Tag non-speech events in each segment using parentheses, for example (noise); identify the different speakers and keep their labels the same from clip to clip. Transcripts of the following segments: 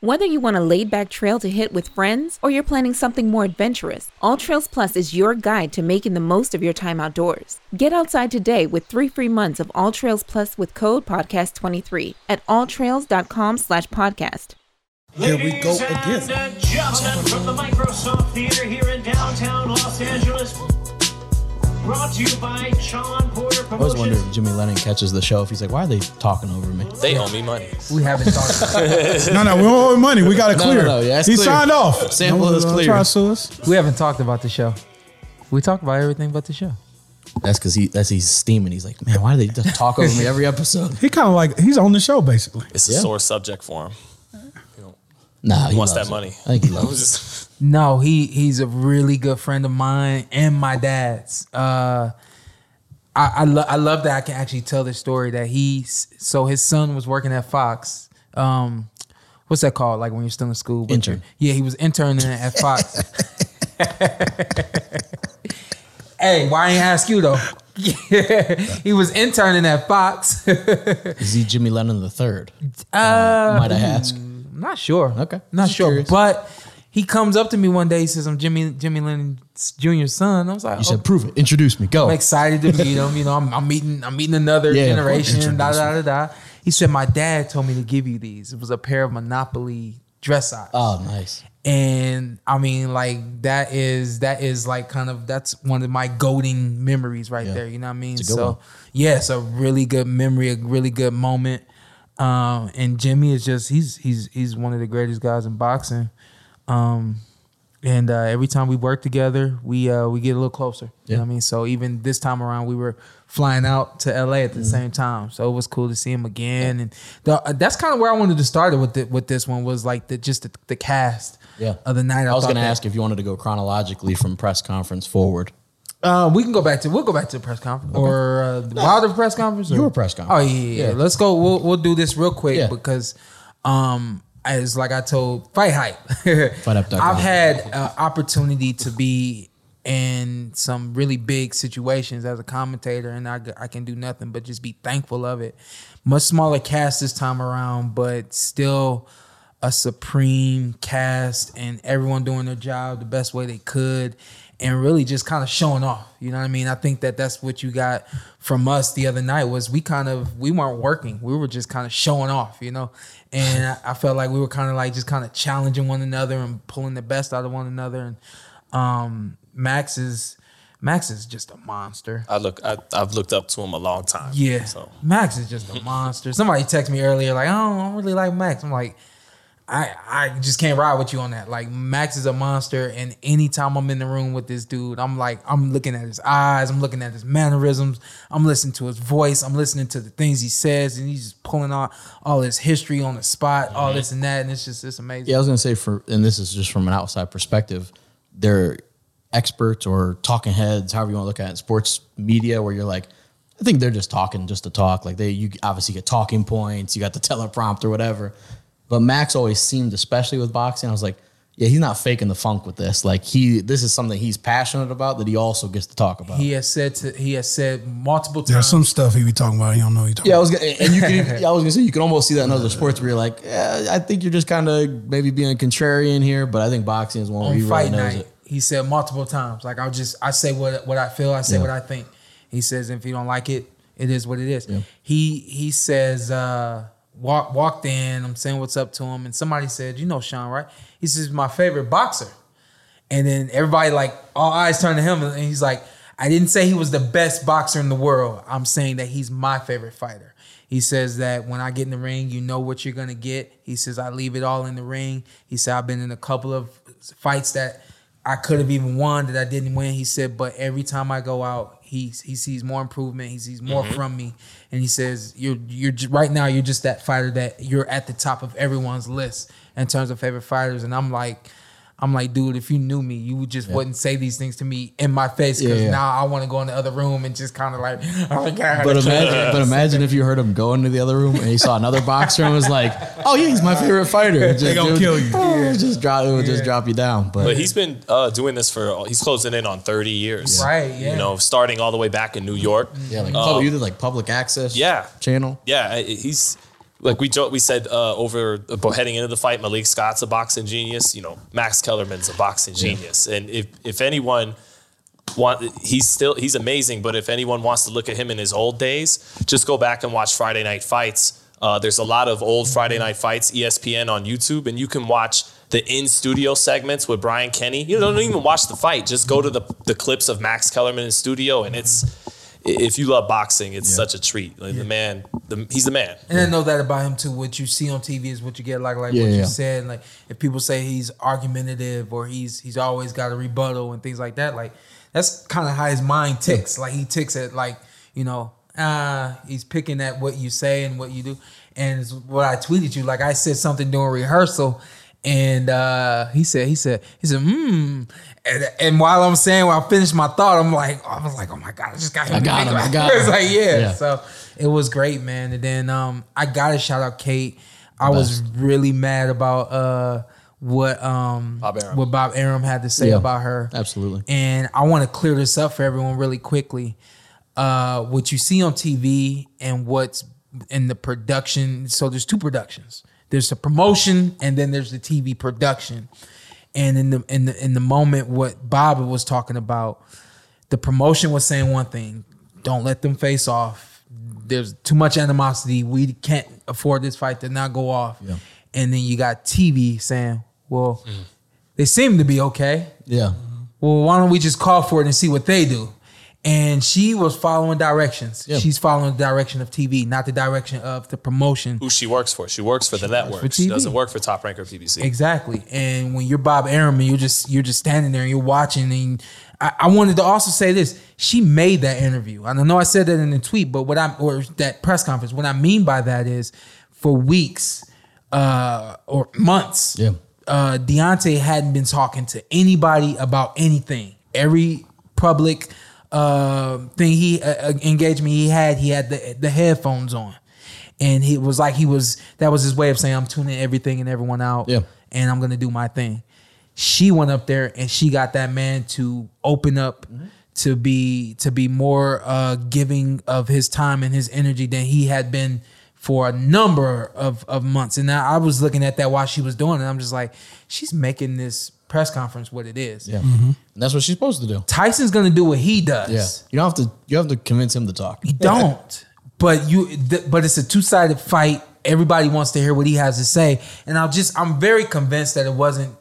Speaker 1: Whether you want a laid back trail to hit with friends or you're planning something more adventurous, All Trails Plus is your guide to making the most of your time outdoors. Get outside today with three free months of All Trails Plus with code podcast23 at alltrails.com slash podcast.
Speaker 2: Here we go
Speaker 3: Ladies and
Speaker 2: again.
Speaker 3: uh, gentlemen, from the Microsoft Theater here in downtown Los Angeles, brought to you by Sean Porter
Speaker 4: I always wonder
Speaker 3: Promotions.
Speaker 4: if Jimmy Lennon catches the show if he's like, why are they talking over me?
Speaker 5: They owe me money.
Speaker 6: We haven't talked.
Speaker 2: No, no, we don't owe him money. We got it
Speaker 4: No,
Speaker 2: clear.
Speaker 4: no, no, yeah, it's
Speaker 2: he
Speaker 4: clear.
Speaker 2: signed off.
Speaker 4: Sample
Speaker 2: Don't-
Speaker 4: is
Speaker 2: don't
Speaker 4: clear.
Speaker 2: Try to sue us.
Speaker 6: we haven't talked about the show. We talk about everything but the show.
Speaker 4: That's because he that's he's steaming. He's like, man, why do they just talk over me every episode?
Speaker 2: He kind of like he's on the show basically.
Speaker 5: It's a
Speaker 4: Yeah.
Speaker 5: sore subject for him.
Speaker 4: (laughs) Nah, he
Speaker 5: Wants
Speaker 4: loves
Speaker 5: that
Speaker 4: it.
Speaker 5: money.
Speaker 4: I
Speaker 5: (laughs)
Speaker 4: think he loves it.
Speaker 6: No, he he's a really good friend of mine and my dad's. Uh, I I, lo- I love that I can actually tell this story that he so his son was working at Fox. Um, what's that called? Like when you're still in school, but
Speaker 4: Intern.
Speaker 6: you're- Yeah, he was interning at Fox. hey, why I ain't ask you though? (laughs) Yeah, he was interning at Fox.
Speaker 4: Is he Jimmy Lennon the third?
Speaker 6: Uh,
Speaker 4: Might I ask?
Speaker 5: Mm,
Speaker 6: I'm not sure.
Speaker 4: Okay.
Speaker 6: Not
Speaker 4: Just
Speaker 6: sure.
Speaker 4: curious.
Speaker 6: But he comes up to me one day, he says, I'm Jimmy Jimmy Lennon Jr.'s son. I was like,
Speaker 4: You
Speaker 6: "Oh,
Speaker 4: said, prove it. Introduce me. Go.
Speaker 6: I'm excited to meet him. You know, I'm, I'm meeting I'm meeting another
Speaker 4: Yeah, of course.
Speaker 6: generation. Da,
Speaker 4: Introduce
Speaker 6: da, da, da. He said, My dad told me to give you these. It was a pair of Monopoly dress socks.
Speaker 4: oh, nice.
Speaker 6: And I mean, like that is that is like kind of that's one of my goading memories right
Speaker 4: Yeah.
Speaker 6: there. You know what I mean?
Speaker 4: It's a good
Speaker 6: so
Speaker 4: one.
Speaker 6: yeah, it's a really good memory, a really good moment. Um, and Jimmy is just he's he's he's one of the greatest guys in boxing. Um, and uh, every time we work together, we uh, we get a little closer. You know what I mean? So even this time around, we were flying out to LA
Speaker 4: Mm-hmm.
Speaker 6: at the same time, so it was cool to see him again. And the, uh, that's kind of where I wanted to start it with the, with this one was like the just the, the cast.
Speaker 4: Yeah.
Speaker 6: Of the night, I,
Speaker 4: I was
Speaker 6: thought
Speaker 4: going to
Speaker 6: that-
Speaker 4: ask if you wanted to go chronologically from press conference forward.
Speaker 6: Uh, we can go back to we'll go back to the press conference or uh, the Wilder press conference. Or?
Speaker 4: Your press conference.
Speaker 6: Oh yeah, yeah, yeah. Let's go. We'll we'll do this real quick
Speaker 4: Yeah.
Speaker 6: because, um, as like I told Fight Hype, (laughs) Fight
Speaker 4: Up dot com.
Speaker 6: I've had uh, opportunity to be in some really big situations as a commentator, and I I can do nothing but just be thankful of it. Much smaller cast this time around, but still a supreme cast and everyone doing their job the best way they could and really just kind of showing off you know what i mean i think that that's what you got from us the other night was we kind of we weren't working we were just kind of showing off you know and I- i felt like we were kind of like just kind of challenging one another and pulling the best out of one another and um max is max is just a monster
Speaker 5: I look. I, I've looked up to him a long time.
Speaker 6: yeah.
Speaker 5: So
Speaker 6: Max is just a monster. Somebody texted me earlier, like, oh, I don't really like Max. I'm like, I, I just can't ride with you on that. Like, Max is a monster. And anytime I'm in the room with this dude, I'm like, I'm looking at his eyes, I'm looking at his mannerisms, I'm listening to his voice, I'm listening to the things he says, and he's just pulling out all his history on the spot, all this and that. And it's just, it's amazing.
Speaker 4: Yeah, I was going to say for, and this is just from an outside perspective, they're experts or talking heads, however you want to look at it, sports media, where you're like, I think they're just talking just to talk. Like they, you obviously get talking points, you got the (laughs) teleprompter, whatever. But Max always seemed, especially with boxing, I was like, yeah, he's not faking the funk with this. Like he, this is something he's passionate about that he also gets to talk about.
Speaker 6: He has said to, he has said multiple times.
Speaker 2: There's some stuff he be talking about. He don't know he talking.
Speaker 4: Yeah, I
Speaker 2: about.
Speaker 4: was gonna, and you can even- I was gonna say you can almost see that in other sports where you're like, yeah, I think you're just kind of maybe being contrarian here, but I think boxing is one where
Speaker 6: on
Speaker 4: he really
Speaker 6: fight
Speaker 4: knows
Speaker 6: night,
Speaker 4: it.
Speaker 6: he said multiple times, like I'll just I say what what I feel, I say
Speaker 4: Yeah.
Speaker 6: what I think. He says if you don't like it, it is what it is.
Speaker 4: Yeah.
Speaker 6: He he says uh walk walked in, I'm saying what's up to him, and somebody said, You know Sean, right? He says my favorite boxer. And then everybody like all eyes turn to him, and he's like, "I didn't say he was the best boxer in the world. I'm saying that he's my favorite fighter." He says that when I get in the ring, you know what you're gonna get. He says I leave it all in the ring. He said I've been in a couple of fights that I could have even won that I didn't win. He said, but every time I go out, he he sees more improvement. He sees more from me, and he says, "You're you're j- right now. You're just that fighter that you're at the top of everyone's list in terms of favorite fighters." And I'm like. I'm like, dude, if you knew me, you would just wouldn't say these things to me in my face because
Speaker 4: Yeah, yeah.
Speaker 6: now I want to go in the other room and just kind of like, (laughs) oh my god.
Speaker 4: But imagine, but imagine if you heard him go into the other room and he saw another boxer and was like, "Oh yeah, he's my favorite fighter." Just,
Speaker 2: They gonna
Speaker 4: it would-
Speaker 2: kill you.
Speaker 4: it would just drop. It would just drop you down. But,
Speaker 5: But he's been uh, doing this for. He's closing in on thirty years.
Speaker 6: Right, yeah.
Speaker 5: You know, starting all the way back in New York.
Speaker 4: yeah, like
Speaker 5: Um,
Speaker 4: public, either like public access,
Speaker 5: yeah.
Speaker 4: channel.
Speaker 5: yeah, I- he's like we jo- we said uh, over about heading into the fight, Malik Scott's a boxing genius. You know, Max Kellerman's a boxing genius, and if if anyone want he's still he's amazing but if anyone wants to look at him in his old days just go back and watch friday night fights uh, there's a lot of old friday night fights E espn on youtube and you can watch the in studio segments with brian kenny you know don't even watch the fight just go to the, the clips of max kellerman in studio and it's i- if you love boxing it's such a treat like the man the, he's the man
Speaker 6: And I know that about him too. What you see on TV is what you get. Like like
Speaker 4: Yeah,
Speaker 6: what
Speaker 4: yeah.
Speaker 6: you said. Like if people say he's argumentative or he's he's always got a rebuttal and things like that. Like that's kind of how his mind ticks. Like he ticks at like you know uh he's picking at what you say and what you do. And it's what I tweeted you. Like I said something during rehearsal. And uh, he said, he said, he said, hmm. And, and while I'm saying, while I finished my thought, I'm like, I was like, oh my god, I just got him.
Speaker 4: I got him, I got
Speaker 6: (laughs) It's
Speaker 4: him.
Speaker 6: like, yeah.
Speaker 4: Yeah.
Speaker 6: So it was great, man. And then um, I gotta shout out Kate. I was really mad about uh what um
Speaker 5: Bob Arum.
Speaker 6: what Bob Arum had to say
Speaker 4: Yeah.
Speaker 6: about her.
Speaker 4: Absolutely.
Speaker 6: And I want to clear this up for everyone really quickly. Uh, what you see on TV and what's in the production. So there's two productions. There's the promotion, and then there's the TV production. And in the in the in the moment, what Bob was talking about, the promotion was saying one thing: don't let them face off. There's too much animosity. We can't afford this fight to not go off. And then you got TV saying, well, they seem to be okay
Speaker 4: Yeah.
Speaker 6: well, why don't we just call for it and see what they do? And she was following directions.
Speaker 4: Yeah.
Speaker 6: She's following the direction of TV, not the direction of the promotion.
Speaker 5: who she works for she works for the network she
Speaker 6: TV.
Speaker 5: doesn't work for top ranker pbc
Speaker 6: Exactly. And when you're Bob Arum and you're just you're just standing there and you're watching and I, I wanted to also say this. She made that interview. And I know I said that in the tweet, but what I'm or that press conference, what I mean by that is for weeks uh or months,
Speaker 4: Yeah.
Speaker 6: uh Deontay hadn't been talking to anybody about anything. Every public uh thing he uh, engagement he had, he had the the headphones on. And he was like he was that was his way of saying I'm tuning everything and everyone out
Speaker 4: Yeah.
Speaker 6: and I'm gonna do my thing. She went up there and she got that man to open up to be to be more uh, giving of his time and his energy than he had been for a number of, of months. And I I was looking at that while she was doing it. I'm just like, she's making this press conference what it is.
Speaker 4: Yeah. And that's what she's supposed to do.
Speaker 6: Tyson's gonna do what he does.
Speaker 4: Yeah. You don't have to you have to convince him to talk.
Speaker 6: You don't. but you th- but it's a two-sided fight. Everybody wants to hear what he has to say. And I'll just I'm very convinced that it wasn't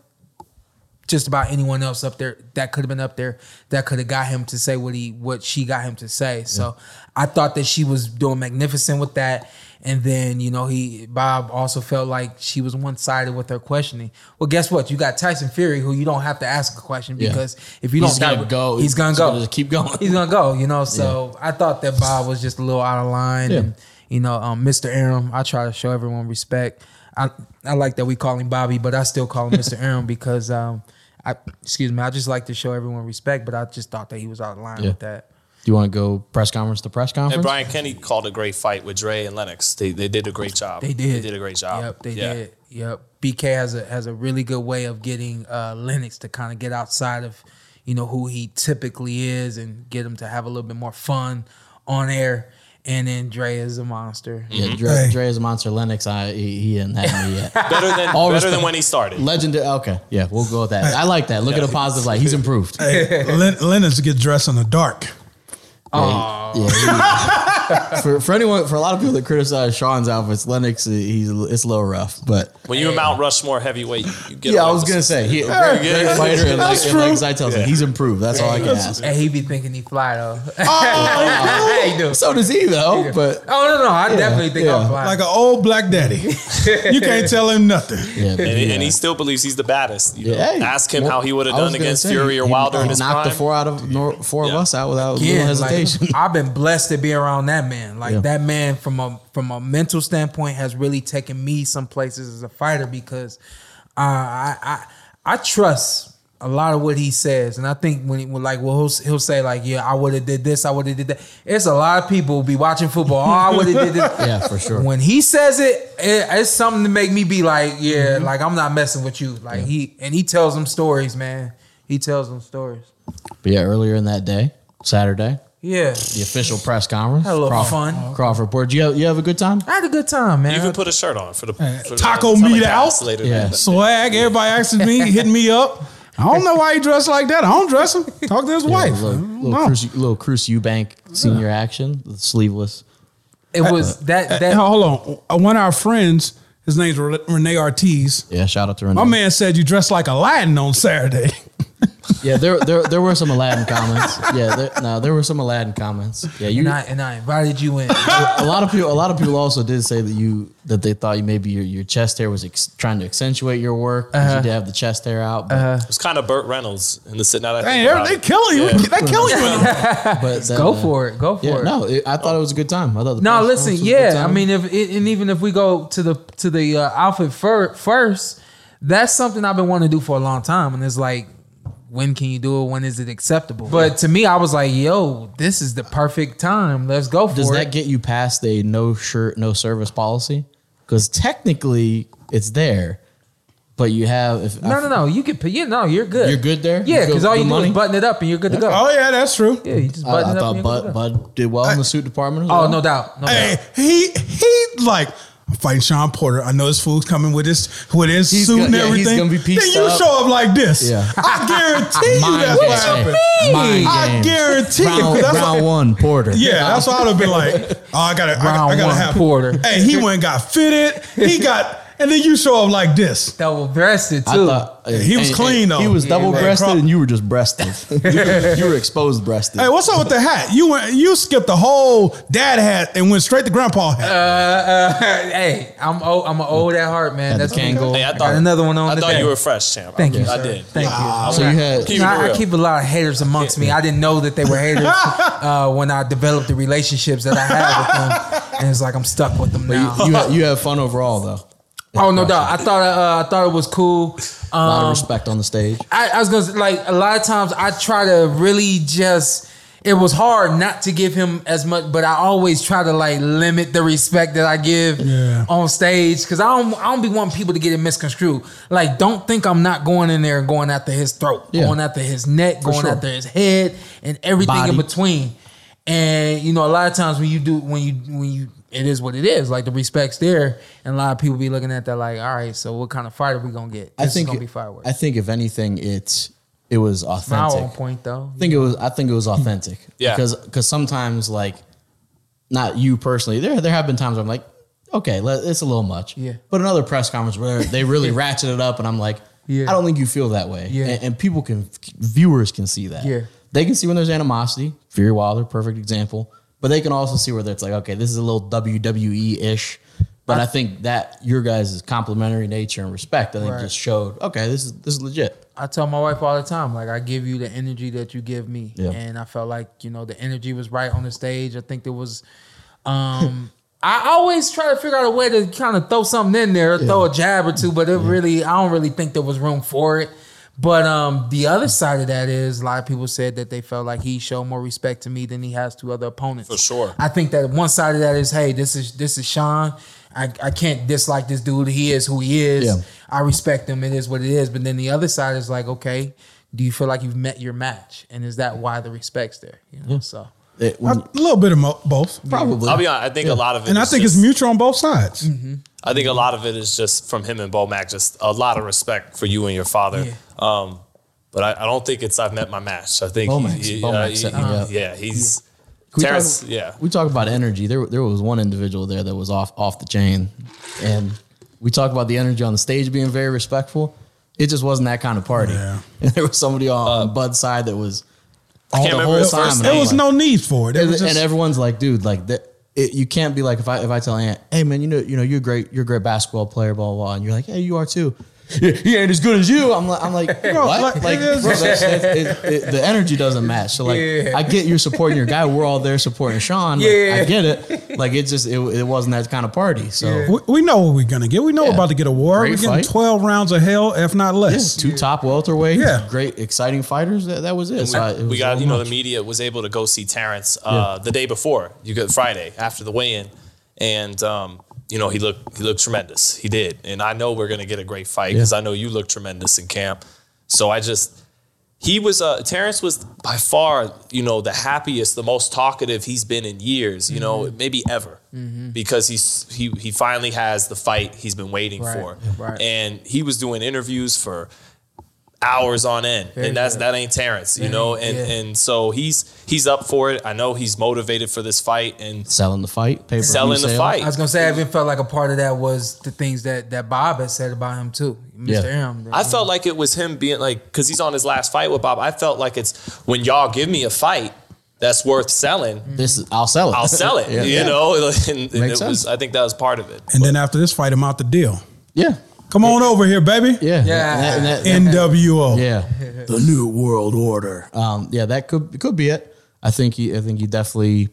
Speaker 6: just about anyone else up there that could have been up there that could have got him to say what he what she got him to say. So I thought that she was doing magnificent with that. And then, you know, he Bob also felt like she was one sided with her questioning. Well, guess what? You got Tyson Fury who you don't have to ask a question
Speaker 4: Yeah.
Speaker 6: because if you
Speaker 4: He's
Speaker 6: don't
Speaker 4: gonna
Speaker 6: give-
Speaker 4: go.
Speaker 6: he's gonna
Speaker 4: He's
Speaker 6: go.
Speaker 4: gonna just keep going.
Speaker 6: He's gonna go, you know. So I thought that Bob was just a little out of line.
Speaker 4: Yeah.
Speaker 6: And you know, um, Mr. Aram, I try to show everyone respect. I I like that we call him Bobby, but I still call him
Speaker 4: (laughs)
Speaker 6: Mr. Aram because um, I excuse me, I just like to show everyone respect, but I just thought that he was out of line
Speaker 4: Yeah.
Speaker 6: with that.
Speaker 4: Do you want to go press conference to press conference?
Speaker 5: And Brian Kenny called a great fight with Dre and Lennox. They they did a great job.
Speaker 6: They did.
Speaker 5: They did a great job.
Speaker 6: Yep, they
Speaker 5: Yeah.
Speaker 6: did. Yep. BK has a has a really good way of getting uh Lennox to kind of get outside of, you know, who he typically is and get him to have a little bit more fun on air. And then Dre is a monster.
Speaker 4: Yeah, Dre,
Speaker 2: Hey.
Speaker 4: Dre is a monster. Lennox, I he, he hadn't had me
Speaker 5: (laughs)
Speaker 4: yet.
Speaker 5: Better than
Speaker 4: All
Speaker 5: better
Speaker 4: respect.
Speaker 5: than when he started.
Speaker 4: Legendary. Okay, yeah, we'll go with that. I like that. Look at the positive light. He's improved.
Speaker 2: Hey, Len- Leonard's get dressed in the dark.
Speaker 4: Yeah, he- yeah, he- for for anyone, for a lot of people that criticize Sean's outfits, Lennox, he's it's a little rough. But
Speaker 5: When you were Mount Rushmore heavyweight, you- you get
Speaker 4: yeah,
Speaker 5: away
Speaker 4: I was
Speaker 5: with
Speaker 4: gonna
Speaker 5: some-
Speaker 4: say he a very
Speaker 5: Yeah.
Speaker 4: great fighter and like,
Speaker 2: That's
Speaker 4: and like
Speaker 2: true.
Speaker 4: Zai tells me, he's improved. That's all I can ask.
Speaker 6: Hey, he be thinking he fly though.
Speaker 4: Oh, (laughs)
Speaker 6: Hey, dude.
Speaker 4: so does he though. But
Speaker 6: (laughs) Oh no, no, I definitely think
Speaker 4: yeah.
Speaker 6: I'm fly.
Speaker 2: Like an old black daddy.
Speaker 4: (laughs)
Speaker 2: you can't tell him nothing.
Speaker 4: yeah, but
Speaker 5: And, he-
Speaker 4: yeah.
Speaker 5: and he still believes he's the baddest. you know.
Speaker 4: Yeah, hey,
Speaker 5: Ask him
Speaker 4: well,
Speaker 5: how he would have
Speaker 4: I was
Speaker 5: done
Speaker 4: gonna
Speaker 5: against
Speaker 4: say,
Speaker 5: Fury or
Speaker 4: he-
Speaker 5: Wilder
Speaker 4: he
Speaker 5: in his
Speaker 4: knocked
Speaker 5: prime.
Speaker 4: the four out of nor, four of
Speaker 5: Yeah.
Speaker 4: us out without little
Speaker 6: Again,
Speaker 4: hesitation.
Speaker 5: (laughs)
Speaker 6: Like, I've been blessed to be around that man. Like
Speaker 4: Yeah.
Speaker 6: that man from a from a mental standpoint has really taken me some places as a fighter because uh, I I I trust a lot of what he says, and I think when he when like well he'll, he'll say like yeah I would have did this I would have did that. It's a lot of people who be watching football. Oh, I would have
Speaker 4: (laughs)
Speaker 6: did this.
Speaker 4: yeah, for sure.
Speaker 6: When he says it, it, it's something to make me be like, yeah,
Speaker 4: Mm-hmm.
Speaker 6: like I'm not messing with you. Like he and he tells them stories, man. He tells them stories.
Speaker 4: But yeah, earlier in that day, Saturday,
Speaker 6: Yeah.
Speaker 4: the official press conference.
Speaker 6: Had a little
Speaker 4: Crawford,
Speaker 6: fun.
Speaker 4: Crawford Board. You have, you have a good time?
Speaker 6: I had a good time, man.
Speaker 5: You even put a shirt on for the
Speaker 4: Uh,
Speaker 5: for the
Speaker 2: Taco
Speaker 5: telecast
Speaker 2: meat out?
Speaker 5: later.
Speaker 4: Yeah.
Speaker 5: that-
Speaker 2: Swag. Everybody asking me, hitting me up. I don't know why he dressed like that. I don't dress him. Talk to his wife.
Speaker 4: little, little,
Speaker 2: No.
Speaker 4: Cruz, little Cruz Eubank senior action, the sleeveless.
Speaker 6: it
Speaker 4: Uh,
Speaker 6: was that
Speaker 2: Hey,
Speaker 6: that
Speaker 2: hold on. Uh, One of our friends, his name's Re- Renee Ortiz.
Speaker 4: Yeah, shout out to Renee.
Speaker 2: My man said you dressed like Aladdin on Saturday. (laughs)
Speaker 4: Yeah, there, there there were some Aladdin comments. Yeah, there, no, there were some Aladdin comments. Yeah, you.
Speaker 6: and I and I invited
Speaker 4: (laughs)
Speaker 6: you in.
Speaker 4: a lot of people, a lot of people also did say that you that they thought you maybe your, your chest hair was ex- trying to accentuate your work. 'cause
Speaker 6: Uh-huh.
Speaker 4: You did have the chest hair out, but,
Speaker 5: It was kind of Burt Reynolds in the sit. Now that I
Speaker 2: Dang,
Speaker 5: think about
Speaker 2: they, they
Speaker 5: it.
Speaker 2: killing you. They killing you.
Speaker 4: but that,
Speaker 6: Go
Speaker 4: uh,
Speaker 6: for it. Go for
Speaker 4: Yeah,
Speaker 6: it.
Speaker 4: no, it, I thought it was a good time. I thought the
Speaker 6: No,
Speaker 4: press
Speaker 6: listen,
Speaker 4: conference was a good
Speaker 6: yeah. I
Speaker 4: time.
Speaker 6: mean, if it, and even if we go to the to the uh, outfit fir- first, that's something I've been wanting to do for a long time, and it's like, when can you do it? When is it acceptable? But to me, I was like, yo, this is the perfect time. Let's go for
Speaker 4: does
Speaker 6: it.
Speaker 4: that get you past a no shirt, no service policy? Because technically, it's there, but you have if
Speaker 6: no, no, no. You can. pay- You know, you're good.
Speaker 4: You're good there? You
Speaker 6: Yeah,
Speaker 4: go
Speaker 6: because all
Speaker 4: do
Speaker 6: you do
Speaker 4: money?
Speaker 6: is button it up, and you're good to go.
Speaker 2: (laughs) Oh yeah, that's true.
Speaker 6: Yeah, you just
Speaker 4: I, Uh, I
Speaker 6: button it up. and
Speaker 4: thought
Speaker 6: you're good to
Speaker 4: Bud,
Speaker 6: go.
Speaker 4: Bud did well in the suit department. as
Speaker 6: Oh,
Speaker 4: well.
Speaker 6: no doubt. No
Speaker 2: Hey,
Speaker 6: doubt.
Speaker 2: he he like I'm fighting Sean Porter. I know his food's coming with his with his
Speaker 4: He's
Speaker 2: suit
Speaker 4: gonna-
Speaker 2: and
Speaker 4: yeah, he's
Speaker 2: everything.
Speaker 4: gonna be
Speaker 2: then
Speaker 4: pieced
Speaker 2: you
Speaker 4: up.
Speaker 2: show up like this.
Speaker 4: Yeah. (laughs)
Speaker 2: I guarantee you
Speaker 4: Mind
Speaker 2: that's what happened.
Speaker 4: games. Mind
Speaker 2: I
Speaker 4: games.
Speaker 2: guarantee
Speaker 4: Round,
Speaker 2: you. That's
Speaker 4: round
Speaker 2: what-
Speaker 4: one, Porter.
Speaker 2: Yeah, that's what I'd have been like. Oh, I gotta, I, gotta- I
Speaker 6: Round
Speaker 2: gotta
Speaker 6: one,
Speaker 2: have
Speaker 6: Porter.
Speaker 2: Hey, he went and got fitted. He got, and then you show up like this.
Speaker 6: Double breasted
Speaker 4: I
Speaker 6: too.
Speaker 4: thought
Speaker 2: He was clean, though.
Speaker 4: He was
Speaker 2: Yeah,
Speaker 4: double breasted,
Speaker 2: right.
Speaker 4: and you were just
Speaker 2: (laughs)
Speaker 4: breasted. you, were, you were exposed breasted.
Speaker 2: Hey, what's up with the hat? You went, you skipped the whole dad hat and went straight to grandpa hat.
Speaker 6: Uh,
Speaker 4: Uh,
Speaker 6: hey, I'm old. I'm an old at heart,
Speaker 4: Had
Speaker 6: man.
Speaker 4: the
Speaker 6: That's what-
Speaker 4: Kangol.
Speaker 5: Hey, I
Speaker 6: I
Speaker 5: thought
Speaker 6: got another one on.
Speaker 5: I
Speaker 6: the
Speaker 5: thought
Speaker 6: thing.
Speaker 5: you were fresh, champ.
Speaker 6: Thank you.
Speaker 5: I
Speaker 6: sir.
Speaker 5: did.
Speaker 6: Thank you.
Speaker 4: so you had
Speaker 5: Keep it
Speaker 6: No, I,
Speaker 5: real.
Speaker 6: keep a lot of haters amongst me. I didn't know that they were haters uh, when I developed the relationships that I had with them, and it's like I'm stuck with them now.
Speaker 4: you, you had, you had fun overall though.
Speaker 6: oh no doubt. I thought uh, I thought it was cool.
Speaker 4: A lot
Speaker 6: Um,
Speaker 4: of respect on the stage.
Speaker 6: I, I was gonna say, like a lot of times I try to really just. It was hard not to give him as much, but I always try to like limit the respect that I give
Speaker 2: Yeah.
Speaker 6: on stage because I don't. I don't be wanting people to get it misconstrued. Like, don't think I'm not going in there and going after his throat,
Speaker 4: Yeah.
Speaker 6: going after his neck, going
Speaker 4: sure.
Speaker 6: after his head, and everything in
Speaker 4: Body.
Speaker 6: between. And you know, a lot of times when you do, when you, when you, it is what it is. Like the respect's there, and a lot of people be looking at that like, all right, so what kind of fight are we gonna get?
Speaker 4: I
Speaker 6: This is
Speaker 4: think
Speaker 6: gonna be fireworks.
Speaker 4: I think if anything, it's it was
Speaker 6: Now on
Speaker 4: authentic.
Speaker 6: point though.
Speaker 4: I think it was. I think it was
Speaker 6: (laughs)
Speaker 4: authentic.
Speaker 5: Yeah.
Speaker 4: Because because sometimes like, not you personally. There there have been times where I'm like, okay, let, it's a little much.
Speaker 6: Yeah.
Speaker 4: But another press conference where they
Speaker 6: (laughs)
Speaker 4: really ratchet it up, and I'm like,
Speaker 6: Yeah.
Speaker 4: I don't think you feel that way.
Speaker 6: Yeah.
Speaker 4: And, and people can viewers can see that.
Speaker 6: Yeah.
Speaker 4: They can see when there's animosity. Fury Wilder, perfect example. But they can also see where it's like, okay, this is a little WWE ish. But I, think that your guys' complimentary nature and respect, I think,
Speaker 6: Right.
Speaker 4: just showed. Okay, this is this is legit.
Speaker 6: I tell my wife all the time, like I give you the energy that you give me,
Speaker 4: Yeah.
Speaker 6: and I felt like you know the energy was right on the stage. I think there was, um, I always try to figure out a way to kind of throw something in there, throw a jab or two, but it really, I don't really think there was room for it. But um, the other side of that is a lot of people said that they felt like he showed more respect to me than he has to other opponents.
Speaker 5: For sure.
Speaker 6: I think that one side of that is, hey, this is this is Sean. I, I can't dislike this dude. He is who he is.
Speaker 4: Yeah.
Speaker 6: I respect him. It is what it is. But then the other side is like, okay, do you feel like you've met your match? And is that why the respect's there? You know, so
Speaker 4: It-
Speaker 2: A little bit of mo- both,
Speaker 4: probably.
Speaker 5: I'll be honest. I think a lot of it.
Speaker 2: and I
Speaker 5: is
Speaker 2: think
Speaker 5: just-
Speaker 2: it's mutual on both sides.
Speaker 5: I
Speaker 4: Mm-hmm.
Speaker 5: think a lot of it is just from him and Bo Mac, just a lot of respect for you and your father.
Speaker 6: Yeah.
Speaker 5: Um, but I, I don't think it's I've met my match. I think
Speaker 4: Bo
Speaker 5: he-
Speaker 4: Mac's-
Speaker 5: he-
Speaker 4: Bo
Speaker 5: uh,
Speaker 4: Mac
Speaker 5: he-
Speaker 4: set me up.
Speaker 5: yeah, he's
Speaker 4: We talk-
Speaker 5: Terrence. yeah,
Speaker 4: We talk about energy. There, there was one individual there that was off off the chain, and we talk about the energy on the stage being very respectful. It just wasn't that kind of party.
Speaker 2: Yeah.
Speaker 4: And (laughs) there was somebody on Bud's side that was all
Speaker 5: can't
Speaker 4: the
Speaker 5: remember
Speaker 4: whole
Speaker 5: his first
Speaker 4: time. and
Speaker 2: There
Speaker 4: I'm
Speaker 2: was
Speaker 4: like-
Speaker 2: no need for it. It
Speaker 4: and,
Speaker 2: was just,
Speaker 4: and everyone's like, dude, like that. It, you can't be like if I if I tell Aunt, hey man, you know you know you're a great you're a great basketball player, blah blah, blah and you're like, hey, you are too. "Yeah, He ain't as good as you. I'm like, I'm (laughs) like, bro,
Speaker 2: like,
Speaker 4: what? Like,
Speaker 2: it is-
Speaker 4: bro, that's- that's- it- it- the energy doesn't match. So like, I get you're supporting your guy. We're all there supporting Sean. Like,
Speaker 6: Yeah.
Speaker 4: I get it. Like, it just it, it wasn't that kind of party. So
Speaker 2: we, we know what we're gonna get. We know we're
Speaker 4: Yeah.
Speaker 2: about to get a war.
Speaker 4: Great
Speaker 2: we're getting
Speaker 4: fight.
Speaker 2: twelve rounds of hell, if not less.
Speaker 4: two top welterweights,
Speaker 2: Yeah.
Speaker 4: great exciting fighters. That, that was it. So I- it
Speaker 5: we
Speaker 4: was
Speaker 5: got
Speaker 4: so
Speaker 5: you know
Speaker 4: much.
Speaker 5: the media was able to go see Terrence uh, the day before you got Friday after the weigh-in, and um, you know he looked he looked tremendous. He did, and I know we're gonna get a great fight because I know you look tremendous in camp. So I just he was uh, Terrence was by far you know the happiest, the most talkative he's been in years, you
Speaker 4: Mm-hmm.
Speaker 5: know maybe ever, because he's he he finally has the fight he's been waiting
Speaker 6: Right,
Speaker 5: for,
Speaker 6: right.
Speaker 5: and he was doing interviews for hours on end,
Speaker 6: Very
Speaker 5: and that's
Speaker 6: good.
Speaker 5: that ain't Terrence, you know, and
Speaker 6: yeah.
Speaker 5: and so he's he's up for it. I know he's motivated for this fight, and
Speaker 4: selling the fight, paper
Speaker 5: Selling the fight.
Speaker 6: I was gonna say I even felt like a part of that was the things that that Bob had said about him too, Mr.
Speaker 4: Yeah.
Speaker 6: M.
Speaker 5: I felt like it was him being like, because he's on his last fight with Bob. I felt like it's when y'all give me a fight that's worth selling,
Speaker 4: This is, I'll sell it.
Speaker 5: I'll sell
Speaker 4: (laughs)
Speaker 5: it.
Speaker 4: yeah.
Speaker 5: You
Speaker 4: yeah.
Speaker 5: know, (laughs) and, and it
Speaker 4: Makes
Speaker 5: was.
Speaker 4: sense.
Speaker 5: I think that was part of it.
Speaker 2: And then after this fight, I'm out the deal.
Speaker 4: yeah,
Speaker 2: Come on over here, baby.
Speaker 4: yeah,
Speaker 6: Yeah.
Speaker 4: And that- and that-
Speaker 2: NWO.
Speaker 4: Yeah, the new world order. Um, yeah, that could could be it. I think he, I think he definitely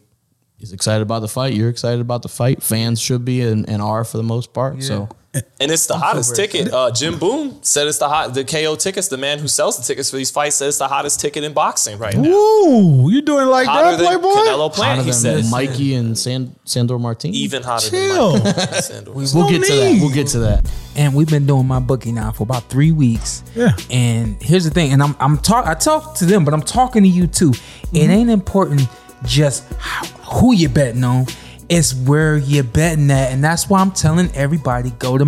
Speaker 4: is excited about the fight. You're excited about the fight. Fans should be and, and are for the most part. So
Speaker 5: And it's the hottest ticket. Uh, Jim Boone said it's the hot. The KO tickets. The man who sells the tickets for these fights says it's the hottest ticket in boxing right now.
Speaker 2: Ooh, you doing like
Speaker 5: Hotter
Speaker 2: that,
Speaker 5: than
Speaker 2: Playboy?
Speaker 5: Canelo Plant. He
Speaker 4: hotter than
Speaker 5: says
Speaker 4: Mikey and San, Sandor Martinez.
Speaker 5: even hotter
Speaker 2: Chill.
Speaker 5: than Mike Sandor.
Speaker 4: we'll
Speaker 2: no
Speaker 4: get to that.
Speaker 2: need.
Speaker 4: We'll get to that.
Speaker 6: and we've been doing my bookie now for about three weeks.
Speaker 2: Yeah.
Speaker 6: And here's the thing, and I'm I'm talk I talk to them, but I'm talking to you too. It ain't important just how, who you betting on. It's where you're betting at, and that's why I'm telling everybody go to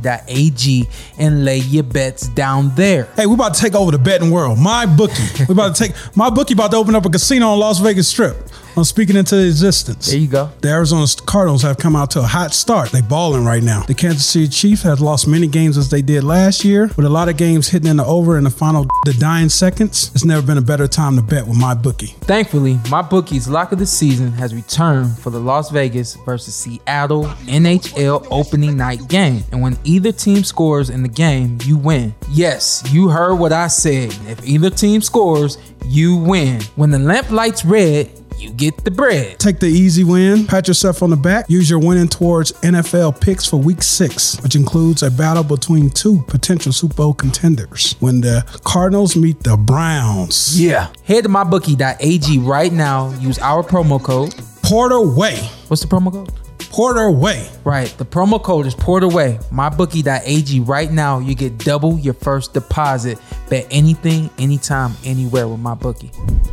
Speaker 6: mybookie.ag and lay your bets down there.
Speaker 2: Hey, we about to take over the betting world. My bookie. We about to take my bookie about to open up a casino on Las Vegas Strip. I'm speaking into existence.
Speaker 6: There you go.
Speaker 2: The Arizona Cardinals have come out to a hot start. They balling right now. The Kansas City Chiefs have lost many games as they did last year, with a lot of games hitting in the over in the final the dying seconds. It's never been a better time to bet with my bookie.
Speaker 6: Thankfully, my bookie's lock of the season has returned for the Las Vegas versus Seattle NHL opening night game. And when either team scores in the game, you win. Yes, you heard what I said. If either team scores, you win. When the lamp lights red, you get the bread.
Speaker 2: Take the easy win, pat yourself on the back, use your winning towards NFL picks for week six, which includes a battle between two potential Super Bowl contenders when the Cardinals meet the Browns.
Speaker 6: Yeah. Head to mybookie.ag right now. Use our promo code.
Speaker 2: Porter Way.
Speaker 6: What's the promo code?
Speaker 2: Porter Way.
Speaker 6: Right. The promo code is poured away. MyBookie.ag. Right now, you get double your first deposit. Bet anything, anytime, anywhere with MyBookie.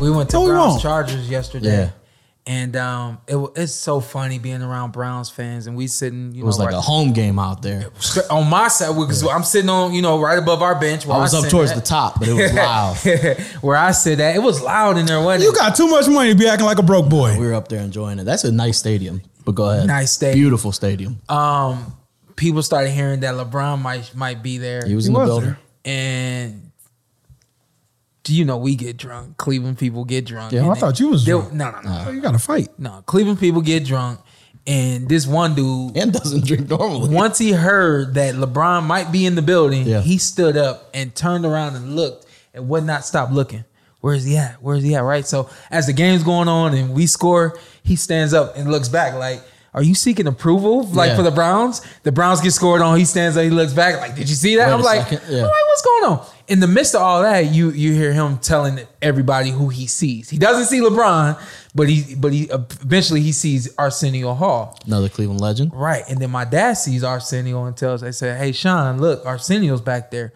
Speaker 6: We went to
Speaker 2: No, we
Speaker 6: Browns
Speaker 2: won't.
Speaker 6: Chargers yesterday.
Speaker 4: Yeah.
Speaker 6: And um, it, wa- it's so funny being around Browns fans, and we sitting, you
Speaker 4: It was
Speaker 6: know,
Speaker 4: like a
Speaker 6: right-
Speaker 4: home game out there.
Speaker 6: stra- on my side because I'm sitting on, you know, right above our bench. Where
Speaker 4: I was up
Speaker 6: sit
Speaker 4: towards
Speaker 6: at.
Speaker 4: the top, but it
Speaker 5: (laughs)
Speaker 4: was loud.
Speaker 6: (laughs) where I sit at. It was loud in there, wasn't it?
Speaker 2: You got too much money to be acting like a broke boy.
Speaker 4: we were up there enjoying it. That's a nice stadium. But go ahead.
Speaker 6: Nice stadium.
Speaker 4: Beautiful stadium. Uh,
Speaker 6: um, people started hearing that LeBron might might be there.
Speaker 4: he was
Speaker 2: he
Speaker 4: in the
Speaker 2: was
Speaker 4: building.
Speaker 2: there.
Speaker 6: and do you know we get drunk? Cleveland people get drunk.
Speaker 4: Yeah,
Speaker 6: and
Speaker 2: I thought you was
Speaker 6: they'll-
Speaker 2: drunk.
Speaker 6: No, no, no,
Speaker 2: Oh, You got to fight.
Speaker 6: no. Cleveland people get drunk, and this one dude,
Speaker 4: And (laughs) doesn't drink normally.
Speaker 6: once he heard that LeBron might be in the building,
Speaker 4: Yeah.
Speaker 6: he stood up and turned around and looked and would not stop looking. Where's he at? Where's he at? Right. So as the game's going on and we score, he stands up and looks back like. Are you seeking approval, like
Speaker 4: Yeah.
Speaker 6: for the Browns? The Browns get scored on. He stands up. He looks back, like, "Did you see that?"
Speaker 4: Wait
Speaker 6: I'm
Speaker 4: a
Speaker 6: like,
Speaker 4: second, yeah.
Speaker 6: I'm like, what's going on? In the midst of all that, you you hear him telling everybody who he sees. He doesn't see LeBron, but he but he eventually he sees Arsenio Hall.
Speaker 4: Another Cleveland legend.
Speaker 6: Right. And then my dad sees Arsenio and tells, I said, Hey, Sean, look, Arsenio's back there.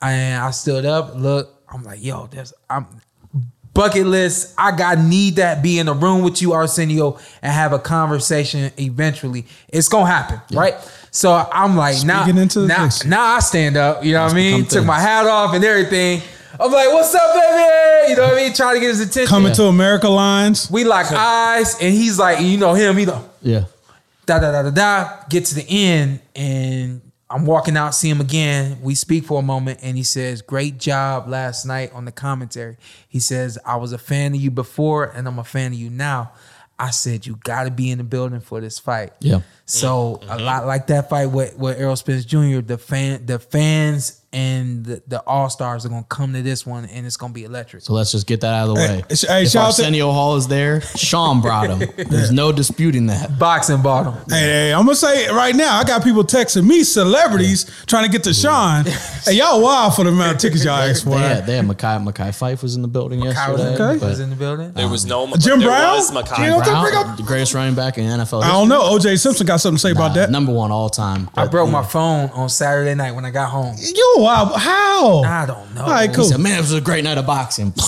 Speaker 6: And I stood up, look, I'm like, yo, there's, I'm bucket list. I got need that be in the room with you, Arsenio, and have a conversation eventually. It's going to happen. Right. So I'm like, now,
Speaker 2: Speaking into the
Speaker 6: now,
Speaker 2: mix.
Speaker 6: now I stand up. You know what I mean?
Speaker 4: become
Speaker 6: Took my
Speaker 4: things.
Speaker 6: hat off and everything. I'm like, what's up, baby? You know what I mean? Trying to get his attention.
Speaker 2: Coming to America lines.
Speaker 6: We lock eyes, and he's like, you know him, he like,
Speaker 4: Yeah.
Speaker 6: da da da da da. Get to the end, and I'm walking out, see him again. We speak for a moment, and he says, "Great job last night on the commentary." He says, "I was a fan of you before, and I'm a fan of you now." I said, "You got to be in the building for this fight."
Speaker 4: Yeah.
Speaker 6: So a lot like that fight with, with Errol Spence Jr. The fan, the fans, and the, the All Stars are gonna come to this one, and it's gonna be electric.
Speaker 4: So let's just get that out of the way.
Speaker 2: Hey, sh- hey,
Speaker 4: if
Speaker 2: shout out to-
Speaker 4: Arsenio Hall is there, Sean brought
Speaker 2: (laughs)
Speaker 4: him. There's no disputing that.
Speaker 6: Boxing bottom.
Speaker 2: Hey, hey, I'm gonna say it right now. I got people texting me, celebrities, trying to get to Sean. hey, y'all wild for the amount of tickets y'all (laughs) asked for.
Speaker 4: They had, they had Makai, Makai Fife was in the building
Speaker 6: Kyra
Speaker 4: yesterday.
Speaker 2: okay.
Speaker 4: but
Speaker 6: was in the building.
Speaker 5: There was no
Speaker 2: Um, Jim
Speaker 5: there
Speaker 2: Brown?
Speaker 5: Was Makai
Speaker 2: Jim
Speaker 5: Brown.
Speaker 2: Brown?
Speaker 4: Brown, the greatest running back in NFL history.
Speaker 2: I don't know. OJ Simpson got something to say about
Speaker 4: Uh,
Speaker 2: that.
Speaker 4: Number one all time.
Speaker 6: I
Speaker 4: But
Speaker 6: broke my phone on Saturday night when I got home.
Speaker 2: You wow, how?
Speaker 6: I don't know.
Speaker 2: All right,
Speaker 4: He
Speaker 2: cool.
Speaker 4: said, man, it was a great night
Speaker 2: (laughs)
Speaker 4: of boxing. (laughs) and then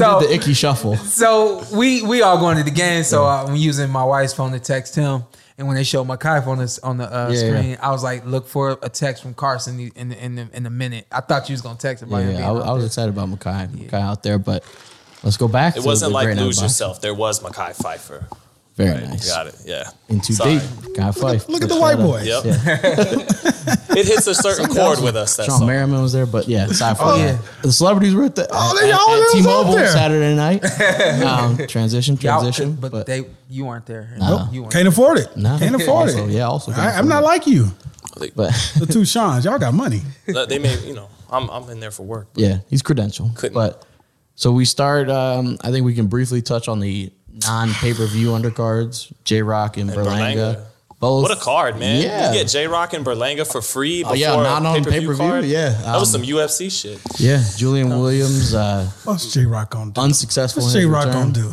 Speaker 6: So-
Speaker 4: did the icky shuffle.
Speaker 6: so we we all going to the game. So uh, I'm using my wife's phone to text him. And when they showed my Kai on this on the uh,
Speaker 4: Yeah,
Speaker 6: screen,
Speaker 4: yeah.
Speaker 6: I was like, "Look for a text from Carson in the, in the, in the minute." I thought you was gonna text about
Speaker 4: Yeah,
Speaker 6: him.
Speaker 4: yeah,
Speaker 6: being
Speaker 4: I,
Speaker 6: out
Speaker 4: I was
Speaker 6: there.
Speaker 4: excited about Makai, Makai out there, but let's go back.
Speaker 5: It
Speaker 4: to
Speaker 5: wasn't
Speaker 4: the
Speaker 5: like
Speaker 4: great night of
Speaker 5: lose
Speaker 4: boxing.
Speaker 5: yourself. There was Mackay Pfeiffer.
Speaker 4: Very
Speaker 5: Right,
Speaker 4: nice.
Speaker 5: Got it. Yeah.
Speaker 4: In too
Speaker 5: Sorry.
Speaker 4: deep. Guy Fife.
Speaker 2: look at the white boy.
Speaker 5: Yep.
Speaker 4: Yeah.
Speaker 5: It hits a certain chord with us. That
Speaker 4: Sean
Speaker 5: song.
Speaker 4: Merriman was there, but yeah, aside from
Speaker 6: Oh,
Speaker 4: that,
Speaker 6: yeah.
Speaker 4: the celebrities were at the
Speaker 2: Oh,
Speaker 4: at-
Speaker 2: they-
Speaker 4: at-
Speaker 2: all
Speaker 4: at
Speaker 2: of them was out
Speaker 4: T-Mobile
Speaker 2: there.
Speaker 4: Saturday night. Um, transition,
Speaker 6: Y'all-
Speaker 4: transition,
Speaker 6: but,
Speaker 4: but,
Speaker 6: they you weren't there. You weren't.
Speaker 2: Can't afford it.
Speaker 4: No.
Speaker 2: Can't afford
Speaker 4: Also,
Speaker 2: it.
Speaker 4: yeah, also can't
Speaker 2: I, I'm
Speaker 4: afford
Speaker 2: not
Speaker 4: it.
Speaker 2: like you.
Speaker 5: They,
Speaker 4: but (laughs)
Speaker 2: The two Sean's, y'all got money.
Speaker 5: they may, you know, I'm, I'm in there for work.
Speaker 4: yeah, he's credentialed.
Speaker 5: Couldn't.
Speaker 4: But so we start. Um, I think we can briefly touch on the non pay per view undercards: J Rock and,
Speaker 5: And
Speaker 4: Berlanga.
Speaker 5: Berlanga.
Speaker 4: Both.
Speaker 5: What a card, man!
Speaker 4: Yeah. Oh,
Speaker 5: You get J Rock and Berlanga for free before
Speaker 4: yeah, not
Speaker 5: a
Speaker 4: on
Speaker 5: pay-per-view
Speaker 4: pay-per-view,
Speaker 5: card.
Speaker 4: yeah,
Speaker 5: that was
Speaker 4: um,
Speaker 5: some UFC shit.
Speaker 4: Yeah, Julian Williams, uh,
Speaker 2: What's J Rock gonna do?
Speaker 4: unsuccessful.
Speaker 2: What's
Speaker 4: in
Speaker 2: J
Speaker 4: his
Speaker 2: Rock
Speaker 4: return.
Speaker 2: gonna do?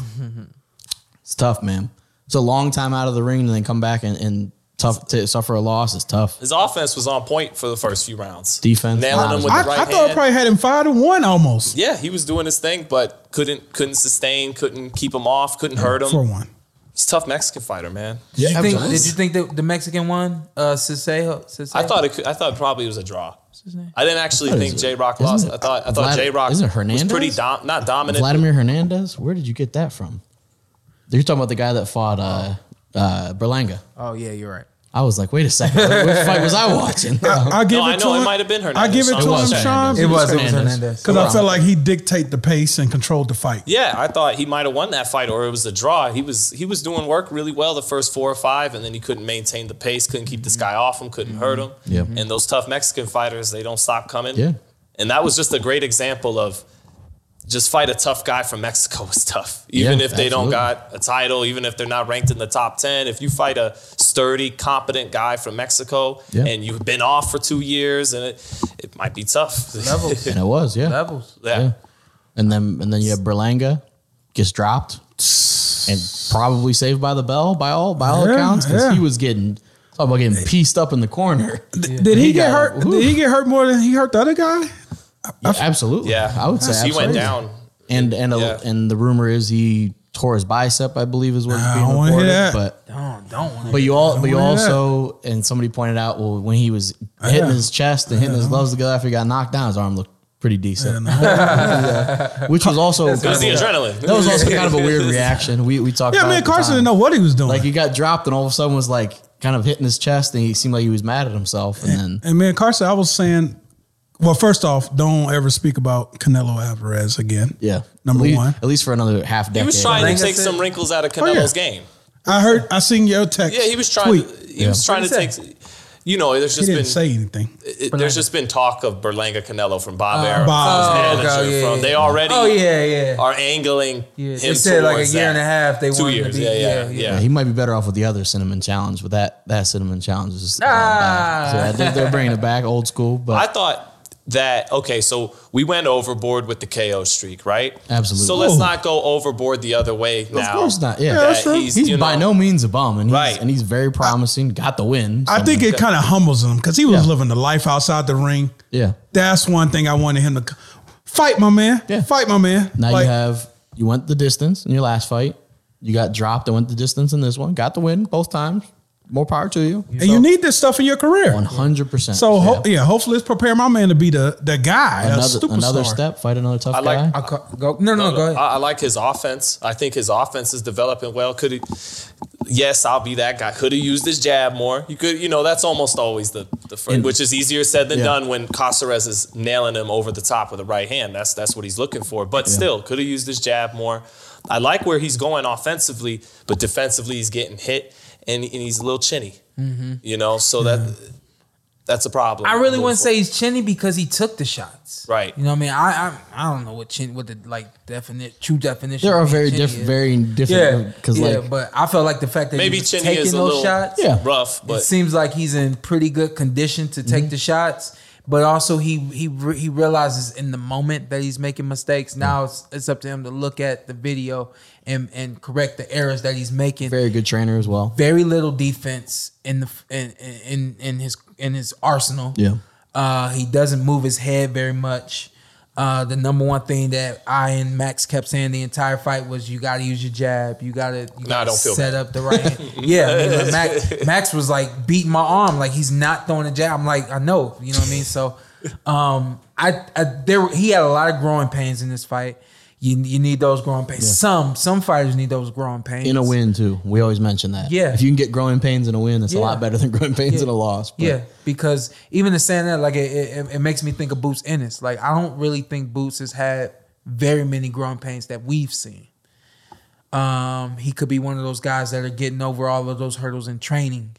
Speaker 4: It's tough, man. It's a long time out of the ring, and then come back and, and tough to suffer a loss is tough.
Speaker 5: His offense was on point for the first few rounds.
Speaker 4: Defense,
Speaker 5: nailing
Speaker 4: not
Speaker 5: him
Speaker 4: as
Speaker 5: with
Speaker 2: I,
Speaker 5: the right
Speaker 2: I thought I
Speaker 5: hand.
Speaker 2: probably had him five to one almost.
Speaker 5: yeah, he was doing his thing, but couldn't couldn't sustain, couldn't keep him off, couldn't hurt him.
Speaker 2: for one.
Speaker 5: He's a tough Mexican fighter, man.
Speaker 6: Did you think?
Speaker 4: absolutely.
Speaker 6: Did you think that the Mexican won? Uh, Siseo, Siseo?
Speaker 5: I thought it. Could, I thought probably it was a draw.
Speaker 6: his name?
Speaker 5: I didn't actually
Speaker 4: thought it
Speaker 5: think
Speaker 4: was-
Speaker 5: J Rock
Speaker 4: isn't
Speaker 5: lost.
Speaker 4: it-
Speaker 5: I thought I thought
Speaker 4: Vlad-
Speaker 5: J Rock was
Speaker 4: isn't it Hernandez?
Speaker 5: pretty dom- not dominant.
Speaker 4: Vladimir Hernandez. Where did you get that from? You're talking about the guy that fought uh, uh, Berlanga.
Speaker 6: Oh yeah, you're right.
Speaker 4: I was like, wait a second, what- which fight was
Speaker 2: (laughs)
Speaker 4: I watching?
Speaker 2: I, I give
Speaker 5: No,
Speaker 2: it
Speaker 5: I
Speaker 2: to
Speaker 5: know it
Speaker 2: him.
Speaker 5: might have been
Speaker 2: I
Speaker 5: Hernandez.
Speaker 2: give it
Speaker 5: It
Speaker 2: to
Speaker 5: was
Speaker 2: him, Sean,
Speaker 4: Hernandez.
Speaker 6: It was. It was
Speaker 4: Hernandez.
Speaker 6: Hernandez.
Speaker 2: because I felt like he dictate the pace and controlled the fight.
Speaker 5: Yeah, I thought he might have won that fight, or it was a draw. He was he was doing work really well the first four or five, and then he couldn't maintain the pace, couldn't keep this guy off him, couldn't hurt him.
Speaker 4: Yep.
Speaker 5: And those tough Mexican fighters, they don't stop coming.
Speaker 4: Yeah.
Speaker 5: And that was just a great example of just fight a tough guy from Mexico (laughs) is tough. Even
Speaker 4: Yeah,
Speaker 5: if they don't
Speaker 4: absolutely.
Speaker 5: got a title, even if they're not ranked in the top 10, if you fight a sturdy, competent guy from Mexico
Speaker 4: Yeah.
Speaker 5: and you've been off for two years and it, it might be tough.
Speaker 6: Levels.
Speaker 4: and it was, yeah.
Speaker 6: Levels.
Speaker 5: (laughs) yeah.
Speaker 4: Yeah. And then and then you have Berlanga gets dropped and probably saved by the bell by all by all
Speaker 2: Yeah,
Speaker 4: accounts because
Speaker 2: yeah.
Speaker 4: he was getting talk about getting pieced up in the corner.
Speaker 2: Did he,
Speaker 4: He
Speaker 2: get
Speaker 4: got-
Speaker 2: hurt? Did he get hurt more than he hurt the other guy?
Speaker 4: absolutely,
Speaker 5: Yeah.
Speaker 4: I would say
Speaker 5: he went
Speaker 4: absolutely.
Speaker 5: down.
Speaker 4: And and a,
Speaker 5: Yeah.
Speaker 4: and the rumor is he tore his bicep, I believe, is what's
Speaker 2: I
Speaker 4: being
Speaker 2: don't wanna hear
Speaker 4: reported.
Speaker 2: that.
Speaker 4: But
Speaker 6: Don't don't. wanna-
Speaker 4: But you all, but you
Speaker 2: wanna hear
Speaker 4: also, and somebody pointed out, well, when he was hitting
Speaker 2: Oh, Yeah.
Speaker 4: his chest and hitting his gloves together after he got knocked down, his arm looked pretty decent, which was also
Speaker 5: It was the adrenaline.
Speaker 4: that was also kind of a weird reaction. We we talked.
Speaker 2: Yeah,
Speaker 4: about it
Speaker 2: man,
Speaker 4: at the
Speaker 2: Carson
Speaker 4: time.
Speaker 2: didn't know what he was doing.
Speaker 4: Like he got dropped, and all of a sudden was like kind of hitting his chest, and he seemed like he was mad at himself, and then
Speaker 2: and man, Carson, I was saying, well, first off, don't ever speak about Canelo Alvarez again.
Speaker 4: yeah,
Speaker 2: Number
Speaker 4: at least,
Speaker 2: one.
Speaker 4: at least for another half decade.
Speaker 5: He was trying
Speaker 6: Like
Speaker 5: to
Speaker 6: I
Speaker 5: take
Speaker 6: said- oh,
Speaker 5: some wrinkles out of
Speaker 2: yeah.
Speaker 5: Canelo's game.
Speaker 2: I heard, I seen your text.
Speaker 5: Yeah, he was trying.
Speaker 2: Tweet.
Speaker 5: He
Speaker 4: Yeah.
Speaker 5: was trying to
Speaker 6: What'd he
Speaker 5: take. You know, there's
Speaker 2: He
Speaker 5: just
Speaker 2: didn't
Speaker 5: been
Speaker 2: say anything.
Speaker 5: it- there's just been talk of Berlanga Canelo from Bob Arum,
Speaker 2: Bob.
Speaker 5: his
Speaker 6: Uh, Oh,
Speaker 5: manager.
Speaker 6: okay, yeah,
Speaker 5: from,
Speaker 6: yeah,
Speaker 5: They
Speaker 6: yeah.
Speaker 5: already
Speaker 6: Oh yeah, yeah.
Speaker 5: are angling
Speaker 6: Yeah,
Speaker 5: him
Speaker 6: they said like a
Speaker 5: towards
Speaker 6: year
Speaker 5: that.
Speaker 6: and a half. They
Speaker 5: two
Speaker 6: wanted
Speaker 5: years.
Speaker 6: to be.
Speaker 5: yeah, yeah, yeah.
Speaker 4: Yeah, he might be better off with the other cinnamon challenge, but that that cinnamon challenge is just all
Speaker 6: Ah.
Speaker 4: bad. So I think they're bringing it back, old school. But
Speaker 5: I thought that okay, so we went overboard with the KO streak, right?
Speaker 4: Absolutely.
Speaker 5: So let's
Speaker 2: Ooh.
Speaker 5: not go overboard the other way now.
Speaker 4: Of course not. Yeah,
Speaker 5: that
Speaker 2: that's true.
Speaker 5: He's,
Speaker 4: he's
Speaker 5: you
Speaker 4: by
Speaker 5: know,
Speaker 4: no means a bum, and he's,
Speaker 5: Right.
Speaker 4: and he's very promising. Got the win.
Speaker 2: I
Speaker 4: so-
Speaker 2: think it kind of humbles him because he was
Speaker 4: Yeah.
Speaker 2: living the life outside the ring.
Speaker 4: yeah.
Speaker 2: That's one thing I wanted him to c- fight, my man.
Speaker 4: Yeah.
Speaker 2: Fight, my man.
Speaker 4: Now
Speaker 2: Like,
Speaker 4: you have you went the distance in your last fight. You got dropped and went the distance in this one. Got the win both times. More power to you.
Speaker 2: and you need this stuff in your career.
Speaker 4: One hundred percent.
Speaker 2: So ho- yeah. hopefully it's prepare my man to be the the guy, a
Speaker 4: another
Speaker 2: superstar.
Speaker 4: another step. Fight another tough
Speaker 5: I like-
Speaker 4: guy.
Speaker 6: I ca- go. No, no,
Speaker 5: I,
Speaker 6: go ahead.
Speaker 5: I like his offense. I think his offense is developing well. Could he? Yes, I'll be that guy. Could have used his jab more. You could, you know, that's almost always the the first,
Speaker 4: And-
Speaker 5: which is easier said than
Speaker 4: Yeah.
Speaker 5: done when Caceres is nailing him over the top with a right hand. That's that's what he's looking for. But still, could have used his jab more. I like where he's going offensively, but defensively he's getting hit and, and he's a little chinny.
Speaker 4: Mm-hmm.
Speaker 5: You know, so that that's a problem.
Speaker 6: I really wouldn't
Speaker 5: For-
Speaker 6: say he's chinny because he took the shots.
Speaker 5: Right.
Speaker 6: You know what I mean? I I, I don't know what chin what the like definition true definition.
Speaker 4: There
Speaker 6: of
Speaker 4: are very
Speaker 6: being chinny
Speaker 4: different,
Speaker 6: is.
Speaker 4: very
Speaker 6: Yeah,
Speaker 4: different. Because
Speaker 6: yeah,
Speaker 4: like
Speaker 6: but I felt like the fact that
Speaker 5: maybe
Speaker 6: he was
Speaker 5: chinny
Speaker 6: taking
Speaker 5: is a
Speaker 6: those
Speaker 5: little
Speaker 6: shots.
Speaker 4: Yeah.
Speaker 5: rough,
Speaker 6: it
Speaker 5: but
Speaker 4: Mm-hmm.
Speaker 6: seems like he's in pretty good condition to take the shots. But also he he re- he realizes in the moment that he's making mistakes. Now it's it's up to him to look at the video and and correct the errors that he's making
Speaker 4: Very good trainer as well.
Speaker 6: very little defense in the in in, in his in his arsenal.
Speaker 4: Yeah.
Speaker 6: Uh, he doesn't move his head very much. Uh, the number one thing that I and Max kept saying the entire fight was you got to use your jab. You got to
Speaker 5: Nah, I don't feel
Speaker 6: set up the
Speaker 5: (laughs)
Speaker 6: right hand. yeah, I mean, like, Max, Max was like beating my arm like he's not throwing a jab. I'm like I know, you know what I mean. So, um, I, I there he had a lot of growing pains in this fight. You, you need those growing pains. Some some fighters need those growing pains
Speaker 4: In a win too. We always mention that.
Speaker 6: Yeah.
Speaker 4: If you can get growing pains in a win, it's a
Speaker 6: Yeah.
Speaker 4: lot better than growing pains in a loss. But
Speaker 6: Yeah, because even the saying that, like, it, it, it makes me think of Boots Ennis. Like, I don't really think Boots has had very many growing pains that we've seen. Um, he could be one of those guys that are getting over all of those hurdles in training,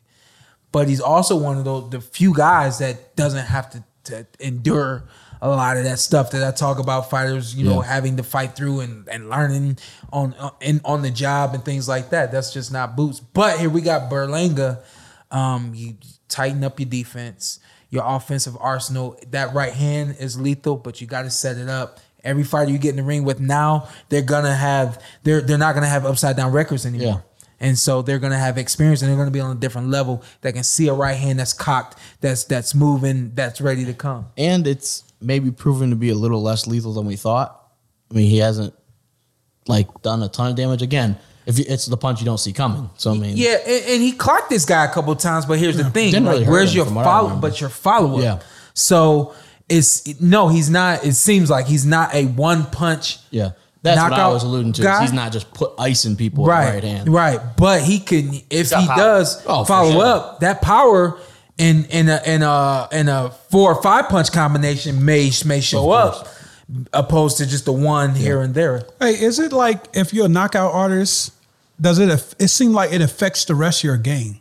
Speaker 6: but he's also one of those the few guys that doesn't have to, to endure a lot of that stuff that I talk about fighters, you know,
Speaker 4: Yeah.
Speaker 6: having to fight through and, and learning on uh, and on the job and things like that. That's just not boots. But here we got Berlanga. Um, you tighten up your defense, your offensive arsenal. That right hand is lethal, but you got to set it up. Every fighter you get in the ring with now, they're gonna have they're they're not gonna have upside down records anymore.
Speaker 4: Yeah.
Speaker 6: And so they're gonna have experience and they're gonna be on a different level that can see a right hand that's cocked, that's that's moving, that's ready to come.
Speaker 4: and it's maybe proven to be a little less lethal than we thought. I mean, he hasn't like done a ton of damage. Again, if you, it's the punch you don't see coming, so I mean,
Speaker 6: Yeah, and, and he clocked this guy a couple times, but here's the thing:
Speaker 4: didn't
Speaker 6: like,
Speaker 4: really hurt
Speaker 6: where's
Speaker 4: him
Speaker 6: your
Speaker 4: from what I
Speaker 6: follow?
Speaker 4: remember.
Speaker 6: But your follow up.
Speaker 4: Yeah.
Speaker 6: So it's no, he's not. It seems like he's not a one punch.
Speaker 4: yeah, that's what I
Speaker 6: Knockout
Speaker 4: was alluding to.
Speaker 6: guy?
Speaker 4: He's not just put icing people with
Speaker 6: Right,
Speaker 4: the right hand.
Speaker 6: right, but he can if
Speaker 5: got
Speaker 6: he
Speaker 5: power.
Speaker 6: does
Speaker 4: Oh, for
Speaker 6: follow
Speaker 4: sure.
Speaker 6: up that power in in a in a in a four or five punch combination may may show
Speaker 4: Of course.
Speaker 6: up opposed to just the one here and there.
Speaker 2: Hey, is it like if you're a knockout artist, does it? aff- It seem like it affects the rest of your game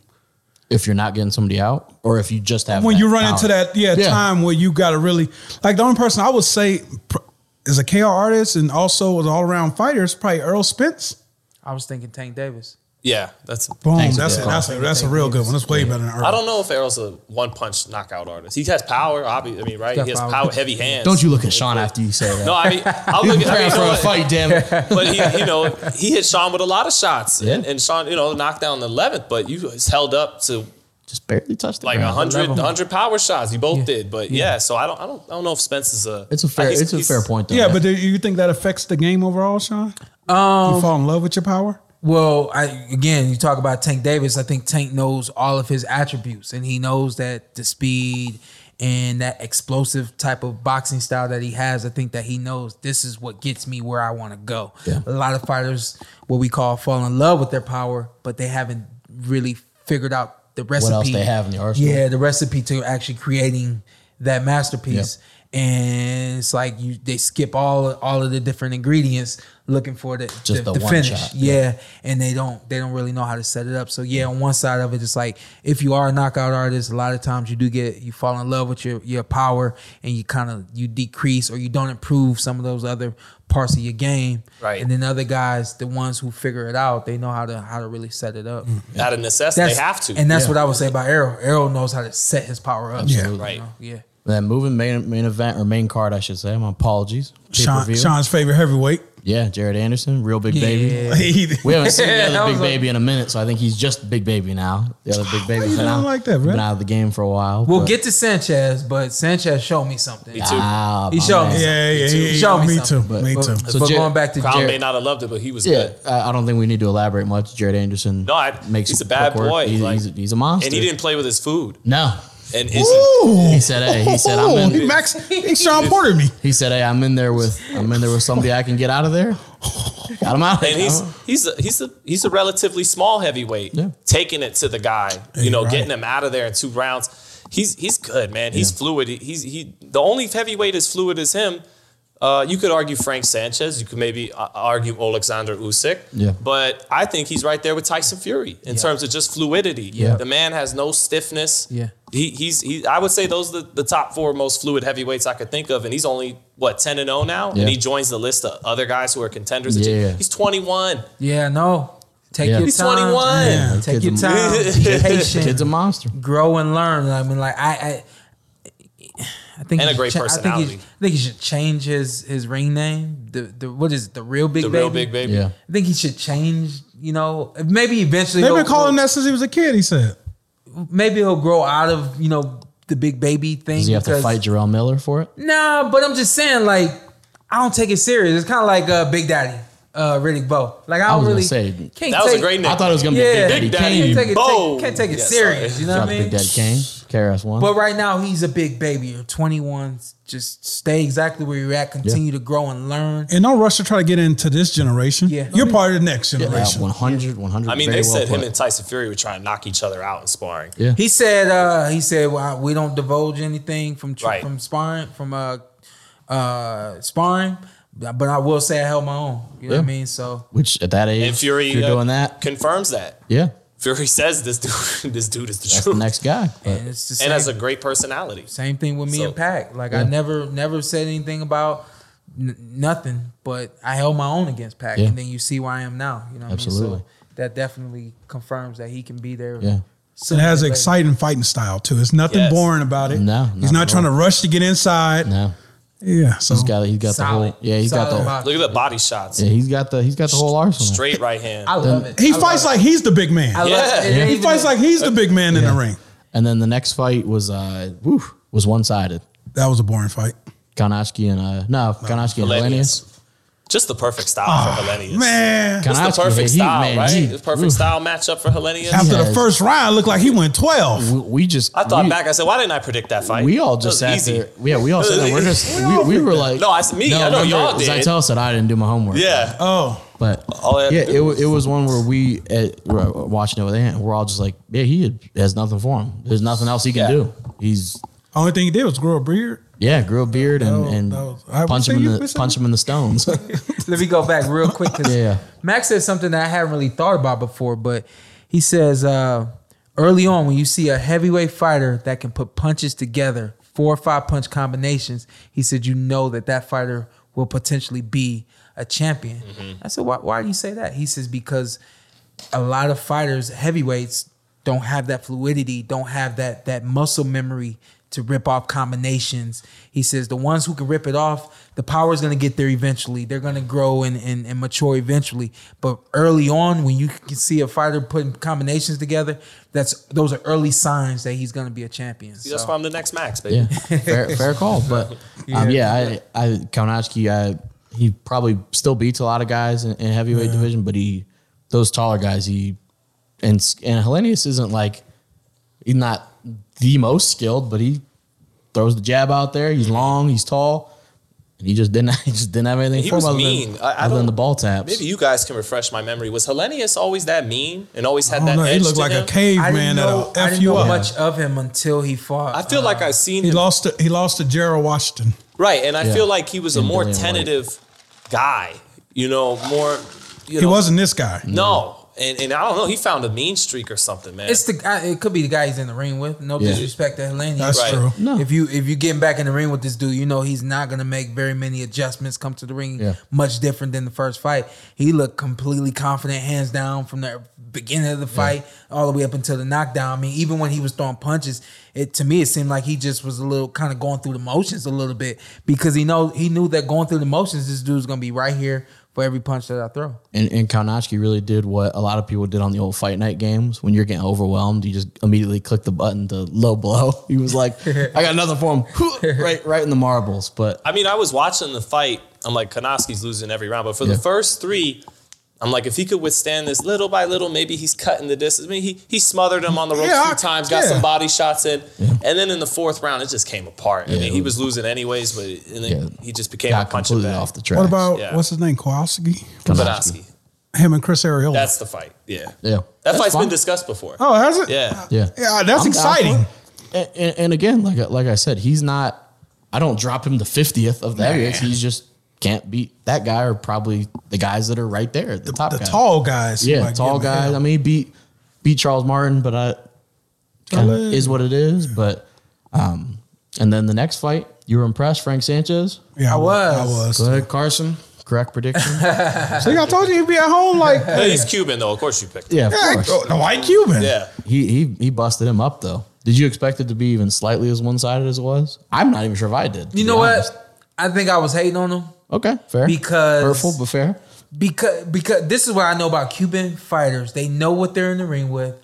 Speaker 4: If you're not getting somebody out, or if you just have
Speaker 2: when
Speaker 4: that
Speaker 2: you run into
Speaker 4: power.
Speaker 2: that yeah, time where you got to really like the only person I would say pr- is a KR artist and also an all around fighter is probably Earl Spence.
Speaker 6: I was thinking Tank Davis.
Speaker 5: Yeah, that's.
Speaker 2: Boom,
Speaker 4: Thanks,
Speaker 2: that's a,
Speaker 4: yeah.
Speaker 2: that's a, that's a real good one. That's way better than Earl.
Speaker 5: I don't know if Errol's a one punch knockout artist. He has power, obviously. I mean, right?
Speaker 6: got
Speaker 5: He has
Speaker 6: power.
Speaker 5: power, heavy hands.
Speaker 4: Don't you look at Sean after you say that?
Speaker 5: (laughs)
Speaker 4: (laughs)
Speaker 5: No, I mean, I'll
Speaker 4: You
Speaker 5: look at
Speaker 4: preparing
Speaker 5: I mean, you know
Speaker 4: for a
Speaker 5: what?
Speaker 4: fight, damn it.
Speaker 5: But he, you know, he hit Sean with a lot of shots, and,
Speaker 4: Yeah.
Speaker 5: and Sean, you know, knocked down the eleventh. But you was held up to
Speaker 4: just barely touched the
Speaker 5: like
Speaker 4: ground.
Speaker 5: 100, 100 power shots. You both
Speaker 6: Yeah.
Speaker 5: did, but yeah. So I don't, I don't, I don't know if Spence is a.
Speaker 4: It's a fair,
Speaker 5: like, he's-
Speaker 4: it's a
Speaker 5: he's-
Speaker 4: fair point. Though.
Speaker 2: Yeah, but do you think that affects the game overall, Sean?
Speaker 4: Um,
Speaker 2: you fall in love with your power.
Speaker 6: Well, I, again, you talk about Tank Davis. I think Tank knows all of his attributes, and he knows that the speed and that explosive type of boxing style that he has. I think that he knows this is what gets me where I want to go.
Speaker 4: Yeah.
Speaker 6: A lot of fighters, what we call, fall in love with their power, but they haven't really figured out the recipe.
Speaker 4: else they have in the arsenal.
Speaker 6: Yeah, the recipe to actually creating that masterpiece. And it's like you they skip all all of the different ingredients looking for the
Speaker 4: Just
Speaker 6: the,
Speaker 4: the
Speaker 6: the
Speaker 4: one
Speaker 6: finish.
Speaker 4: shot,
Speaker 6: Yeah. And they don't they don't really know how to set it up. So yeah, on one side of it, it's like if you are a knockout artist, a lot of times you do get you fall in love with your your power and you kind of you decrease or you don't improve some of those other parts of your game.
Speaker 5: Right.
Speaker 6: And then other guys, the ones who figure it out, they know how to how to really set it
Speaker 2: Mm-hmm.
Speaker 6: up.
Speaker 5: out of necessity. They have to.
Speaker 6: And that's what I would say about Errol. Errol knows how to set his power up.
Speaker 2: Absolutely.
Speaker 5: Right.
Speaker 6: Yeah.
Speaker 4: That moving main main event or main card, I should say. My apologies.
Speaker 2: Sean,
Speaker 4: Pay-per-view.
Speaker 2: Sean's favorite heavyweight. (laughs)
Speaker 4: Yeah, Jared Anderson, real big
Speaker 6: Yeah.
Speaker 4: baby.
Speaker 2: He-
Speaker 4: We haven't
Speaker 5: (laughs)
Speaker 4: seen the
Speaker 6: That
Speaker 4: other big
Speaker 6: was a-
Speaker 4: baby in a minute, so I think he's just big baby now. The other big baby's
Speaker 2: you
Speaker 4: been
Speaker 2: doing
Speaker 4: out,
Speaker 2: like that,
Speaker 4: been
Speaker 2: bro?
Speaker 4: out of the game for a while.
Speaker 6: We'll
Speaker 4: but-
Speaker 6: get to Sanchez, but Sanchez showed me something.
Speaker 5: Me too.
Speaker 4: Ah,
Speaker 6: He
Speaker 4: my
Speaker 6: showed
Speaker 4: man.
Speaker 6: me.
Speaker 2: yeah, yeah,
Speaker 6: too.
Speaker 2: yeah, yeah.
Speaker 6: Show me
Speaker 2: me too.
Speaker 6: something.
Speaker 4: But-
Speaker 2: me
Speaker 6: But,
Speaker 2: too.
Speaker 4: So
Speaker 6: but
Speaker 4: Jer-
Speaker 6: going back to
Speaker 5: Crown
Speaker 6: Jared,
Speaker 5: may not have loved it, but he was
Speaker 4: Yeah,
Speaker 5: good.
Speaker 4: I I don't think we need to elaborate much. Jared Anderson.
Speaker 5: No, I- he's a bad
Speaker 4: quick work.
Speaker 5: boy,
Speaker 4: He's,
Speaker 5: like-
Speaker 4: he's a, he's a monster.
Speaker 5: And he didn't play with his food.
Speaker 4: No.
Speaker 5: And is
Speaker 4: He said, "Hey," he said, "I'm
Speaker 2: (laughs)
Speaker 4: in."
Speaker 2: He Max,
Speaker 4: (laughs)
Speaker 2: he Sean Porter me.
Speaker 4: He said, "Hey, I'm in there with I'm in there with somebody I can get out of there. Got him out."
Speaker 5: (laughs) and he's he's a, he's a he's a relatively small heavyweight.
Speaker 4: Uh-huh. Yeah.
Speaker 5: Taking it to the guy, you
Speaker 2: You're
Speaker 5: know,
Speaker 2: right.
Speaker 5: getting him out of there in two rounds. He's he's good, man. He's
Speaker 4: Yeah.
Speaker 5: fluid. He- He's he the only heavyweight as fluid as him. Uh, you could argue Frank Sanchez. You could maybe uh, argue Alexander Usyk.
Speaker 4: Yeah.
Speaker 5: But I think he's right there with Tyson Fury in terms of just fluidity.
Speaker 4: Yeah.
Speaker 5: The man has no stiffness.
Speaker 6: Yeah.
Speaker 5: He, he's he. I would say those are the, the top four most fluid heavyweights I could think of, and he's only what ten and zero now,
Speaker 4: Yeah.
Speaker 5: and he joins the list of other guys who are contenders.
Speaker 4: Yeah.
Speaker 5: He's twenty one.
Speaker 6: yeah, no. Take
Speaker 4: Yeah.
Speaker 6: your
Speaker 5: He's
Speaker 6: time.
Speaker 5: 21.
Speaker 6: man.
Speaker 4: Yeah,
Speaker 6: Take
Speaker 4: kid's
Speaker 6: your
Speaker 4: a-
Speaker 5: (laughs)
Speaker 6: time. Be
Speaker 4: Kid's a
Speaker 6: patient.
Speaker 4: monster.
Speaker 6: Grow and learn. I mean, like I, I, I think
Speaker 5: And
Speaker 6: he
Speaker 5: a great
Speaker 6: should cha- I think,
Speaker 5: personality.
Speaker 6: he, I think he should change his his ring name. The the what is it, the real big
Speaker 5: The
Speaker 6: baby?
Speaker 5: real big baby.
Speaker 4: Yeah.
Speaker 6: I think he should change. You know, maybe eventually
Speaker 2: They've
Speaker 6: he'll-
Speaker 2: been calling
Speaker 6: he'll-
Speaker 2: that since he was a kid. He said,
Speaker 6: Maybe he'll grow out of you know the big baby thing.
Speaker 4: Does he have to
Speaker 6: because-
Speaker 4: fight Jarrell Miller for it?
Speaker 6: Nah, but I'm just saying like I don't take it serious. It's kind of like uh, Big Daddy, uh, Riddick Bowe. Like I don't
Speaker 4: was gonna
Speaker 6: really
Speaker 4: say,
Speaker 6: can't
Speaker 5: That was
Speaker 6: take-
Speaker 5: a great name.
Speaker 4: I thought it was gonna
Speaker 6: Yeah,
Speaker 4: be Big Daddy Kane.
Speaker 5: Big Daddy
Speaker 6: Can't take it,
Speaker 5: Bow.
Speaker 6: take, can't take it
Speaker 5: Yeah, sorry.
Speaker 6: serious. You know
Speaker 4: Shout out
Speaker 6: what
Speaker 4: to
Speaker 6: I mean?
Speaker 4: Big Daddy Kane. KRS One.
Speaker 6: But right now he's a big baby. You're 21. Just stay exactly where you're at. Continue to grow and learn.
Speaker 2: and don't rush to try to get into this generation.
Speaker 6: Yeah.
Speaker 2: You're part of the next
Speaker 4: yeah,
Speaker 2: generation.
Speaker 4: 100, 100.
Speaker 5: I mean,
Speaker 4: very
Speaker 5: they
Speaker 4: well
Speaker 5: said him
Speaker 4: put.
Speaker 5: and Tyson Fury were trying to knock each other out in sparring.
Speaker 4: Yeah.
Speaker 6: He said. Uh, he said well, we don't divulge anything from tr-
Speaker 5: Right.
Speaker 6: from sparring from uh, uh, sparring. But but I will say I held my own. You know what I
Speaker 4: Yeah.
Speaker 6: mean? So
Speaker 4: Which at that age,
Speaker 5: And Fury
Speaker 4: if you're
Speaker 5: uh,
Speaker 4: doing that,
Speaker 5: confirms that.
Speaker 4: yeah,
Speaker 5: Fury (laughs) says this dude, (laughs) this dude is the
Speaker 4: that's the
Speaker 5: truth,
Speaker 4: next guy. But
Speaker 6: and it's the
Speaker 5: and
Speaker 6: same,
Speaker 5: has a great personality.
Speaker 6: same thing with me
Speaker 5: So-
Speaker 6: and Pac. Like I
Speaker 4: Yeah.
Speaker 6: never never said anything about n- nothing, but I held my own against Pac.
Speaker 4: Yeah.
Speaker 6: And then you see where I am now. You know what I mean?
Speaker 4: Absolutely.
Speaker 6: So that definitely confirms that he can be there.
Speaker 4: yeah,
Speaker 2: It
Speaker 6: sooner
Speaker 2: has
Speaker 6: than
Speaker 2: an
Speaker 6: later.
Speaker 2: exciting fighting style too. It's nothing
Speaker 5: Yes.
Speaker 2: boring about it.
Speaker 4: No,
Speaker 2: he's
Speaker 4: not
Speaker 2: not
Speaker 4: at
Speaker 2: trying
Speaker 4: all.
Speaker 2: to rush to get inside.
Speaker 4: no,
Speaker 2: Yeah, so
Speaker 4: he's got he's got
Speaker 6: Solid.
Speaker 4: the whole yeah he's
Speaker 6: Solid
Speaker 4: got
Speaker 6: box.
Speaker 5: Look at the body shots.
Speaker 4: the yeah he's got the he's got the whole arsenal.
Speaker 5: Straight right hand.
Speaker 6: I love it.
Speaker 2: he
Speaker 6: I
Speaker 2: fights
Speaker 6: love
Speaker 2: like he's the big man.
Speaker 6: it. I love
Speaker 5: Yeah.
Speaker 6: it. It
Speaker 5: Yeah.
Speaker 6: ain't
Speaker 2: he
Speaker 6: even
Speaker 2: fights
Speaker 6: a-
Speaker 2: like he's the big man in
Speaker 4: Yeah.
Speaker 2: the ring.
Speaker 4: And then the next fight was uh whew, was one sided.
Speaker 2: That was a boring fight.
Speaker 4: Kanashki and uh no Kanashki and
Speaker 5: Hellenius.
Speaker 4: Hellenius.
Speaker 5: Just the perfect style for Hellenius.
Speaker 2: Oh, Man,
Speaker 4: Can
Speaker 5: It's
Speaker 4: Kanashki,
Speaker 5: the perfect
Speaker 4: he-
Speaker 5: style,
Speaker 4: man,
Speaker 5: right?
Speaker 4: he-
Speaker 5: It's perfect
Speaker 4: oof.
Speaker 5: style matchup for Hellenius.
Speaker 2: after the
Speaker 4: Yes.
Speaker 2: first round, it looked like he went twelve.
Speaker 4: We, we just
Speaker 5: I thought
Speaker 4: we,
Speaker 5: back. I said, why didn't I predict that fight?
Speaker 4: We all
Speaker 5: That
Speaker 4: just
Speaker 5: was
Speaker 4: sat there. Yeah, we all sat
Speaker 5: (laughs)
Speaker 4: there. We're just
Speaker 5: We all
Speaker 4: we, we were like
Speaker 5: No, I s- me, I know
Speaker 4: remember,
Speaker 5: y'all did.
Speaker 4: Zytel said I didn't do my homework.
Speaker 5: Yeah.
Speaker 2: Oh,
Speaker 4: But
Speaker 5: All I had to
Speaker 4: yeah,
Speaker 5: do
Speaker 4: it, wa- it was one where
Speaker 5: (laughs)
Speaker 4: we at, were watching it with Ant. We're all just like, yeah, he has nothing for him. There's nothing else he can
Speaker 5: Yeah.
Speaker 4: do. He's
Speaker 2: only thing he did was grow a beard.
Speaker 4: yeah, grow a beard and,
Speaker 2: No,
Speaker 4: and
Speaker 2: no. I
Speaker 4: punch
Speaker 2: think
Speaker 4: him in
Speaker 2: you
Speaker 4: the
Speaker 2: missing-
Speaker 4: punch him in
Speaker 2: (laughs)
Speaker 4: the stones. (laughs)
Speaker 6: (laughs) Let me go back real quick because
Speaker 4: Yeah.
Speaker 6: Max said something that I haven't really thought about before, but he says uh, early on when you see a heavyweight fighter that can put punches together, four or five punch combinations, he said you know that that fighter will potentially be a champion. I said, why, why do you say that? He says because a lot of fighters, heavyweights, don't have that fluidity, don't have that that muscle memory to rip off combinations. He says the ones who can rip it off, the power is going to get there eventually. They're going to grow and, and and mature eventually. But early on, when you can see a fighter putting combinations together, that's those are early signs that he's going to be a champion.
Speaker 5: That's
Speaker 6: So-
Speaker 5: why I'm the next Max, baby.
Speaker 4: yeah, fair, fair call. But um, yeah, I, I Kaunachki, I he probably still beats a lot of guys in, in heavyweight division, but he those taller guys he and and Hellenius isn't like he's not the most skilled, but he throws the jab out there. He's long, he's tall, and he just didn't (laughs) he just didn't have anything
Speaker 5: He
Speaker 4: for him
Speaker 5: was
Speaker 4: other
Speaker 5: mean.
Speaker 4: than,
Speaker 5: I- I
Speaker 4: other than
Speaker 5: don't-
Speaker 4: the ball taps.
Speaker 5: Maybe you guys can refresh my memory. Was Hellenius always that mean and always
Speaker 2: I
Speaker 5: had
Speaker 2: don't
Speaker 5: that
Speaker 2: know. He
Speaker 5: edge
Speaker 2: looked
Speaker 5: to
Speaker 2: like
Speaker 5: him?
Speaker 2: a
Speaker 6: I didn't
Speaker 2: caveman
Speaker 6: know,
Speaker 2: that'll
Speaker 6: I
Speaker 2: f
Speaker 6: didn't
Speaker 2: you
Speaker 6: know
Speaker 2: up.
Speaker 6: much of him until he fought. Uh,
Speaker 5: I feel like I've seen
Speaker 2: He
Speaker 5: him.
Speaker 2: lost. To, he lost to Gerald Washington.
Speaker 5: Right, and I
Speaker 4: Yeah.
Speaker 5: feel like he was a
Speaker 4: And
Speaker 5: more
Speaker 4: Dillian White.
Speaker 5: tentative guy. You know, more. You
Speaker 2: He
Speaker 5: know,
Speaker 2: wasn't this guy.
Speaker 5: No, and and I don't know. He found a mean streak or something, man.
Speaker 6: It's the guy. It could be the guy he's in the ring with. No
Speaker 4: Yeah.
Speaker 6: disrespect to Hellenius.
Speaker 2: That's
Speaker 5: Right.
Speaker 2: true.
Speaker 4: No.
Speaker 6: If you if you getting back in the ring with this dude, you know he's not gonna make very many adjustments. Come to the ring
Speaker 4: Yeah.
Speaker 6: much different than the first fight. He looked completely confident, hands down, from the beginning of the fight all the way up until the knockdown. I mean, even when he was throwing punches, it to me it seemed like he just was a little kind of going through the motions a little bit because he know he knew that going through the motions, this dude's gonna be right here for every punch that I throw.
Speaker 4: and, and Kaunachki really did what a lot of people did on the old fight night games. When you're getting overwhelmed, you just immediately click the button to low blow. (laughs) He was like, I got another for him. (laughs) right, right in the marbles. But
Speaker 5: I mean, I was watching the fight. I'm like, Konoski's losing every round, but for
Speaker 4: Yeah.
Speaker 5: the first three, I'm like, if he could withstand this little by little, maybe he's cutting the distance. I mean, he he smothered him on the ropes
Speaker 2: Yeah, I-
Speaker 5: two times, got
Speaker 2: yeah.
Speaker 5: some body shots in, and then in the fourth round, it just came apart. I
Speaker 4: Yeah,
Speaker 5: mean,
Speaker 4: it
Speaker 5: he
Speaker 4: was-
Speaker 5: was losing anyways, but and then
Speaker 4: Yeah.
Speaker 5: he just became a
Speaker 4: got
Speaker 5: punching
Speaker 4: completely
Speaker 5: bag.
Speaker 4: off the track.
Speaker 2: What about
Speaker 5: Yeah.
Speaker 2: what's his name? Kowalski.
Speaker 5: Konofsky.
Speaker 2: Him and Chris Ariola.
Speaker 5: That's the fight. Yeah,
Speaker 4: Yeah.
Speaker 5: that fight's
Speaker 4: fine.
Speaker 5: been discussed before.
Speaker 2: oh, has it?
Speaker 5: Yeah.
Speaker 4: Yeah.
Speaker 2: Yeah, that's
Speaker 4: I'm down for
Speaker 2: exciting.
Speaker 4: it. And, and, and again, like, I- like I said, he's not, I don't drop him to 50th of the heavyweights. He's just can't beat that guy or probably the guys that are right there at the, top.
Speaker 2: The
Speaker 4: guy.
Speaker 2: tall guys.
Speaker 4: Yeah,
Speaker 2: Like,
Speaker 4: tall
Speaker 2: give him
Speaker 4: guys.
Speaker 2: hell.
Speaker 4: I mean, he beat beat Charles Martin, but I kind of
Speaker 2: Charlie.
Speaker 4: is what it is. But um, and then the next fight, you were impressed, Frank Sanchez.
Speaker 2: yeah, I
Speaker 6: I was.
Speaker 2: was.
Speaker 4: Go ahead, Carson. Correct prediction.
Speaker 2: See, I told you he'd be at home
Speaker 4: (laughs)
Speaker 2: like
Speaker 5: But he's Cuban though. Of course, you picked. him.
Speaker 4: yeah, of
Speaker 2: yeah,
Speaker 4: course.
Speaker 2: the white Cuban.
Speaker 5: Yeah.
Speaker 4: He he he busted him up though. Did you expect it to be even slightly as one sided as it was? I'm not even sure if I did. to
Speaker 6: You
Speaker 4: be
Speaker 6: know
Speaker 4: honest.
Speaker 6: what? I think I was hating on him
Speaker 4: Okay, fair.
Speaker 6: Because-
Speaker 4: hurtful, but fair.
Speaker 6: because because this is what I know about Cuban fighters. They know what they're in the ring with,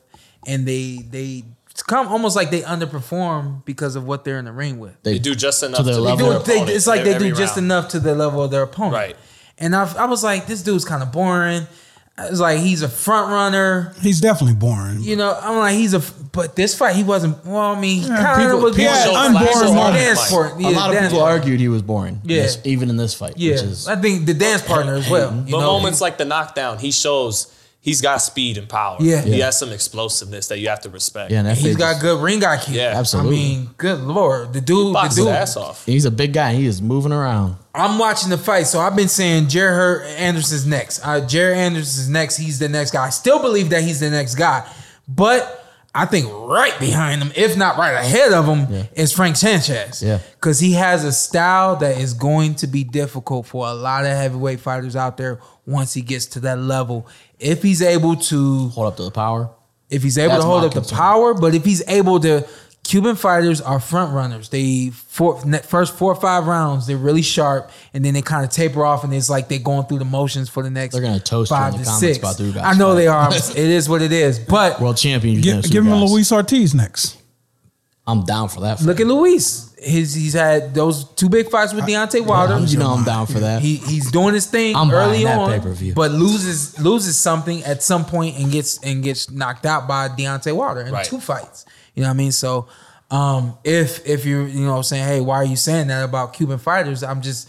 Speaker 6: and they they it's come almost like they underperform because of what they're in the ring with.
Speaker 5: They do just enough
Speaker 4: to their
Speaker 5: to
Speaker 6: They
Speaker 4: level.
Speaker 6: do
Speaker 5: their
Speaker 6: it- they-
Speaker 5: opponent e-
Speaker 6: it's like they do
Speaker 5: every
Speaker 6: just
Speaker 5: round.
Speaker 6: enough to the level of their opponent.
Speaker 5: Right.
Speaker 6: And I, I was like, this dude's kind of boring. I was like, he's a front runner.
Speaker 2: He's definitely boring.
Speaker 6: You know, I'm like, he's a. f- But this fight, he wasn't. Well, I mean, kind
Speaker 4: people-
Speaker 6: of was
Speaker 2: people
Speaker 6: boring.
Speaker 2: show
Speaker 6: Dance
Speaker 2: flashes
Speaker 6: partner.
Speaker 2: on
Speaker 5: that
Speaker 6: Dance
Speaker 5: fight.
Speaker 6: part.
Speaker 4: a lot of
Speaker 6: dance
Speaker 4: people
Speaker 6: part.
Speaker 4: argued he was boring.
Speaker 6: Yeah.
Speaker 4: Yes, even in this fight.
Speaker 6: Yeah,
Speaker 4: which is,
Speaker 6: I think the dance partner as well. you
Speaker 5: But
Speaker 6: know?
Speaker 5: moments like the knockdown, he shows he's got speed and power.
Speaker 6: Yeah.
Speaker 5: He
Speaker 6: Yeah.
Speaker 5: has some explosiveness that you have to respect.
Speaker 4: yeah, and that
Speaker 6: He's
Speaker 4: dude's-
Speaker 6: got good ring eye kick.
Speaker 5: Yeah,
Speaker 4: absolutely.
Speaker 6: I mean, good lord, the dude, the
Speaker 5: Box his
Speaker 6: dude.
Speaker 5: ass off.
Speaker 4: He's a big guy. and He is moving around.
Speaker 6: I'm watching the fight, so I've been saying Jared Her- Anderson's next. Uh, Jared Anderson's next. He's the next guy. I still believe that he's the next guy, but I think right behind him, if not right ahead of him, is Frank Sanchez.
Speaker 4: Yeah.
Speaker 6: because he has a style that is going to be difficult for a lot of heavyweight fighters out there. Once he gets to that level, if he's able to
Speaker 4: Hold up to the power.
Speaker 6: if he's able
Speaker 4: That's
Speaker 6: to hold
Speaker 4: my
Speaker 6: up the
Speaker 4: concern.
Speaker 6: power, but if he's able to, Cuban fighters are front runners. They four, ne- first four or five rounds, they're really sharp, and then they kind of taper off, and it's like they're going through the motions for the next.
Speaker 4: They're gonna toast you in
Speaker 6: five
Speaker 4: the
Speaker 6: to
Speaker 4: comments
Speaker 6: six.
Speaker 4: about who got
Speaker 6: I know
Speaker 4: smoked.
Speaker 6: they are. it is what it
Speaker 4: (laughs)
Speaker 6: is. But
Speaker 4: World champion. you
Speaker 2: Gi-
Speaker 4: know, so
Speaker 2: give him a
Speaker 4: guys,
Speaker 2: Luis Ortiz next.
Speaker 4: I'm down for that.
Speaker 6: look at Luis. His he's had those two big fights with Deontay Wilder.
Speaker 4: you know I'm down for that.
Speaker 6: He he's doing his thing
Speaker 4: I'm
Speaker 6: early
Speaker 4: buying that
Speaker 6: on,
Speaker 4: pay-per-view.
Speaker 6: but loses loses something at some point and gets and gets knocked out by Deontay Wilder in
Speaker 5: Right.
Speaker 6: two fights. You know what I mean? So um, if if you're you know saying, hey, why are you saying that about Cuban fighters? I'm just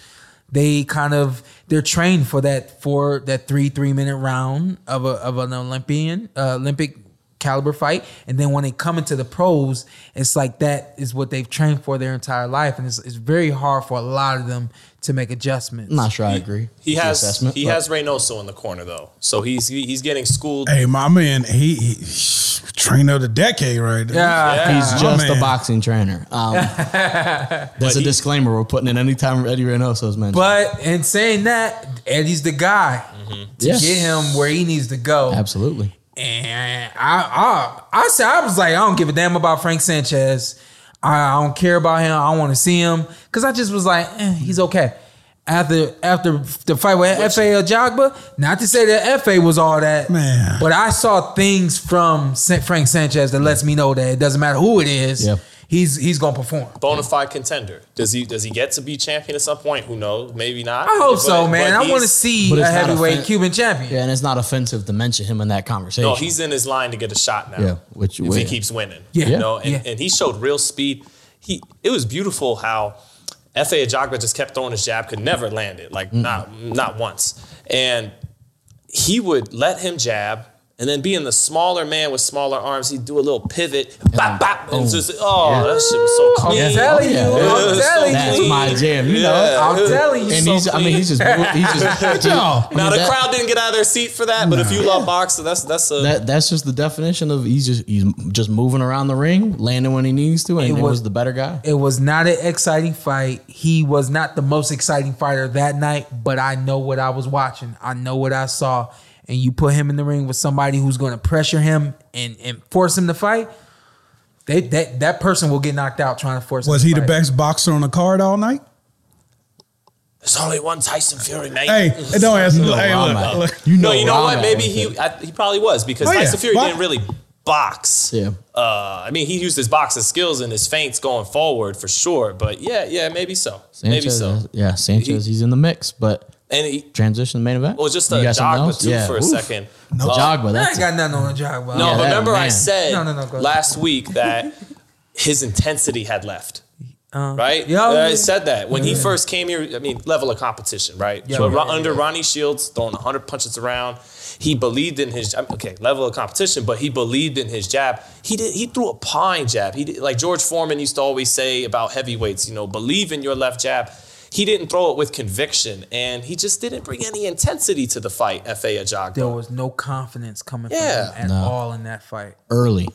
Speaker 6: they kind of they're trained for that for that three three minute round of a of an Olympian uh, Olympic caliber fight and then when they come into the pros it's like that is what they've trained for their entire life and it's, it's very hard for a lot of them to make adjustments
Speaker 4: I'm not sure I agree.
Speaker 5: He
Speaker 4: with the
Speaker 5: has
Speaker 4: assessment,
Speaker 5: he
Speaker 4: but
Speaker 5: has Reynoso in the corner though, so he's he- he's getting schooled.
Speaker 2: Hey, my man, he, he trainer of the decade right there.
Speaker 6: Yeah.
Speaker 4: He's
Speaker 2: my
Speaker 4: just
Speaker 2: man.
Speaker 4: a boxing trainer. Um, that's a
Speaker 5: he-
Speaker 4: disclaimer we're putting in anytime Eddie Reynoso is mentioned.
Speaker 6: But in saying that, Eddie's the guy to
Speaker 4: Yes.
Speaker 6: get him where he needs to go.
Speaker 4: Absolutely.
Speaker 6: And I, I, I said, I was like, I don't give a damn about Frank Sanchez. I, I don't care about him. I want to see him because I just was like, eh, he's okay. After after the fight with FA Jogba, not to say that FA was all that,
Speaker 2: Man.
Speaker 6: but I saw things from Sa- Frank Sanchez that lets me know that it doesn't matter who it is,
Speaker 4: Yeah.
Speaker 6: he's he's gonna perform.
Speaker 5: Bona fide contender. Does he does he get to be champion at some point? Who knows? Maybe not.
Speaker 6: I hope
Speaker 5: But-
Speaker 6: so,
Speaker 5: but
Speaker 6: man. I
Speaker 5: he's-
Speaker 6: want to see
Speaker 4: but
Speaker 6: a
Speaker 4: it's not a
Speaker 6: heavyweight
Speaker 4: fan-
Speaker 6: Cuban champion.
Speaker 4: Yeah, and it's not offensive to mention him in that conversation.
Speaker 5: No, he's in his line to get a shot now.
Speaker 4: Yeah, which
Speaker 5: if
Speaker 4: way-
Speaker 5: he keeps winning,
Speaker 6: Yeah.
Speaker 5: you know, and,
Speaker 6: Yeah.
Speaker 5: and he showed real speed. He it was beautiful how Fa Ajagba just kept throwing his jab, could never land it, like not not once. And he would let him jab, and then being the smaller man with smaller arms, he'd do a little pivot, bop bop, and just oh, that shit was so
Speaker 6: I'm
Speaker 5: clean.
Speaker 6: telling you,
Speaker 4: Yeah.
Speaker 5: It
Speaker 6: I'm
Speaker 5: was
Speaker 6: telling you.
Speaker 4: That's my jam. You know,
Speaker 5: Yeah.
Speaker 6: I'm telling you.
Speaker 4: and
Speaker 6: so
Speaker 4: he's. I mean, he's just. He's just.
Speaker 2: Yo,
Speaker 4: I
Speaker 5: Now
Speaker 4: mean,
Speaker 5: the
Speaker 4: that-
Speaker 5: crowd didn't get out of their seat for that, but if you love boxing, that's that's a
Speaker 4: That that's just the definition of he's just he's just moving around the ring, landing when he needs to, and
Speaker 6: It
Speaker 4: it was,
Speaker 6: was-
Speaker 4: the better guy.
Speaker 6: it was not an exciting fight. He was not the most exciting fighter that night, but I know what I was watching. I know what I saw. And you put him in the ring with somebody who's going to pressure him and, and force him to fight. They, that that person will get knocked out trying to force.
Speaker 2: was
Speaker 6: him
Speaker 2: he
Speaker 6: to
Speaker 2: the
Speaker 6: fight.
Speaker 2: best boxer on the card all night?
Speaker 5: there's only one Tyson Fury, mate.
Speaker 2: Hey, don't ask me. Hey,
Speaker 4: Wow,
Speaker 2: look,
Speaker 4: man.
Speaker 2: look.
Speaker 5: No, you know
Speaker 4: wow,
Speaker 5: what?
Speaker 4: man.
Speaker 5: Maybe he I, he probably was because
Speaker 2: Oh, yeah.
Speaker 5: Tyson Fury
Speaker 2: Why-
Speaker 5: didn't really box.
Speaker 4: Yeah.
Speaker 5: Uh, I mean, he used his boxing skills and his feints going forward for sure. But yeah, yeah, maybe so. maybe
Speaker 4: Sanchez, uh,
Speaker 5: so.
Speaker 4: Yeah, Sanchez. he's in the mix, but
Speaker 5: And he,
Speaker 4: transition to main event.
Speaker 5: well, just a
Speaker 4: You got something
Speaker 5: Jogba
Speaker 4: else?
Speaker 5: too for a
Speaker 4: Oof.
Speaker 5: second. Uh,
Speaker 4: No Jogba.
Speaker 6: I
Speaker 4: That's
Speaker 6: ain't got nothing on the job. bro.
Speaker 5: No,
Speaker 4: Yeah, that
Speaker 5: remember I
Speaker 4: man.
Speaker 5: said
Speaker 6: No, no, no, go ahead.
Speaker 5: last week that his intensity had left.
Speaker 6: Uh-huh.
Speaker 5: right?
Speaker 6: yeah.
Speaker 5: Yeah, I said that when he first came here. I mean, level of competition, right? but
Speaker 6: yeah,
Speaker 5: Ro-
Speaker 6: yeah,
Speaker 5: under Ronnie Shields throwing hundred punches around, he believed in his. I mean, Okay, level of competition, but he believed in his jab. He did. He threw a pine jab. He did, like George Foreman used to always say about heavyweights. You know, believe in your left jab. He didn't throw it with conviction, and he just didn't bring any intensity to the fight. Fa Ajagba.
Speaker 6: there was no confidence coming
Speaker 5: Yeah.
Speaker 6: from him at all in that fight.
Speaker 4: early.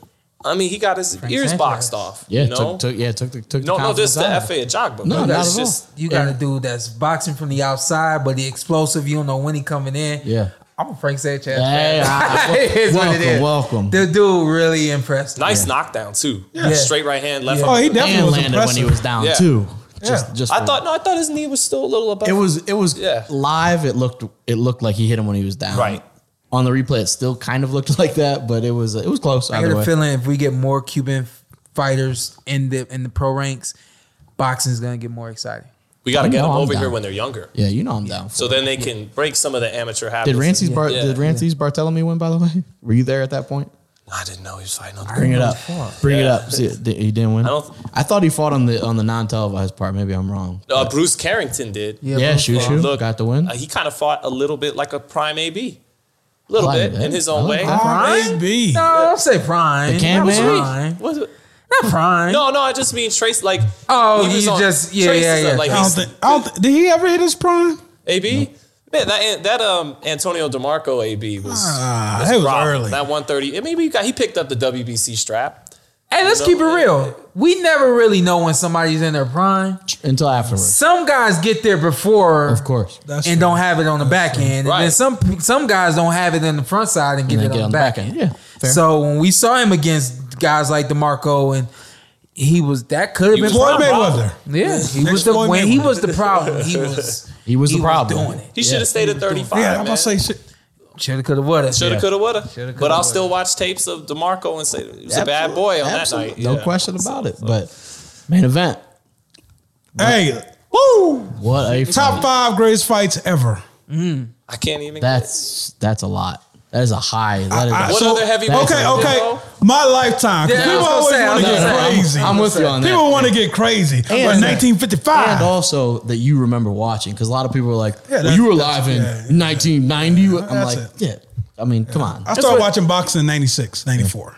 Speaker 5: I mean, he got his ears
Speaker 6: Sanchez.
Speaker 5: boxed off.
Speaker 4: Yeah,
Speaker 5: you know?
Speaker 4: took, took yeah took the took.
Speaker 5: no,
Speaker 4: the
Speaker 5: no, this is the
Speaker 4: confidence out of
Speaker 5: Fa
Speaker 4: it.
Speaker 5: Ajagba.
Speaker 4: No,
Speaker 5: bro.
Speaker 4: not
Speaker 5: That's
Speaker 4: at all.
Speaker 5: just-
Speaker 6: You got a dude that's boxing from the outside, but the explosive. You don't know when he coming in.
Speaker 4: Yeah.
Speaker 6: I'm a Frank Sanchez.
Speaker 4: Hey,
Speaker 6: fan.
Speaker 4: I-
Speaker 6: It's what (laughs) it
Speaker 4: welcome,
Speaker 6: is.
Speaker 4: welcome.
Speaker 6: The dude really impressed. me.
Speaker 5: Nice knockdown too. Straight right hand, left.
Speaker 2: Oh,
Speaker 5: hook.
Speaker 2: he definitely
Speaker 4: and
Speaker 2: was
Speaker 4: landed
Speaker 2: impressive.
Speaker 4: when he was down
Speaker 5: Yeah.
Speaker 4: too. Just,
Speaker 2: Yeah.
Speaker 4: just
Speaker 5: I
Speaker 4: for-
Speaker 5: thought no, I thought his knee was still a little above.
Speaker 4: it was it was
Speaker 5: Yeah.
Speaker 4: live. It looked it looked like he hit him when he was down.
Speaker 5: Right.
Speaker 4: on the replay, it still kind of looked (laughs) like that, but it was it was close.
Speaker 6: I
Speaker 4: either
Speaker 6: get
Speaker 4: way.
Speaker 6: a feeling if we get more Cuban f- fighters in the in the pro ranks, boxing is gonna get more exciting.
Speaker 5: we got to
Speaker 4: I
Speaker 5: get
Speaker 4: know
Speaker 5: them
Speaker 4: I'm
Speaker 5: over here
Speaker 4: down.
Speaker 5: when they're younger,
Speaker 4: yeah, you know I'm down. For
Speaker 5: so
Speaker 4: it.
Speaker 5: then they can break some of the amateur habits.
Speaker 4: did Rancy's Bar-
Speaker 5: Yeah.
Speaker 4: did Rancy's Bartholomew win? By the way, were you there at that point?
Speaker 5: I didn't know he was fighting on the
Speaker 4: Bring it up. Bring it up. See, it- he didn't win. I,
Speaker 5: don't-
Speaker 4: thought he fought on the on the non televised part. Maybe I'm wrong.
Speaker 5: Uh, Bruce Carrington did.
Speaker 6: Yeah,
Speaker 4: yeah,
Speaker 6: Bruce
Speaker 4: Shoo
Speaker 6: fought.
Speaker 4: Shoo
Speaker 5: Look,
Speaker 4: got the win.
Speaker 5: Uh, he kind of fought a little bit like a prime AB, a little
Speaker 4: Prime
Speaker 5: bit
Speaker 4: AB?
Speaker 5: in his
Speaker 4: I
Speaker 5: own
Speaker 4: like
Speaker 5: way.
Speaker 4: that.
Speaker 2: Prime AB.
Speaker 6: No, don't say prime.
Speaker 4: The can
Speaker 6: Not
Speaker 4: man?
Speaker 6: prime.
Speaker 5: Was it-
Speaker 6: Not prime.
Speaker 5: No, no, I just mean Trace. Like,
Speaker 6: Oh,
Speaker 5: he was
Speaker 6: you just- yeah,
Speaker 5: Trace
Speaker 6: yeah,
Speaker 5: is a-
Speaker 6: yeah.
Speaker 5: Like
Speaker 2: I don't
Speaker 5: he's,
Speaker 2: think, I don't thi- did he ever hit his prime?
Speaker 5: AB, man, that that um Antonio DeMarco AB was,
Speaker 2: Ah, that was
Speaker 5: robbed.
Speaker 2: early.
Speaker 5: That one thirty. I mean, we got he picked up the WBC strap.
Speaker 6: Hey, let's
Speaker 5: No.
Speaker 6: keep it real. We never really know when somebody's in their prime.
Speaker 4: until afterwards,
Speaker 6: Some guys get there before,
Speaker 4: of course.
Speaker 2: That's
Speaker 6: and
Speaker 2: true.
Speaker 6: don't have it on the back end. And then
Speaker 5: Right.
Speaker 6: some some guys don't have it in the front side and get
Speaker 4: And
Speaker 6: it
Speaker 4: then
Speaker 6: on, the back end.
Speaker 4: Yeah, fair.
Speaker 6: So when we saw him against guys like DeMarco and he was that could have
Speaker 5: He was
Speaker 6: been
Speaker 2: Floyd
Speaker 5: Prime Rob.
Speaker 2: Mayweather.
Speaker 6: Yeah, he
Speaker 2: Next
Speaker 6: was the
Speaker 2: Floyd
Speaker 6: when he
Speaker 2: Mayweather.
Speaker 6: was the problem.
Speaker 5: (laughs)
Speaker 6: He was
Speaker 4: He was the problem.
Speaker 6: doing it.
Speaker 5: He should have stayed at thirty five.
Speaker 2: Yeah, I'm about to say shit.
Speaker 6: Shoulda, coulda, woulda.
Speaker 5: Shoulda,
Speaker 4: Yeah.
Speaker 5: coulda, woulda.
Speaker 6: Shoulda, coulda,
Speaker 5: but I'll
Speaker 6: woulda.
Speaker 5: still watch tapes of DeMarco and say he was a bad boy on
Speaker 4: Absolutely.
Speaker 5: that night.
Speaker 4: No
Speaker 5: Yeah.
Speaker 4: question about it. But main event.
Speaker 2: Hey, woo!
Speaker 4: What a
Speaker 2: Top
Speaker 4: fight.
Speaker 2: five greatest fights ever.
Speaker 5: I can't even.
Speaker 4: That's that's a lot. That is a high. That is
Speaker 2: I-
Speaker 5: what
Speaker 2: So-
Speaker 5: other heavyweight?
Speaker 2: Okay,
Speaker 5: did,
Speaker 2: okay.
Speaker 5: though?
Speaker 2: My lifetime. 'cause
Speaker 6: Yeah, I
Speaker 2: people
Speaker 6: was gonna
Speaker 2: always
Speaker 6: say, I
Speaker 2: want to
Speaker 6: was
Speaker 2: get
Speaker 6: gonna say,
Speaker 2: crazy.
Speaker 4: I'm with you on that.
Speaker 2: People want to get crazy. But
Speaker 4: And-
Speaker 2: 1955.
Speaker 4: and uh, also that you remember watching because a lot of people were like,
Speaker 2: Yeah,
Speaker 4: well, you were
Speaker 2: that's-
Speaker 4: live in
Speaker 2: yeah, yeah,
Speaker 4: 1990. I'm
Speaker 2: that's
Speaker 4: like,
Speaker 2: it.
Speaker 4: yeah. I mean, come on.
Speaker 2: I started watching boxing in 96, 94.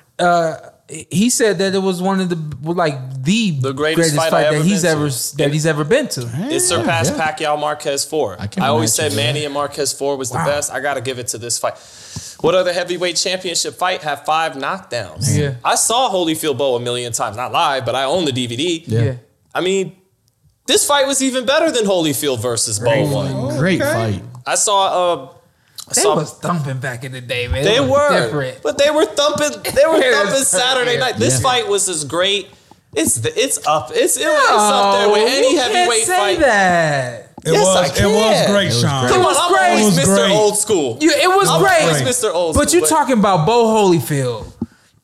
Speaker 6: He said that it was one of the like the,
Speaker 5: The greatest fight I ever
Speaker 6: that he's
Speaker 5: been
Speaker 6: ever
Speaker 5: to.
Speaker 6: that he's ever been to.
Speaker 5: It surpassed
Speaker 4: yeah.
Speaker 5: Pacquiao Marquez four. I,
Speaker 4: can't
Speaker 5: always
Speaker 4: imagine
Speaker 5: said
Speaker 4: that.
Speaker 5: Manny and Marquez four was the best. I got to give it to this fight. What other heavyweight championship fight have five knockdowns?
Speaker 6: Yeah.
Speaker 5: I saw Holyfield Bow a million times, not live, but I own the DVD.
Speaker 4: Yeah.
Speaker 6: Yeah.
Speaker 5: I mean, this fight was even better than Holyfield versus Bow one.
Speaker 4: Great
Speaker 2: Okay.
Speaker 4: fight.
Speaker 5: I saw. Uh, I
Speaker 6: They
Speaker 5: saw
Speaker 6: was thumping back in the day, man.
Speaker 5: they
Speaker 6: It was
Speaker 5: were,
Speaker 6: different.
Speaker 5: but they were thumping. They were
Speaker 6: Yeah,
Speaker 5: thumping
Speaker 6: that's-
Speaker 5: Saturday
Speaker 6: yeah.
Speaker 5: night. This
Speaker 4: Yeah.
Speaker 5: fight was as great. It's the, it's up. It's it, it's up there
Speaker 6: No,
Speaker 5: with any
Speaker 6: Oh, you can't
Speaker 5: heavyweight
Speaker 6: say
Speaker 5: fight.
Speaker 6: that.
Speaker 2: It
Speaker 5: Yes,
Speaker 2: was
Speaker 5: I
Speaker 2: it was
Speaker 5: can.
Speaker 2: great,
Speaker 4: was
Speaker 2: Sean.
Speaker 4: great.
Speaker 5: Come on,
Speaker 6: It was
Speaker 5: I'm
Speaker 6: great.
Speaker 5: always
Speaker 2: It was
Speaker 5: Mr.
Speaker 2: great.
Speaker 5: Old School.
Speaker 6: You, it was
Speaker 5: I'm always
Speaker 6: great,
Speaker 5: Mr. Old
Speaker 6: but
Speaker 5: School,
Speaker 6: you're talking about Bo Holyfield.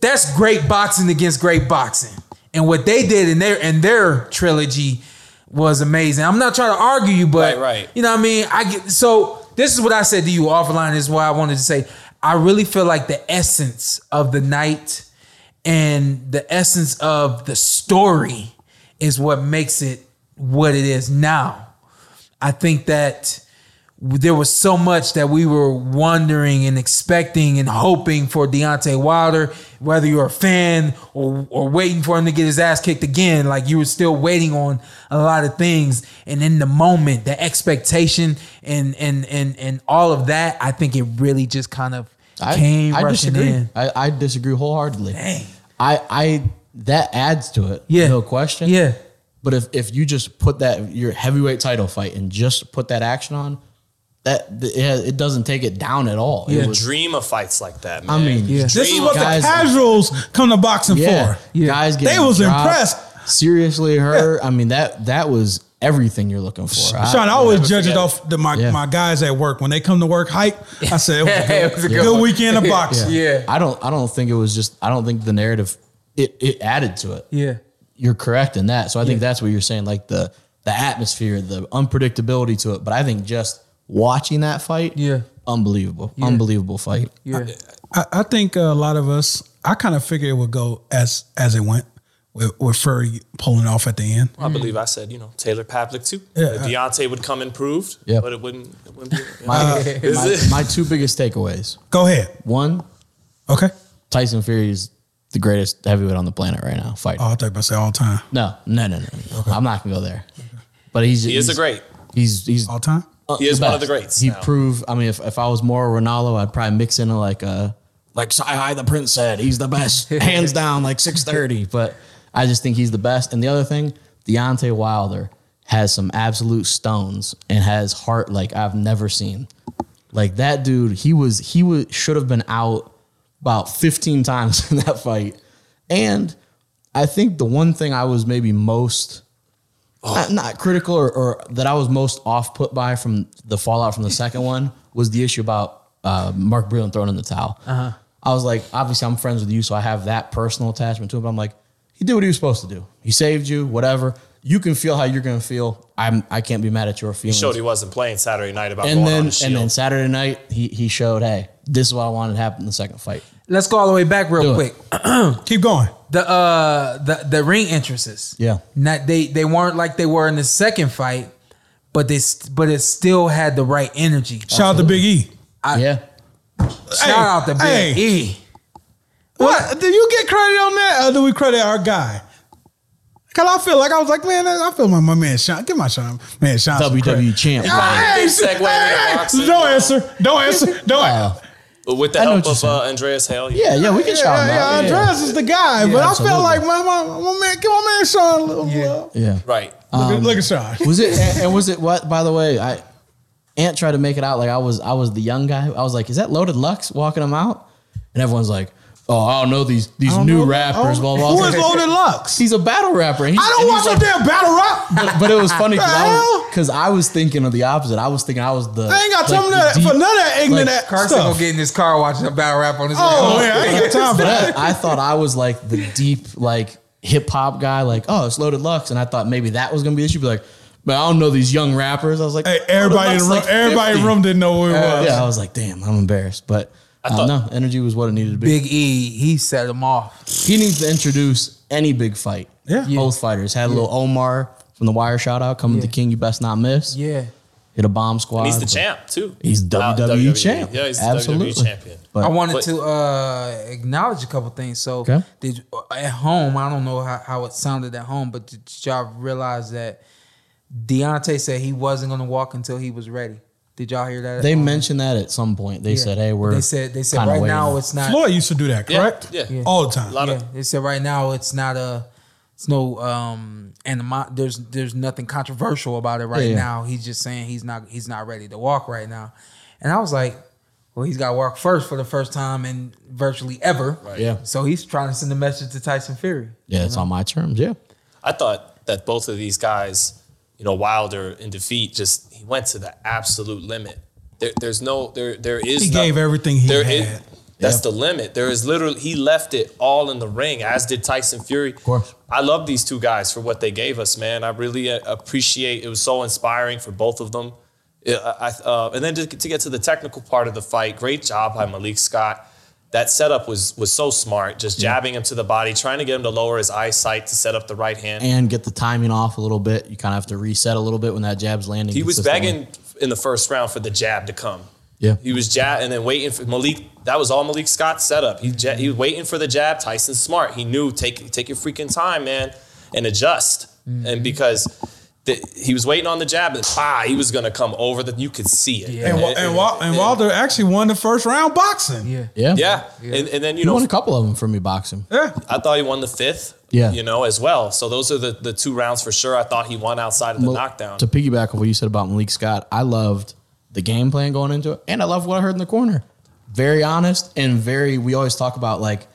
Speaker 6: That's great boxing against great boxing, and what they did in their in their trilogy was amazing. I'm not trying to argue you, but
Speaker 5: Right, right.
Speaker 6: you know what I mean. I get so this is what I said to you offline. This is why I wanted to say I really feel like the essence of the night and the essence of the story is what makes it what it is now. I think that there was so much that we were wondering and expecting and hoping for Deontay Wilder, whether you're a fan or, or waiting for him to get his ass kicked again. Like you were still waiting on a lot of things. And in the moment, the expectation and and and and all of that, I think it really just kind of came rushing
Speaker 4: disagree.
Speaker 6: in.
Speaker 4: I, I disagree wholeheartedly.
Speaker 6: Dang.
Speaker 4: I I that adds to it.
Speaker 6: Yeah.
Speaker 4: No question.
Speaker 6: Yeah.
Speaker 4: But if if you just put that your heavyweight title fight and just put that action on, that it, has- it doesn't take it down at all. It
Speaker 6: Yeah.
Speaker 4: was,
Speaker 5: Dream of fights like that, man.
Speaker 4: I mean,
Speaker 6: Yeah.
Speaker 2: This is
Speaker 5: Dream
Speaker 2: what
Speaker 4: guys.
Speaker 2: the casuals come to boxing
Speaker 4: yeah,
Speaker 2: for.
Speaker 6: Yeah.
Speaker 4: guys,
Speaker 2: They
Speaker 4: getting
Speaker 2: was
Speaker 4: dropped,
Speaker 2: impressed.
Speaker 4: Seriously, her. I mean that that was everything you're looking for.
Speaker 2: Sean, I always judge it
Speaker 5: forget
Speaker 2: off the, my,
Speaker 4: Yeah.
Speaker 2: my guys at work. When they come to work hype, I say it was a good,
Speaker 6: (laughs) It was a good
Speaker 2: good
Speaker 6: one.
Speaker 2: weekend of boxing.
Speaker 6: (laughs) Yeah.
Speaker 4: I don't. I don't think it was just. I don't think the narrative. It it added to it.
Speaker 6: Yeah.
Speaker 4: You're correct in that. So I think that's what you're saying. Like the the atmosphere, the unpredictability to it. But I think just watching that fight.
Speaker 6: Yeah.
Speaker 4: Unbelievable. Unbelievable fight.
Speaker 6: Yeah.
Speaker 2: I, I think a lot of us. I kind of figured it would go as as it went with, with Furry pulling off at the end.
Speaker 5: I believe I said, you know, Taylor Pavlik too.
Speaker 2: Yeah.
Speaker 5: Deontay would come improved,
Speaker 4: Yeah.
Speaker 5: but it wouldn't. It wouldn't be, you know.
Speaker 4: My,
Speaker 5: Uh, Is
Speaker 4: my,
Speaker 5: it-
Speaker 4: my two biggest takeaways.
Speaker 2: Go ahead.
Speaker 4: One,
Speaker 2: Okay.
Speaker 4: Tyson Fury is the greatest heavyweight on the planet right now. Fight.
Speaker 2: Oh, I thought you were about to say all time.
Speaker 4: No, no, no, no. no. I'm not gonna go there. But he's
Speaker 5: he is a
Speaker 4: he's-
Speaker 5: great.
Speaker 4: He's he's
Speaker 2: All time.
Speaker 5: He is one
Speaker 4: best.
Speaker 5: of the greats.
Speaker 4: He
Speaker 5: now.
Speaker 4: proved. I mean, if, if I was more Ronaldo, I'd probably mix in like uh like Sci High the Prince said he's the
Speaker 5: (laughs)
Speaker 4: best, hands down, like six thirty. But I just think he's the best. And the other thing, Deontay Wilder has some absolute stones and has heart like I've never seen. Like that dude, he was he was should have been out about 15 times (laughs) in that fight. And I think the one thing I was maybe most not, not critical or, or that I was most off put by from the fallout from the second one was the issue about uh, Mark Breland throwing in the towel. I was like, obviously, I'm friends with you, so I have that personal attachment to him. But I'm like, he did what he was supposed to do. He saved you, whatever. You can feel how you're going to feel. I'm. I can't be mad at your feelings.
Speaker 5: Showed he wasn't playing Saturday night about
Speaker 4: and
Speaker 5: going
Speaker 4: then
Speaker 5: on the
Speaker 4: and
Speaker 5: shield.
Speaker 4: then Saturday night, he he showed, hey, this is what I wanted to happen in the second fight.
Speaker 6: Let's go all the way back real
Speaker 4: Do it.
Speaker 6: quick.
Speaker 2: Keep going.
Speaker 6: The uh the the ring entrances.
Speaker 4: Yeah.
Speaker 6: Not they they weren't like they were in the second fight, but they st- but it still had the right energy.
Speaker 2: Shout out to Big E.
Speaker 4: yeah,
Speaker 6: Shout out to Big
Speaker 2: hey.
Speaker 6: E.
Speaker 2: What? Do you get credit on that, or do we credit our guy? Cause I feel like I was like, man, I feel my, my man Sean. Give my Sean, man Sean. some
Speaker 4: WWE
Speaker 2: credit.
Speaker 4: E champ.
Speaker 2: Ah, hey,
Speaker 5: Big segue into boxing.
Speaker 2: don't answer. Don't answer. Don't.
Speaker 4: Wow.
Speaker 5: with the
Speaker 4: I know
Speaker 5: help
Speaker 4: what
Speaker 5: of
Speaker 4: you're
Speaker 5: uh, Andreas Hale.
Speaker 4: Yeah, yeah, we can
Speaker 2: Yeah,
Speaker 4: shout him
Speaker 2: yeah,
Speaker 4: out. Yeah,
Speaker 2: Andres is the guy, but I
Speaker 4: absolutely.
Speaker 2: feel like my, my my man, give my man Sean a little
Speaker 6: Yeah.
Speaker 2: love.
Speaker 4: yeah.
Speaker 5: Right.
Speaker 2: Look, at- look at Sean.
Speaker 4: Was it and, and was it what? By the way, I Ant tried to make it out like I was I was the young guy. I was like, is that Loaded Lux walking him out? And everyone's like, oh, I don't know these these new rappers. Blah blah.
Speaker 2: Who
Speaker 4: blah.
Speaker 2: is Loaded Lux?
Speaker 4: He's a battle rapper. and he's-
Speaker 2: I don't
Speaker 4: and
Speaker 2: watch
Speaker 4: he's
Speaker 2: no
Speaker 4: like-
Speaker 2: damn battle rap.
Speaker 4: But it was funny because
Speaker 2: The
Speaker 4: I,
Speaker 2: hell?
Speaker 4: was- 'cause I was thinking of the opposite. I was thinking I was the.
Speaker 2: They ain't got
Speaker 4: like,
Speaker 2: time for
Speaker 4: the
Speaker 2: none of that-
Speaker 4: deep-
Speaker 2: for none of that ignorant
Speaker 4: like,
Speaker 2: ass
Speaker 6: Carson
Speaker 2: stuff.
Speaker 6: gonna get in his car watching a battle rap on his
Speaker 2: Oh
Speaker 6: way home.
Speaker 2: yeah, I ain't got time for
Speaker 4: But
Speaker 2: that.
Speaker 4: I, I thought I was like the deep like hip hop guy. Like, oh, it's Loaded Lux, and I thought maybe that was gonna be the issue. But like, but I don't know these young rappers. I was like,
Speaker 2: Hey,
Speaker 4: Loaded
Speaker 2: everybody in
Speaker 4: Lux
Speaker 2: the
Speaker 4: is,
Speaker 2: room,
Speaker 4: like,
Speaker 2: everybody in the
Speaker 4: 50.
Speaker 2: room didn't know who it was.
Speaker 4: Yeah, I was like, damn, I'm embarrassed. But I
Speaker 5: thought-
Speaker 4: don't know. Energy was what it needed to be.
Speaker 6: (laughs) Big E, he set him off.
Speaker 4: He needs to introduce any big fight.
Speaker 2: Yeah. Yeah.
Speaker 4: Both fighters. Had a little Omar from the wire shout out, coming to
Speaker 6: Yeah.
Speaker 4: King, you best not miss.
Speaker 6: Yeah.
Speaker 4: Hit a bomb squad.
Speaker 5: And he's the
Speaker 4: but-
Speaker 5: champ too.
Speaker 4: He's WWE, champ.
Speaker 5: E. Yeah, he's the
Speaker 4: Absolutely.
Speaker 5: WWE champion.
Speaker 4: But
Speaker 6: I wanted
Speaker 5: But-
Speaker 6: to uh, acknowledge a couple things. So,
Speaker 4: Okay.
Speaker 6: did uh, at home? I don't know how, how it sounded at home, but did y'all realize that Deontay said he wasn't going to walk until he was ready? Did y'all hear that? at
Speaker 4: they
Speaker 6: home?
Speaker 4: mentioned that at some point. They
Speaker 6: Yeah.
Speaker 4: said, hey, we're
Speaker 6: They said they said
Speaker 4: kinda
Speaker 6: right
Speaker 4: waiting.
Speaker 6: now it's not.
Speaker 2: Floyd used to do that,
Speaker 5: Yeah,
Speaker 2: correct?
Speaker 5: yeah. Yeah.
Speaker 2: all the time.
Speaker 5: A lot
Speaker 6: yeah,
Speaker 5: of
Speaker 6: they said right now it's not a. It's no um animo- There's there's nothing controversial about it right
Speaker 4: Yeah.
Speaker 6: now. He's just saying he's not he's not ready to walk right now, and I was like, well, he's got to walk first for the first time in virtually ever. Right.
Speaker 4: Yeah.
Speaker 6: So he's trying to send a message to Tyson Fury.
Speaker 4: Yeah, it's on my terms. Yeah.
Speaker 5: I thought that both of these guys, you know, Wilder in defeat, just he went to the absolute limit. There, there's no there there is
Speaker 2: He
Speaker 5: no-
Speaker 2: gave everything he
Speaker 5: there
Speaker 2: had.
Speaker 5: is- that's the limit. There is literally he left it all in the ring, as did Tyson Fury. Of
Speaker 4: course.
Speaker 5: I love these two guys for what they gave us, man. I really uh, appreciate. It was so inspiring for both of them. Yeah, I, I- uh, and then to, to get to the technical part of the fight, great job by Malik Scott. That setup was was so smart, just jabbing him to the body, trying to get him to lower his eyesight to set up the right hand.
Speaker 4: And get the timing off a little bit. You kind of have to reset a little bit when that jab's landing.
Speaker 5: He was
Speaker 4: consistently.
Speaker 5: begging in the first round for the jab to come.
Speaker 4: Yeah.
Speaker 5: He was jab and then waiting for Malik. That was all Malik Scott's setup. He ja- he was waiting for the jab. Tyson's smart. He knew take take your freaking time, man, and adjust. And because the, he was waiting on the jab, and bah, he was gonna come over. That you could see it.
Speaker 6: Yeah.
Speaker 2: And, Wa- and, Wa- and Wilder actually won the first round boxing.
Speaker 6: Yeah.
Speaker 4: Yeah.
Speaker 5: yeah. And, and then you
Speaker 4: You
Speaker 5: know,
Speaker 4: won a couple of them from me boxing.
Speaker 2: Yeah.
Speaker 5: I thought he won the fifth.
Speaker 4: Yeah.
Speaker 5: you know, as well. So those are the the two rounds for sure. I thought he won outside of the
Speaker 4: Mal-
Speaker 5: (laughs) knockdown.
Speaker 4: To piggyback on what you said about Malik Scott, I loved the game plan going into it, and I loved what I heard in the corner. Very honest and very. We always talk about like,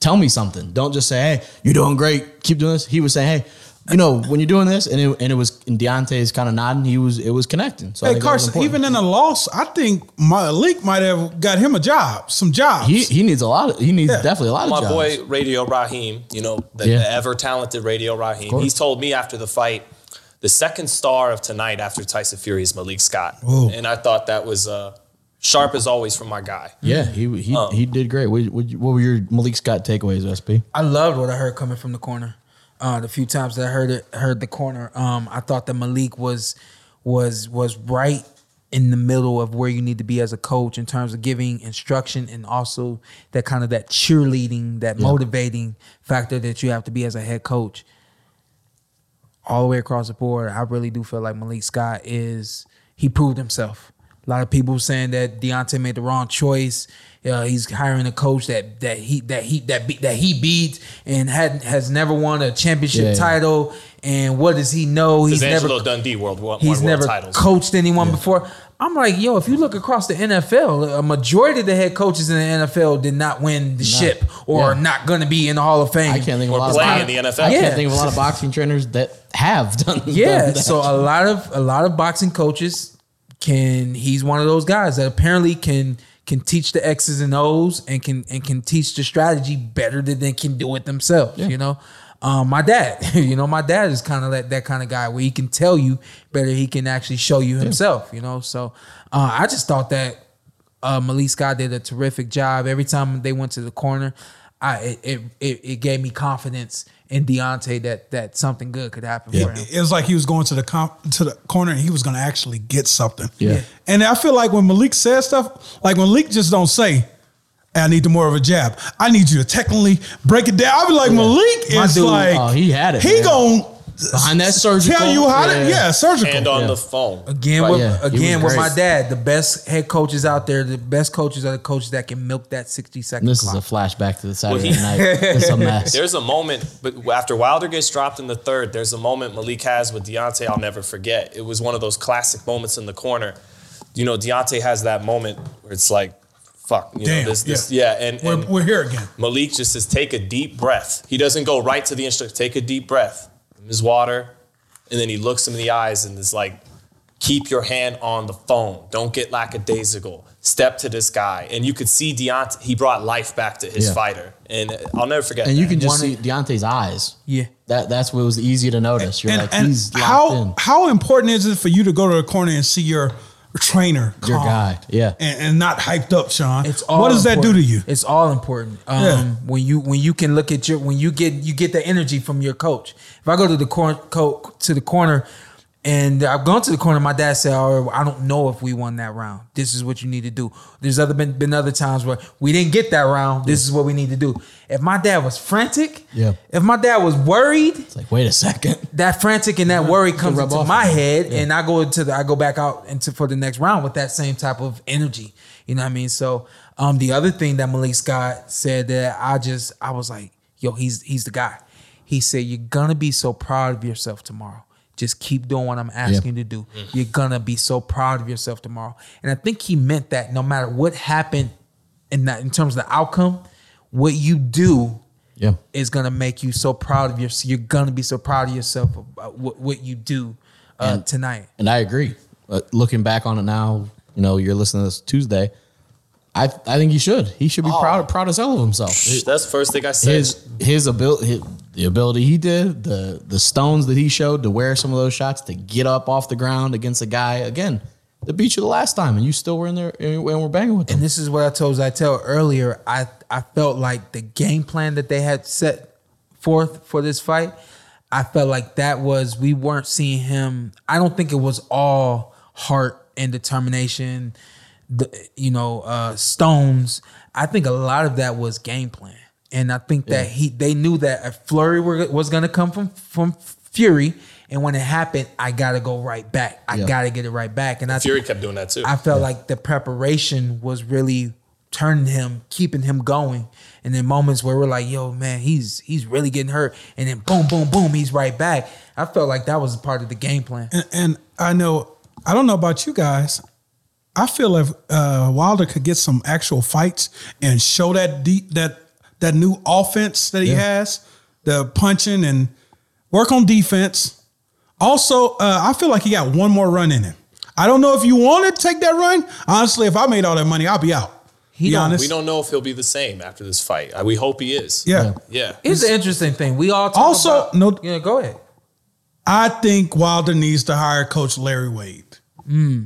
Speaker 4: tell me something. Don't just say, "Hey, you're doing great. Keep doing this." He was saying, "Hey." You know, when you're doing this, and it, and it was and Deontay's kind of nodding, he was it was connecting. So I
Speaker 2: Hey
Speaker 4: think that was
Speaker 2: Carson,
Speaker 4: important.
Speaker 2: even in a loss, I think Malik might have got him a job, some jobs.
Speaker 4: he he needs a lot. Of, he needs
Speaker 2: Yeah.
Speaker 4: definitely a lot of
Speaker 5: my
Speaker 4: jobs.
Speaker 5: boy Radio Raheem, you know, the,
Speaker 4: Yeah.
Speaker 5: the ever talented Radio Raheem.
Speaker 4: course.
Speaker 5: He's told me after the fight, the second star of tonight after Tyson Fury is Malik Scott.
Speaker 2: Ooh.
Speaker 5: And I thought that was uh, sharp as always from my guy.
Speaker 4: Yeah, he he,
Speaker 5: Um,
Speaker 4: he did great. What, what, what were your Malik Scott takeaways, SP?
Speaker 6: I loved what I heard coming from the corner. Uh, the few times that I heard it, heard the corner, um, I thought that Malik was was was right in the middle of where you need to be as a coach in terms of giving instruction and also that kind of that cheerleading, that motivating factor that you have to be as a head coach. All the way across the board, I really do feel like Malik Scott is he proved himself. A lot of people saying that Deontay made the wrong choice. Uh, he's hiring a coach that that he that he that be, that he beat and had has never won a championship
Speaker 4: Yeah, yeah.
Speaker 6: title. And what does he know?
Speaker 5: He's
Speaker 6: He's
Speaker 5: Angelo
Speaker 6: never
Speaker 5: Dundee world won,
Speaker 6: he's
Speaker 5: won world
Speaker 6: never
Speaker 5: titles.
Speaker 6: coached anyone before. I'm like, yo, if you look across the NFL, a majority of the head coaches in the NFL did not win the ship or are
Speaker 4: Yeah.
Speaker 6: not going to be in the Hall of Fame.
Speaker 4: I can't think of
Speaker 5: Or
Speaker 4: a lot of
Speaker 5: playing
Speaker 4: box-
Speaker 5: in the NFL.
Speaker 4: I
Speaker 6: Yeah.
Speaker 4: can't think of a lot of boxing trainers that have (laughs) done.
Speaker 6: Yeah,
Speaker 4: done that.
Speaker 6: so a lot of a lot of boxing coaches can he's one of those guys that apparently can can teach the X's and O's and can and can teach the strategy better than they can do it themselves, you know. Um, my dad, (laughs) you know, my dad is kind of that, that kind of guy where he can tell you better, he can actually show you himself, you know. So uh, I just thought that uh, Malik Scott did a terrific job. Every time they went to the corner, I it it, it, it gave me confidence in Deontay that that something good could happen for him.
Speaker 2: It, it was like he was going to the comp, to the corner and he was going to actually get something.
Speaker 4: Yeah.
Speaker 2: And I feel like when Malik says stuff, like when Malik just don't say, "I need more of a jab. I need you to technically break it down." I be like, Malik
Speaker 4: My
Speaker 2: is
Speaker 4: dude,
Speaker 2: like,
Speaker 4: oh, he had it,
Speaker 2: He
Speaker 4: man.
Speaker 2: going
Speaker 4: behind that surgical,
Speaker 2: tell you how to, yeah, surgical.
Speaker 5: and on
Speaker 4: Yeah.
Speaker 5: the phone.
Speaker 6: Again,
Speaker 5: Right.
Speaker 6: with,
Speaker 4: Yeah, he
Speaker 6: again
Speaker 4: was
Speaker 6: with my
Speaker 4: great.
Speaker 6: dad, the best head coaches out there, the best coaches are the coaches that can milk that sixty
Speaker 4: And
Speaker 6: second
Speaker 4: This is
Speaker 6: clock.
Speaker 4: a flashback to the Saturday
Speaker 5: Well, he-
Speaker 4: night. It's
Speaker 5: (laughs)
Speaker 4: a mess.
Speaker 5: There's a moment, but after Wilder gets dropped in the third, there's a moment Malik has with Deontay I'll never forget. It was one of those classic moments in the corner. You know, Deontay has that moment where it's like, fuck, you
Speaker 2: Damn,
Speaker 5: know, this, this, yeah. And,
Speaker 2: we're,
Speaker 5: and
Speaker 2: we're here again.
Speaker 5: Malik just says, take a deep breath. He doesn't go right to the instructor, take a deep breath. His water. And then he looks him in the eyes and is like, keep your hand on the phone. Don't get lackadaisical. Step to this guy. And you could see Deontay, he brought life back to his
Speaker 4: Yeah.
Speaker 5: fighter. And I'll never forget
Speaker 4: and
Speaker 5: that.
Speaker 4: you can just
Speaker 6: One-
Speaker 4: see Deontay's eyes.
Speaker 6: Yeah.
Speaker 4: That that's what was easy to notice. You're
Speaker 2: And,
Speaker 4: like,
Speaker 2: and
Speaker 4: he's locked
Speaker 2: how
Speaker 4: in.
Speaker 2: how important is it for you to go to the corner and see your trainer,
Speaker 4: Your
Speaker 2: calm
Speaker 4: guy. Yeah.
Speaker 2: and, and not hyped up, Sean?
Speaker 6: It's all.
Speaker 2: what does that do to
Speaker 6: important.
Speaker 2: you?
Speaker 6: It's all important. Um,
Speaker 2: Yeah.
Speaker 6: When you when you can look at your when you get you get the energy from your coach. If I go to the corner co- to the corner, and I've gone to the corner, my dad said, "Oh, I don't know if we won that round. This is what you need to do." There's other been, been other times where we didn't get that round. This is what we need to do. If my dad was frantic,
Speaker 4: Yeah.
Speaker 6: If my dad was worried,
Speaker 4: It's like, wait a second.
Speaker 6: that frantic and that worry comes
Speaker 4: rub
Speaker 6: into
Speaker 4: off
Speaker 6: my
Speaker 4: on you.
Speaker 6: head, and I go into the I go back out into for the next round with that same type of energy. You know what I mean? So, um, the other thing that Malik Scott said that I just I was like, yo, he's he's the guy. He said, you're gonna be so proud of yourself tomorrow. Just keep doing what I'm asking you to do. You're gonna be so proud of yourself tomorrow. And I think he meant that no matter what happened in that in terms of the outcome, what you do
Speaker 4: Yeah.
Speaker 6: is gonna make you so proud of yourself. You're gonna be so proud of yourself about what, what you do uh,
Speaker 4: And-
Speaker 6: tonight.
Speaker 4: And I agree. But looking back on it now, you know, you're listening to this Tuesday. I I think he should. He should be proud proud as hell of himself.
Speaker 5: That's the first thing I said.
Speaker 4: his his ability the ability he did the the stones that he showed to wear some of those shots to get up off the ground against a guy again that beat you the last time and you still were in there and we're banging with
Speaker 6: And
Speaker 4: him
Speaker 6: this is what I told Zytel earlier. I I felt like the game plan that they had set forth for this fight, I felt like that was we weren't seeing him. I don't think it was all heart and determination, the you know uh, stones. I think a lot of that was game plan, and I think that he they knew that a flurry were, was going to come from from Fury. And when it happened, I gotta go right back. I
Speaker 4: Yeah.
Speaker 6: gotta get it right back. And I
Speaker 5: Fury kept doing that too.
Speaker 6: I felt like the preparation was really turning him, keeping him going. And then moments where we're like, "Yo, man, he's he's really getting hurt," and then boom, boom, boom, he's right back. I felt like that was part of the game plan.
Speaker 2: And, and I know, I don't know about you guys. I feel if uh, Wilder could get some actual fights and show that deep that that new offense that he has, the punching and work on defense. Also, uh, I feel like he got one more run in him. I don't know if you want to take that run. Honestly, if I made all that money, I'll be out. be
Speaker 6: don't-
Speaker 2: honest.
Speaker 5: we don't know if he'll be the same after this fight. Uh, We hope he is.
Speaker 2: yeah.
Speaker 5: Yeah.
Speaker 6: Here's the interesting thing: we all talk
Speaker 2: Also,
Speaker 6: about-
Speaker 2: no-
Speaker 6: yeah, go ahead.
Speaker 2: I think Wilder needs to hire Coach Larry Wade. That
Speaker 6: Hmm.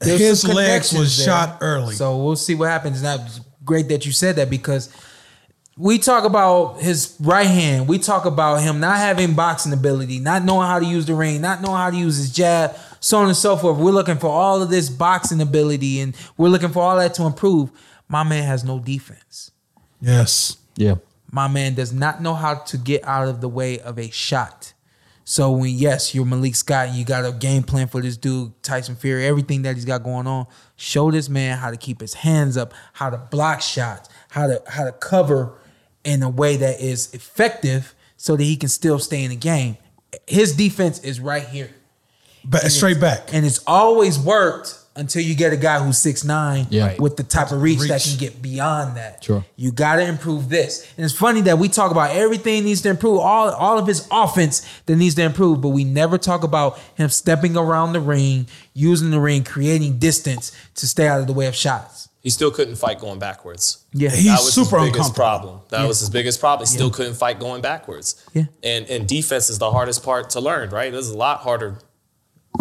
Speaker 6: There's
Speaker 2: his
Speaker 6: some
Speaker 2: legs was
Speaker 6: connections there.
Speaker 2: shot early.
Speaker 6: So we'll see what happens. Now, great that you said that because we talk about his right hand. We talk about him not having boxing ability, not knowing how to use the ring, not knowing how to use his jab, so on and so forth. We're looking for all of this boxing ability and we're looking for all that to improve. My man has no defense.
Speaker 2: yes.
Speaker 4: yeah
Speaker 6: My man does not know how to get out of the way of a shot. So when yes, you're Malik Scott and you got a game plan for this dude, Tyson Fury, everything that he's got going on, show this man how to keep his hands up, how to block shots, how to how to cover in a way that is effective so that he can still stay in the game. His defense is right here.
Speaker 2: Ba- straight back.
Speaker 6: And it's always worked until you get a guy who's six nine
Speaker 4: Yeah.
Speaker 6: with the type of reach, that
Speaker 2: Reach.
Speaker 6: can get beyond that.
Speaker 4: Sure.
Speaker 6: You gotta improve this. And it's funny that we talk about everything needs to improve, all all of his offense that needs to improve, but we never talk about him stepping around the ring, using the ring, creating distance to stay out of the way of shots.
Speaker 5: He still couldn't fight going backwards.
Speaker 6: Yeah.
Speaker 2: He's
Speaker 5: that was
Speaker 2: super
Speaker 5: his biggest
Speaker 2: uncomfortable.
Speaker 5: problem. That was his biggest problem. He still couldn't fight going backwards.
Speaker 6: Yeah.
Speaker 5: And and defense is the hardest part to learn, right? This is a lot harder.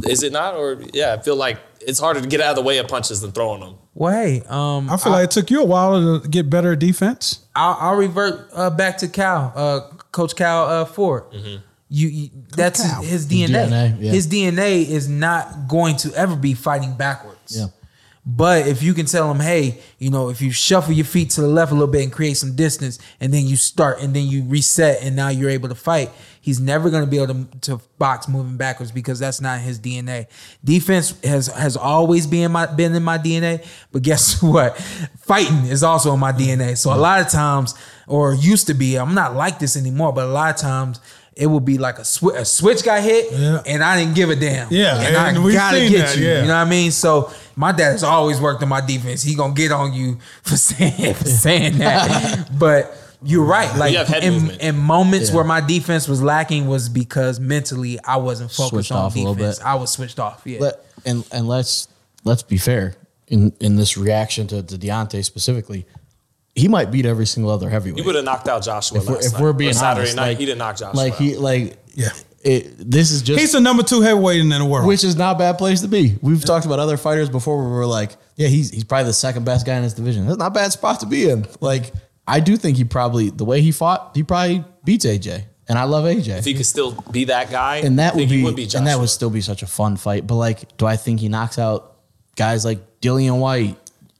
Speaker 5: Is it not? Or yeah, I feel like it's harder to get out of the way of punches than throwing them.
Speaker 6: well, hey, um
Speaker 2: I feel like it took you a while to get better at defense.
Speaker 6: I'll, I'll revert uh, back to Cal, uh, Coach Cal uh, Ford.
Speaker 4: Mm-hmm.
Speaker 6: You, you that's
Speaker 2: Cal.
Speaker 6: his DNA.
Speaker 4: DNA, yeah.
Speaker 6: His DNA is not going to ever be fighting backwards.
Speaker 4: Yeah.
Speaker 6: But if you can tell him, hey, you know, if you shuffle your feet to the left a little bit and create some distance, and then you start, and then you reset, and now you're able to fight. He's never going to be able to, to box moving backwards because that's not his DNA. Defense has has always been my been in my DNA, but guess (laughs) what? Fighting is also in my DNA. So a lot of times, or used to be, I'm not like this anymore. But a lot of times, it would be like a, swi- a switch got hit,
Speaker 2: Yeah.
Speaker 6: and I didn't give a damn.
Speaker 2: Yeah,
Speaker 6: and,
Speaker 2: and
Speaker 6: I
Speaker 2: we've
Speaker 6: gotta
Speaker 2: seen
Speaker 6: get
Speaker 2: that,
Speaker 6: you.
Speaker 2: yeah.
Speaker 6: You know what I mean? So my dad has always worked on my defense. He gonna get on you for saying (laughs) for saying that.
Speaker 4: (laughs)
Speaker 6: but you're right. Like
Speaker 5: have head
Speaker 6: in,
Speaker 5: movement.
Speaker 6: in moments
Speaker 4: Yeah.
Speaker 6: where my defense was lacking was because mentally I wasn't focused
Speaker 4: Switched
Speaker 6: on
Speaker 4: off a little
Speaker 6: defense.
Speaker 4: bit.
Speaker 6: I was switched off. Yeah.
Speaker 4: Let, and and let's let's be fair in in this reaction to, to Deontay specifically. He might beat every single other heavyweight.
Speaker 5: He would have knocked out Joshua
Speaker 4: if we're,
Speaker 5: last
Speaker 4: if
Speaker 5: night.
Speaker 4: we're
Speaker 5: Or
Speaker 4: being
Speaker 5: Saturday
Speaker 4: honest,
Speaker 5: night,
Speaker 4: like,
Speaker 5: he didn't knock Joshua.
Speaker 4: Like
Speaker 5: out.
Speaker 4: he like
Speaker 2: Yeah.
Speaker 4: It, this is just
Speaker 2: He's the number two heavyweight in the world.
Speaker 4: which is not a bad place to be. We've talked about other fighters before where we're like, yeah, he's he's probably the second best guy in his division. That's not a bad spot to be in. Like, I do think he probably the way he fought, he probably beats AJ. And I love AJ.
Speaker 5: if he could still be that guy,
Speaker 4: and that
Speaker 5: I
Speaker 4: would
Speaker 5: think
Speaker 4: be,
Speaker 5: he would be Joshua.
Speaker 4: and that would still be such a fun fight. But like, do I think he knocks out guys like Dillian White?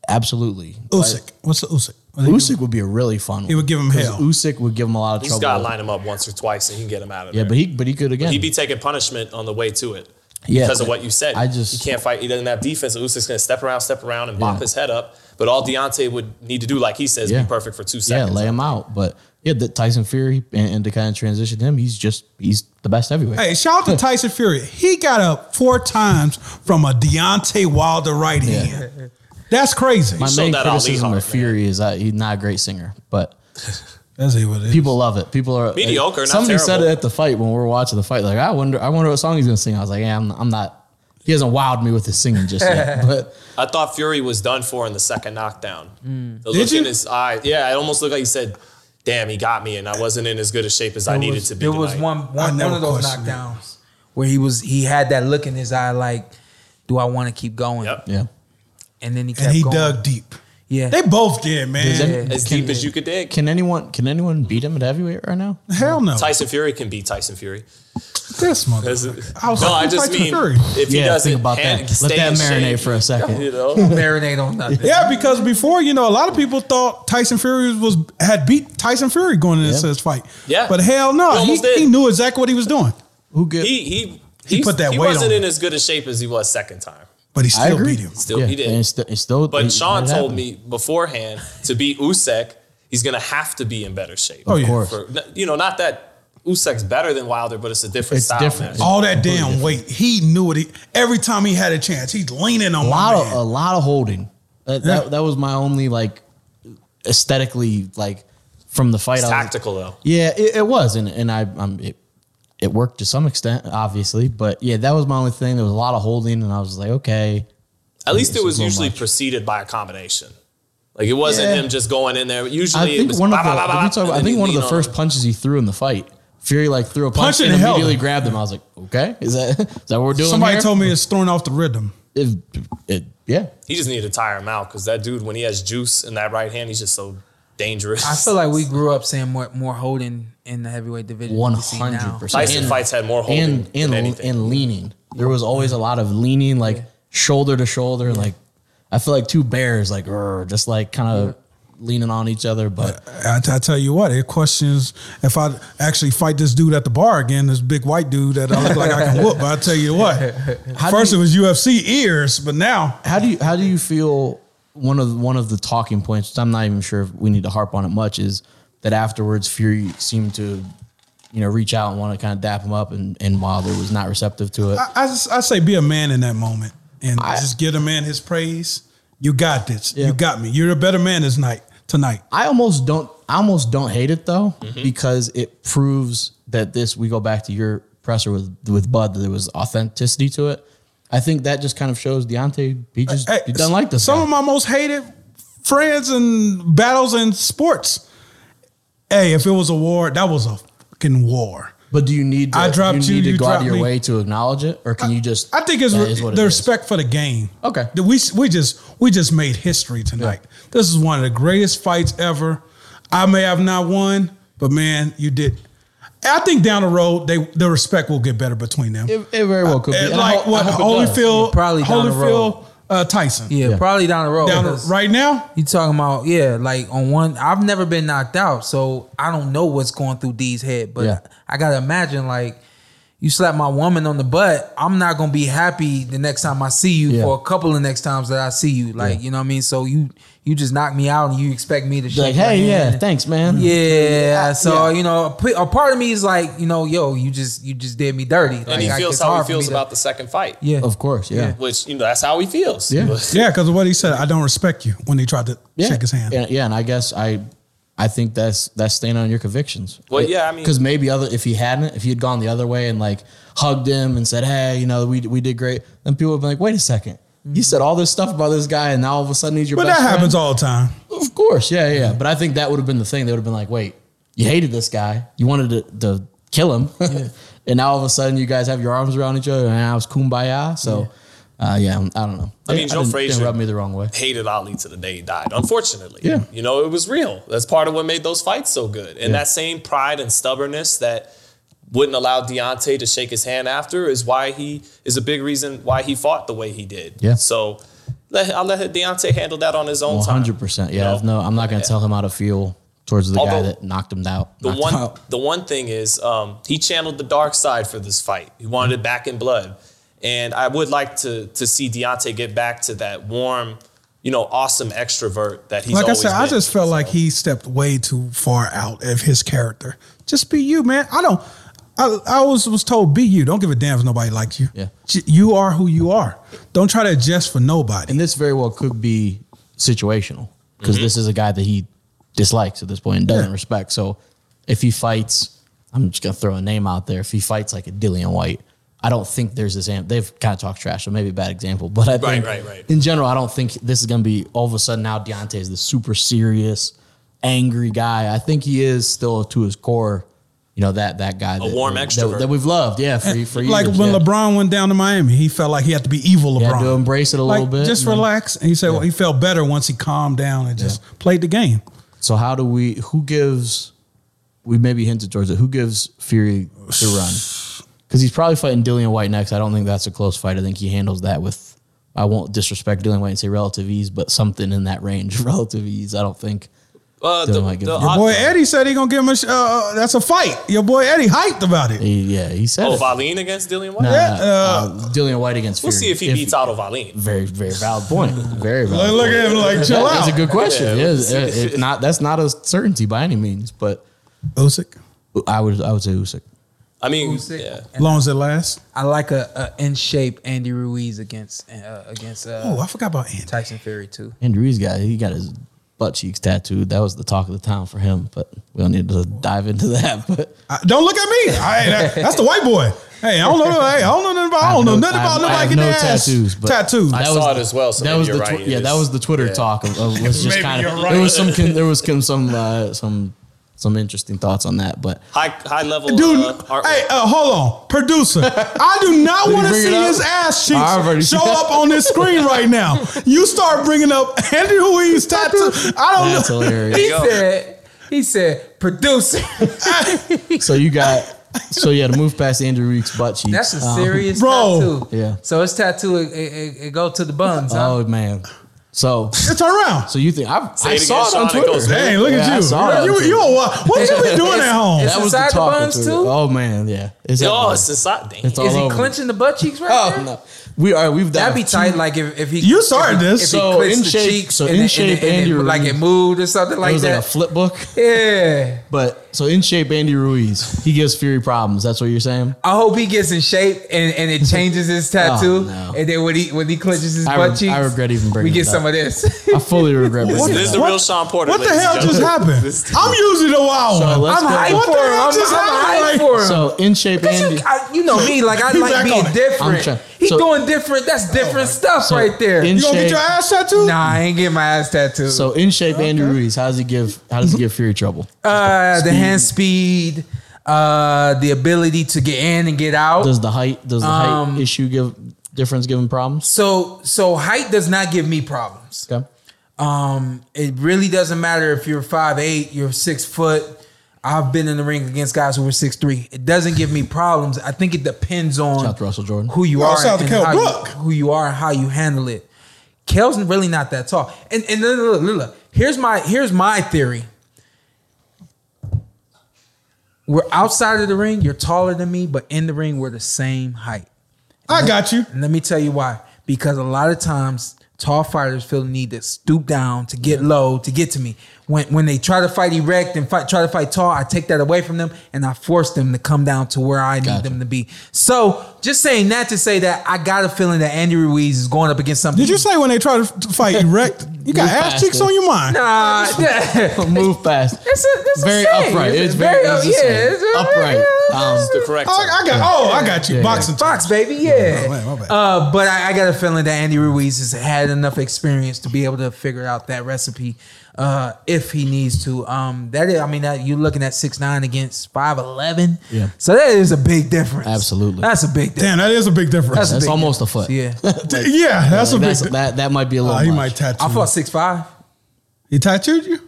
Speaker 4: Absolutely.
Speaker 2: Usyk. What's the Usyk?
Speaker 4: Usyk would be a really fun. He
Speaker 2: would give him hell.
Speaker 4: Usyk would give him a lot of
Speaker 5: you just
Speaker 4: trouble.
Speaker 5: gotta line him up once or twice and you can get him out of
Speaker 4: yeah,
Speaker 5: there.
Speaker 4: but he but he could again.
Speaker 5: he'd be taking punishment on the way to it
Speaker 4: Yeah,
Speaker 5: because of
Speaker 4: but
Speaker 5: what you said.
Speaker 4: I just-
Speaker 5: he can't fight. He doesn't have defense. So Usyk's gonna step around, step around, and bop
Speaker 4: Yeah.
Speaker 5: his head up. But all Deontay would need to do, like he says,
Speaker 4: Yeah.
Speaker 5: be perfect for two
Speaker 4: yeah,
Speaker 5: seconds.
Speaker 4: lay him out. But yeah, the Tyson Fury and, and to kind of transition him, he's just he's the best heavyweight.
Speaker 2: Hey, shout out to Tyson Fury. He got up four times from a Deontay Wilder right hand. That's crazy.
Speaker 4: My
Speaker 5: sold
Speaker 4: main
Speaker 5: that Ali
Speaker 4: criticism
Speaker 5: hard,
Speaker 4: of Fury is that he's not a great singer, but
Speaker 2: That's it what it is.
Speaker 4: people love it. People are
Speaker 5: Mediocre, not
Speaker 4: Somebody said
Speaker 5: terrible.
Speaker 4: it at the fight when we were watching the fight. Like, I wonder, I wonder what song he's gonna sing. I was like, yeah, I'm, I'm not. He hasn't wowed me with his singing just
Speaker 5: (laughs)
Speaker 4: yet. But
Speaker 5: I thought Fury was done for in the second knockdown.
Speaker 4: Mm.
Speaker 5: The
Speaker 2: Did
Speaker 5: look
Speaker 2: you?
Speaker 5: in his eye, yeah, it almost looked like he said, "Damn, he got me," and I wasn't in as good a shape as I
Speaker 6: There
Speaker 5: needed
Speaker 6: was-
Speaker 5: to be.
Speaker 6: There was
Speaker 5: tonight.
Speaker 6: one one, one
Speaker 2: never
Speaker 6: of those
Speaker 2: questioned it.
Speaker 6: knockdowns where he was he had that look in his eye like, do I want to keep going?
Speaker 5: Yep.
Speaker 4: yeah,
Speaker 6: And then he kept
Speaker 2: and he
Speaker 6: going.
Speaker 2: dug deep.
Speaker 6: Yeah.
Speaker 2: They both did,
Speaker 4: Does
Speaker 2: man.
Speaker 4: any-
Speaker 5: as
Speaker 4: can-
Speaker 5: deep as you could dig.
Speaker 4: Can anyone can anyone beat him at heavyweight right now?
Speaker 2: Hell no.
Speaker 5: Tyson Fury can beat Tyson Fury.
Speaker 2: This
Speaker 5: That's it.
Speaker 2: motherfucker. I was
Speaker 5: no,
Speaker 2: like,
Speaker 5: I
Speaker 2: who
Speaker 5: just
Speaker 2: Tyson
Speaker 5: mean
Speaker 2: Fury?
Speaker 5: if he
Speaker 4: yeah,
Speaker 5: doesn't
Speaker 4: think about
Speaker 5: hand-
Speaker 4: that. Let
Speaker 5: stay
Speaker 4: that
Speaker 5: in
Speaker 4: marinate
Speaker 5: shape,
Speaker 4: for a second.
Speaker 5: You know,
Speaker 6: marinate
Speaker 4: (laughs)
Speaker 6: on nothing.
Speaker 2: Yeah, because before, you know, a lot of people thought Tyson Fury was had beat Tyson Fury going into
Speaker 4: Yeah.
Speaker 2: this fight.
Speaker 5: Yeah.
Speaker 2: But hell no.
Speaker 5: He
Speaker 2: He,
Speaker 5: almost did.
Speaker 2: he knew exactly what he was doing.
Speaker 4: Who get?
Speaker 5: he he
Speaker 2: He
Speaker 5: he's-
Speaker 2: put that
Speaker 5: he
Speaker 2: weight
Speaker 5: wasn't
Speaker 2: on
Speaker 5: in
Speaker 2: him.
Speaker 5: as good a shape as he was second time.
Speaker 2: But he still
Speaker 4: agree.
Speaker 2: beat him.
Speaker 5: Still, he did.
Speaker 4: and it's, st- it's still.
Speaker 5: But
Speaker 4: it-
Speaker 5: Sean
Speaker 4: Mm, it
Speaker 5: told
Speaker 4: happened.
Speaker 5: me beforehand to beat Usyk, he's going to have to be in better shape.
Speaker 2: Oh, yeah. Of
Speaker 4: course.
Speaker 5: For- you know, not that Usyk's better than Wilder, but it's a different
Speaker 4: It's
Speaker 5: style.
Speaker 4: different.
Speaker 5: match.
Speaker 2: All that damn weight. He knew what he every time he had a chance, he's leaning on
Speaker 4: a lot
Speaker 2: my
Speaker 4: of
Speaker 2: man.
Speaker 4: a lot of holding. That, that,
Speaker 2: Yeah.
Speaker 4: that was my only like aesthetically like from the fight.
Speaker 5: It's
Speaker 4: I was-
Speaker 5: tactical though.
Speaker 4: Yeah, it, it was, and and I um it, it worked to some extent, obviously, but yeah, that was my only thing. There was a lot of holding, and I was like, okay,
Speaker 5: At least
Speaker 4: This
Speaker 5: it
Speaker 4: is
Speaker 5: was
Speaker 4: a little
Speaker 5: usually
Speaker 4: much.
Speaker 5: preceded by a combination. Like it wasn't
Speaker 4: Yeah.
Speaker 5: him just going in there.
Speaker 4: I
Speaker 5: Usually, it
Speaker 4: think
Speaker 5: was
Speaker 4: one of
Speaker 5: bah,
Speaker 4: the
Speaker 5: bah,
Speaker 4: if
Speaker 5: bah,
Speaker 4: you
Speaker 5: bah,
Speaker 4: talk about- I
Speaker 5: and
Speaker 4: think
Speaker 5: then
Speaker 4: one of
Speaker 5: lean
Speaker 4: the
Speaker 5: on
Speaker 4: first
Speaker 5: him.
Speaker 4: punches he threw in the fight, Fury like threw a punch
Speaker 2: Punch
Speaker 4: and
Speaker 2: in the hell.
Speaker 4: immediately grabbed him. I was like, okay, is that is that what we're doing?
Speaker 2: Somebody
Speaker 4: here?
Speaker 2: told me it's throwing off the rhythm.
Speaker 4: It, it, yeah,
Speaker 5: He just needed to tire him out because that dude, when he has juice in that right hand, he's just so dangerous.
Speaker 6: I feel like we grew up seeing more more holding in the heavyweight division. than
Speaker 4: one
Speaker 6: we see now.
Speaker 4: hundred percent.
Speaker 5: Tyson fights had more holding
Speaker 4: and
Speaker 5: than
Speaker 4: and
Speaker 5: anything.
Speaker 4: and leaning. There was always a lot of leaning, er, like shoulder to shoulder, like I feel like two bears, like "Grr," just like kind of leaning on each other. But
Speaker 2: I, I tell you what, it questions if I actually fight this dude at the bar again, this big white dude that I look like I can whoop. But I tell you what,
Speaker 4: (laughs) How do
Speaker 2: first
Speaker 4: you-
Speaker 2: it was UFC ears, but now
Speaker 4: how do you how do you feel one of one of the talking points? which I'm not even sure if we need to harp on it much. Is that afterwards Fury seemed to you know reach out and want to kind of dap him up, and and Wilder was not receptive to it.
Speaker 2: I, I, just- I say be a man in that moment and just give the man his praise. You got this.
Speaker 4: Yeah.
Speaker 2: You got me. You're a better man this night tonight.
Speaker 4: I almost don't I almost don't hate it though because it proves that this we go back to your presser with with Bud that there was authenticity to it. I think that just kind of shows Deontay he just
Speaker 2: Hey,
Speaker 4: he doesn't like this.
Speaker 2: Some
Speaker 4: guy.
Speaker 2: of my most hated friends and battles in sports. Hey, if it was a war, that was a fucking war.
Speaker 4: but do you need to,
Speaker 2: I dropped you,
Speaker 4: you need to
Speaker 2: you
Speaker 4: go out
Speaker 2: dropped
Speaker 4: of your
Speaker 2: me.
Speaker 4: way to acknowledge it or can you just
Speaker 2: I think it's
Speaker 4: that
Speaker 2: re-
Speaker 4: is what
Speaker 2: the
Speaker 4: it is.
Speaker 2: respect for the game.
Speaker 4: Okay.
Speaker 2: That We we just we just made history tonight. This is one of the greatest fights ever. I may have not won, but man, you did. I think down the road, they the respect will get better between them.
Speaker 4: It, it very well could be.
Speaker 2: And
Speaker 4: And I
Speaker 2: like
Speaker 4: hope- I
Speaker 2: what
Speaker 4: hope it does.
Speaker 2: Holyfield,
Speaker 6: Probably down the
Speaker 2: Holyfield, uh, Tyson.
Speaker 6: Yeah,
Speaker 4: Yeah.
Speaker 6: probably down the road.
Speaker 2: Down the-
Speaker 6: 'cause
Speaker 2: right now,
Speaker 6: You talking about yeah, like on one. I've never been knocked out, so I don't know what's going through D's head. But
Speaker 4: Yeah.
Speaker 6: I gotta imagine like you slap my woman on the butt. I'm not gonna be happy the next time I see you
Speaker 4: Yeah.
Speaker 6: for a couple of next times that I see you. Like you know what I mean. So you you just knock me out and you expect me to shake
Speaker 4: like
Speaker 6: your
Speaker 4: hey
Speaker 6: hand.
Speaker 4: yeah thanks man
Speaker 6: Yeah, so
Speaker 4: yeah.
Speaker 6: you know, a p- a part of me is like, you know, yo, you just you just did me dirty. Like,
Speaker 5: and he
Speaker 6: I-
Speaker 5: feels
Speaker 6: it's
Speaker 5: how
Speaker 6: hard
Speaker 5: he
Speaker 6: for me
Speaker 5: feels
Speaker 6: to-
Speaker 5: about the second fight.
Speaker 6: yeah.
Speaker 4: of course yeah
Speaker 5: Which you know that's how he feels.
Speaker 4: Yeah.
Speaker 2: yeah, because of what he said, I don't respect you when they tried to shake his hand.
Speaker 4: Yeah, yeah, and I guess I, I think that's that's staying on your convictions.
Speaker 5: Well, yeah, I mean-
Speaker 4: because maybe other if he hadn't, if he had gone the other way and like hugged him and said, "Hey, you know, we we did great," then people would be like, "Wait a 2nd you said all this stuff about this guy, and now all of a sudden he's your."
Speaker 2: But that
Speaker 4: best friend?"
Speaker 2: happens all the time.
Speaker 4: Of course, yeah, yeah. yeah. But I think that would have been the thing. They would have been like, "Wait, you hated this guy. You wanted to, to kill him, (laughs) and now all of a sudden you guys have your arms around each other, and now it's kumbaya." So. Uh, yeah, I'm- I don't know.
Speaker 5: I mean, Joe
Speaker 4: didn't- didn't
Speaker 5: Frazier-
Speaker 4: rubbed me the wrong way.
Speaker 5: (laughs) hated Ali to the day he died. Unfortunately,
Speaker 4: Yeah.
Speaker 5: you know it was real. That's part of what made those fights so good. And that same pride and stubbornness that wouldn't allow Deontay to shake his hand after is why he is a big reason why he fought the way he did.
Speaker 4: Yeah.
Speaker 5: So let, I'll let Deontay handle that on his own
Speaker 4: One
Speaker 5: time.
Speaker 4: hundred percent. Yeah,
Speaker 5: You know?
Speaker 4: no, I'm not going to tell him how to feel towards the guy
Speaker 5: Although-
Speaker 4: that knocked him out.
Speaker 5: The
Speaker 4: knocked him
Speaker 5: one,
Speaker 4: out.
Speaker 5: the one thing is, um, he channeled the dark side for this fight. He wanted it back in blood, and I would like to to see Deontay get back to that warm, you know, awesome extrovert that he's.
Speaker 2: like I
Speaker 5: always
Speaker 2: said, I
Speaker 5: been.
Speaker 2: just felt like he stepped way too far out of his character. Just be you, man. I don't. I, I always was told be you. Don't give a damn if nobody likes you.
Speaker 4: Yeah.
Speaker 2: J- you are who you are. Don't try to adjust for nobody.
Speaker 4: and this very well could be situational because
Speaker 5: Mm-hmm.
Speaker 4: this is a guy that he dislikes at this point and doesn't
Speaker 2: Yeah.
Speaker 4: respect. So if he fights, I'm just going to throw a name out there. If he fights like a Dillian White, I don't think there's this. Amp. They've kind of talked trash, so maybe a bad example. But I
Speaker 5: Right,
Speaker 4: think
Speaker 5: right, right.
Speaker 4: in general, I don't think this is going to be all of a sudden now Deontay is this super serious, angry guy. I think he is still to his core. You know that that guy, that,
Speaker 5: warm
Speaker 4: that,
Speaker 5: extrovert.
Speaker 4: that we've loved, yeah, for, for
Speaker 2: (laughs)
Speaker 4: years.
Speaker 2: Like when
Speaker 4: yeah.
Speaker 2: LeBron went down to Miami, he felt like he had to be evil LeBron.
Speaker 4: Yeah, to embrace it a
Speaker 2: like,
Speaker 4: little bit.
Speaker 2: Just
Speaker 4: and then-
Speaker 2: relax. And he said well, he felt better once he calmed down and just played the game.
Speaker 4: So how do we? Who gives? We maybe hinted towards it. Who gives Fury the run?
Speaker 5: (sighs)
Speaker 4: Because he's probably fighting Dillian White next. I don't think that's a close fight. I think he handles that with. I won't disrespect Dillian White and say relative ease, but something in that range, (laughs) relative ease. I don't think.
Speaker 5: Uh,
Speaker 4: Dylan
Speaker 5: the-
Speaker 4: might give
Speaker 5: the
Speaker 4: him- Your
Speaker 5: odd-
Speaker 2: Boy Eddie said he gonna give him a. Sh- uh, uh, that's a fight. Your boy Eddie hyped about it.
Speaker 4: He, yeah, he said.
Speaker 5: Oh,
Speaker 4: it.
Speaker 5: Valine against Dillian White?
Speaker 4: Uh,
Speaker 2: Yeah,
Speaker 4: uh, Dillian White against.
Speaker 5: We'll
Speaker 4: Fury.
Speaker 5: see if he beats Otto Valine.
Speaker 4: Very, very valid
Speaker 5: (laughs)
Speaker 4: point. Very valid.
Speaker 2: Like, look
Speaker 4: point.
Speaker 2: at him like chill
Speaker 4: That is a
Speaker 2: out.
Speaker 4: good question.
Speaker 5: Yeah,
Speaker 4: Yeah, it- it- not that's not a certainty by any means, but
Speaker 2: Usyk,
Speaker 4: I would I would say Usyk.
Speaker 5: I mean,
Speaker 6: Usyk.
Speaker 5: yeah.
Speaker 2: long as it lasts.
Speaker 6: I like a, a in shape Andy Ruiz against uh, against uh,
Speaker 2: Oh, I forgot about Andy.
Speaker 6: Tyson Fury too.
Speaker 4: Andrew Reed's got he got his butt cheeks tattooed. That was the talk of the town for him, but we don't need to dive into that. (laughs) But
Speaker 2: I- don't look at me. I, that- that's the white boy. Hey, I don't know. Hey, I don't know nothing about. I don't know
Speaker 4: have
Speaker 2: nothing
Speaker 4: no-
Speaker 2: about
Speaker 4: I have- I
Speaker 2: nobody
Speaker 4: have
Speaker 2: getting
Speaker 4: no
Speaker 2: their ass
Speaker 4: tattoos, but-
Speaker 2: tattooed.
Speaker 5: I
Speaker 4: That
Speaker 5: saw
Speaker 4: was-
Speaker 5: it as well. So
Speaker 4: that was the
Speaker 5: you're right.
Speaker 4: tw-
Speaker 5: It
Speaker 4: yeah, that
Speaker 5: is-
Speaker 4: was the Twitter
Speaker 5: yeah.
Speaker 4: talk of,
Speaker 5: (laughs)
Speaker 4: of was just
Speaker 2: Maybe
Speaker 4: kind of
Speaker 2: you're right.
Speaker 4: there was some con- there was con- some uh, some some interesting thoughts on that, but
Speaker 5: High, high level.
Speaker 2: Dude,
Speaker 5: uh, artwork.
Speaker 2: hey, uh, hold on, producer. I do not
Speaker 4: you
Speaker 2: want to
Speaker 4: bring it
Speaker 2: see
Speaker 4: up?
Speaker 2: his ass
Speaker 4: I already-
Speaker 2: cheeks show up on this screen right now. You start bringing up Andy Ruiz tattoo. I don't
Speaker 4: that's
Speaker 2: know. (laughs)
Speaker 4: hilarious.
Speaker 6: He said he said producer. (laughs)
Speaker 4: So you got so you had to move past Andrew Reed's butt cheeks.
Speaker 6: That's a
Speaker 4: Um,
Speaker 6: serious
Speaker 2: Bro.
Speaker 6: tattoo.
Speaker 4: Yeah.
Speaker 6: So his tattoo it, it, it- it go to the buns. huh?
Speaker 4: Oh man, So,
Speaker 2: It's around.
Speaker 4: so you think I've,
Speaker 5: Say
Speaker 4: I
Speaker 5: it
Speaker 4: saw it
Speaker 5: again,
Speaker 4: on
Speaker 5: Sean, it
Speaker 4: Twitter.
Speaker 5: goes back.
Speaker 2: Hey, look
Speaker 4: Yeah, I
Speaker 2: at you.
Speaker 4: saw it on
Speaker 2: you,
Speaker 4: Twitter.
Speaker 2: you a wild- what you been doing at home?
Speaker 6: It's-
Speaker 4: that was the
Speaker 6: inside the
Speaker 4: talk on
Speaker 6: buns,
Speaker 4: Twitter.
Speaker 6: too?
Speaker 4: Oh man, yeah. It's
Speaker 5: Oh,
Speaker 4: everywhere.
Speaker 5: it's inside. Damn.
Speaker 4: It's all
Speaker 6: Is he
Speaker 4: over.
Speaker 6: clenching the butt cheeks right
Speaker 4: Oh
Speaker 6: there?
Speaker 4: no, we are. We've done
Speaker 6: That'd be
Speaker 4: two-
Speaker 6: tight. Like if, if he
Speaker 2: You started
Speaker 6: if he-
Speaker 2: this.
Speaker 6: If
Speaker 4: So,
Speaker 6: he clicks
Speaker 4: in
Speaker 6: the
Speaker 4: shape-
Speaker 6: cheeks,
Speaker 4: so
Speaker 6: and
Speaker 4: in
Speaker 6: then- and
Speaker 4: shape
Speaker 6: then- and
Speaker 4: Andy
Speaker 6: then, like it
Speaker 4: Ruiz.
Speaker 6: moved or something
Speaker 4: It
Speaker 6: like
Speaker 4: was like a
Speaker 6: that.
Speaker 4: flip book.
Speaker 6: yeah.
Speaker 4: But so in shape, Andy Ruiz, he gives Fury problems. That's what you're saying.
Speaker 6: I hope he gets in shape and,
Speaker 4: (laughs)
Speaker 6: and it changes his tattoo.
Speaker 4: Oh, no.
Speaker 6: And then when he when he clenches his
Speaker 4: I
Speaker 6: butt
Speaker 4: re-
Speaker 6: cheeks,
Speaker 4: I regret even
Speaker 6: we
Speaker 4: bringing
Speaker 6: get
Speaker 4: it
Speaker 6: some
Speaker 4: up. (laughs)
Speaker 6: of this.
Speaker 4: I fully regret bringing
Speaker 2: What
Speaker 4: it
Speaker 5: This is
Speaker 4: up.
Speaker 5: the real Sean Porter.
Speaker 2: What the
Speaker 5: ladies and
Speaker 2: hell just
Speaker 5: gentlemen.
Speaker 2: happened?
Speaker 5: This-
Speaker 2: I'm usually the wild one.
Speaker 4: let's
Speaker 6: I'm
Speaker 4: go.
Speaker 6: hyped
Speaker 2: What
Speaker 6: for
Speaker 2: the
Speaker 6: him.
Speaker 2: hell
Speaker 6: I'm,
Speaker 2: just
Speaker 6: I'm hyped
Speaker 2: happened?
Speaker 6: for him.
Speaker 4: So in shape,
Speaker 6: Cause
Speaker 4: Andy.
Speaker 6: you, I, you know me, like I
Speaker 2: He
Speaker 6: like
Speaker 2: back
Speaker 6: being
Speaker 2: on it.
Speaker 6: different.
Speaker 4: I'm trying-
Speaker 6: he
Speaker 4: so- oh
Speaker 6: doing different. That's different stuff
Speaker 4: So
Speaker 6: right there.
Speaker 4: in
Speaker 2: You gonna get
Speaker 4: shape-
Speaker 2: your ass tattooed?
Speaker 6: nah, I ain't getting my ass tattooed.
Speaker 4: So in shape, Andy Ruiz. How does he give? How does he give Fury trouble?
Speaker 6: uh, the hand speed, uh, the ability to get in and get out.
Speaker 4: Does the height? Does the
Speaker 6: Um,
Speaker 4: height issue give difference? Give him problems?
Speaker 6: so so height does not give me problems.
Speaker 4: Okay.
Speaker 6: Um, it really doesn't matter if you're five eight, you're six foot. I've been in the ring against guys who were six three. It doesn't give me problems. I think it depends on
Speaker 4: Shout out to Russell Jordan.
Speaker 6: who you
Speaker 2: No,
Speaker 6: are,
Speaker 2: shout out to
Speaker 6: and
Speaker 2: Kell
Speaker 6: how you,
Speaker 2: Brook.
Speaker 6: who you are, and how you handle it. Kel's really not that tall. And and look, look, look, look. here's my here's my theory. We're outside of the ring. You're taller than me, but in the ring we're the same height.
Speaker 2: I got you.
Speaker 6: And let me tell you why. Because a lot of times tall fighters feel the need to stoop down to get low to get to me. When when they try to fight erect and fight try to fight tall, I take that away from them and I force them to come down to where I
Speaker 4: Gotcha.
Speaker 6: need them to be. So just saying that to say that I got a feeling that Andy Ruiz is going up against something.
Speaker 2: Did you say when they try to f- fight
Speaker 4: (laughs)
Speaker 2: erect, you got
Speaker 4: Move
Speaker 2: ass cheeks
Speaker 4: faster.
Speaker 2: on your mind?
Speaker 6: Nah,
Speaker 4: (laughs)
Speaker 6: (laughs)
Speaker 4: Move fast.
Speaker 6: That's a- that's a
Speaker 4: very
Speaker 6: saying.
Speaker 4: upright. It's
Speaker 6: It's
Speaker 4: very,
Speaker 6: very-
Speaker 4: it's a
Speaker 6: yeah,
Speaker 4: saying.
Speaker 6: it's a-
Speaker 4: upright. Um,
Speaker 5: It's the correct.
Speaker 2: Oh,
Speaker 5: term.
Speaker 2: I, I got. Oh, I got you.
Speaker 4: Yeah,
Speaker 2: Boxing.
Speaker 6: Fox, baby,
Speaker 2: my bad, my
Speaker 6: yeah.
Speaker 2: bad.
Speaker 6: Uh, but I, I got a feeling that Andy Ruiz has had enough experience to be able to figure out that recipe uh, if he needs to. Um, that is, I mean, that, you're looking at six nine against five eleven.
Speaker 4: Yeah.
Speaker 6: So that is a big difference.
Speaker 4: Absolutely.
Speaker 6: That's a big difference.
Speaker 2: Damn, that is a big difference.
Speaker 6: a
Speaker 4: that's
Speaker 6: big
Speaker 4: almost a foot. (laughs)
Speaker 6: Yeah.
Speaker 2: D- yeah, that's a big.
Speaker 4: That's,
Speaker 2: di-
Speaker 4: that that might be a
Speaker 2: Oh,
Speaker 4: little.
Speaker 2: he
Speaker 4: much.
Speaker 2: might tattoo.
Speaker 6: I
Speaker 2: you.
Speaker 6: fought six five.
Speaker 2: he tattooed you.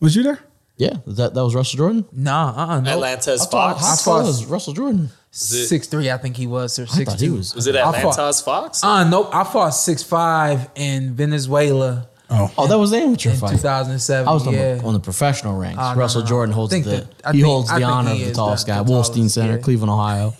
Speaker 2: Was you there?
Speaker 4: Yeah, that that was Russell Jordan.
Speaker 6: Nah, uh, uh no.
Speaker 5: Atlanta's
Speaker 4: I
Speaker 5: Fox.
Speaker 4: thought it was Russell Jordan.
Speaker 5: it-
Speaker 6: Six three, I think he was or
Speaker 4: I
Speaker 6: six
Speaker 4: thought he
Speaker 6: two.
Speaker 4: was.
Speaker 5: Was it
Speaker 6: I fought-
Speaker 5: Atlanta's Fox?
Speaker 6: Uh, nope. I fought six five in Venezuela
Speaker 2: Oh,
Speaker 4: Oh, that was the amateur
Speaker 6: in two
Speaker 4: fight.
Speaker 6: thousand seven.
Speaker 4: I was talking
Speaker 6: yeah.
Speaker 4: about on the professional ranks.
Speaker 6: Ah, no,
Speaker 4: Russell
Speaker 6: no, no.
Speaker 4: Jordan holds
Speaker 6: Think
Speaker 4: the
Speaker 6: that- I
Speaker 4: he
Speaker 6: think-
Speaker 4: holds
Speaker 6: I
Speaker 4: the
Speaker 6: think
Speaker 4: honor of
Speaker 6: he
Speaker 4: the
Speaker 6: is
Speaker 4: tallest
Speaker 6: the-
Speaker 4: guy,
Speaker 6: the
Speaker 4: Wolstein
Speaker 6: tallest,
Speaker 4: Center,
Speaker 6: yeah.
Speaker 4: Cleveland,
Speaker 6: (laughs)
Speaker 4: Ohio.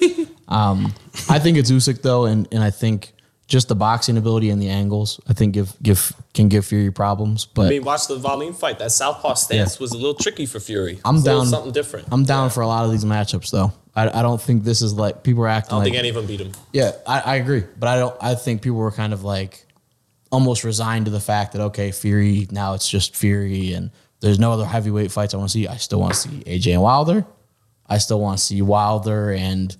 Speaker 4: um, I think it's Usyk though, and and I think just the boxing ability and the angles, I think give give can give Fury problems. But
Speaker 5: I mean, watch the Valim fight. That southpaw stance
Speaker 4: Yeah.
Speaker 5: was a little tricky for Fury. It
Speaker 4: I'm
Speaker 5: was a little
Speaker 4: down.
Speaker 5: Something different.
Speaker 4: I'm down for a lot of these matchups though. I, I don't think this is like people are acting
Speaker 5: I don't
Speaker 4: like
Speaker 5: think any of them beat him.
Speaker 4: Yeah, I, I agree, but I don't. I think people were kind of like almost resigned to the fact that okay, Fury now it's just Fury, and there's no other heavyweight fights I want to see. I still want to see AJ and Wilder. I still want to see Wilder and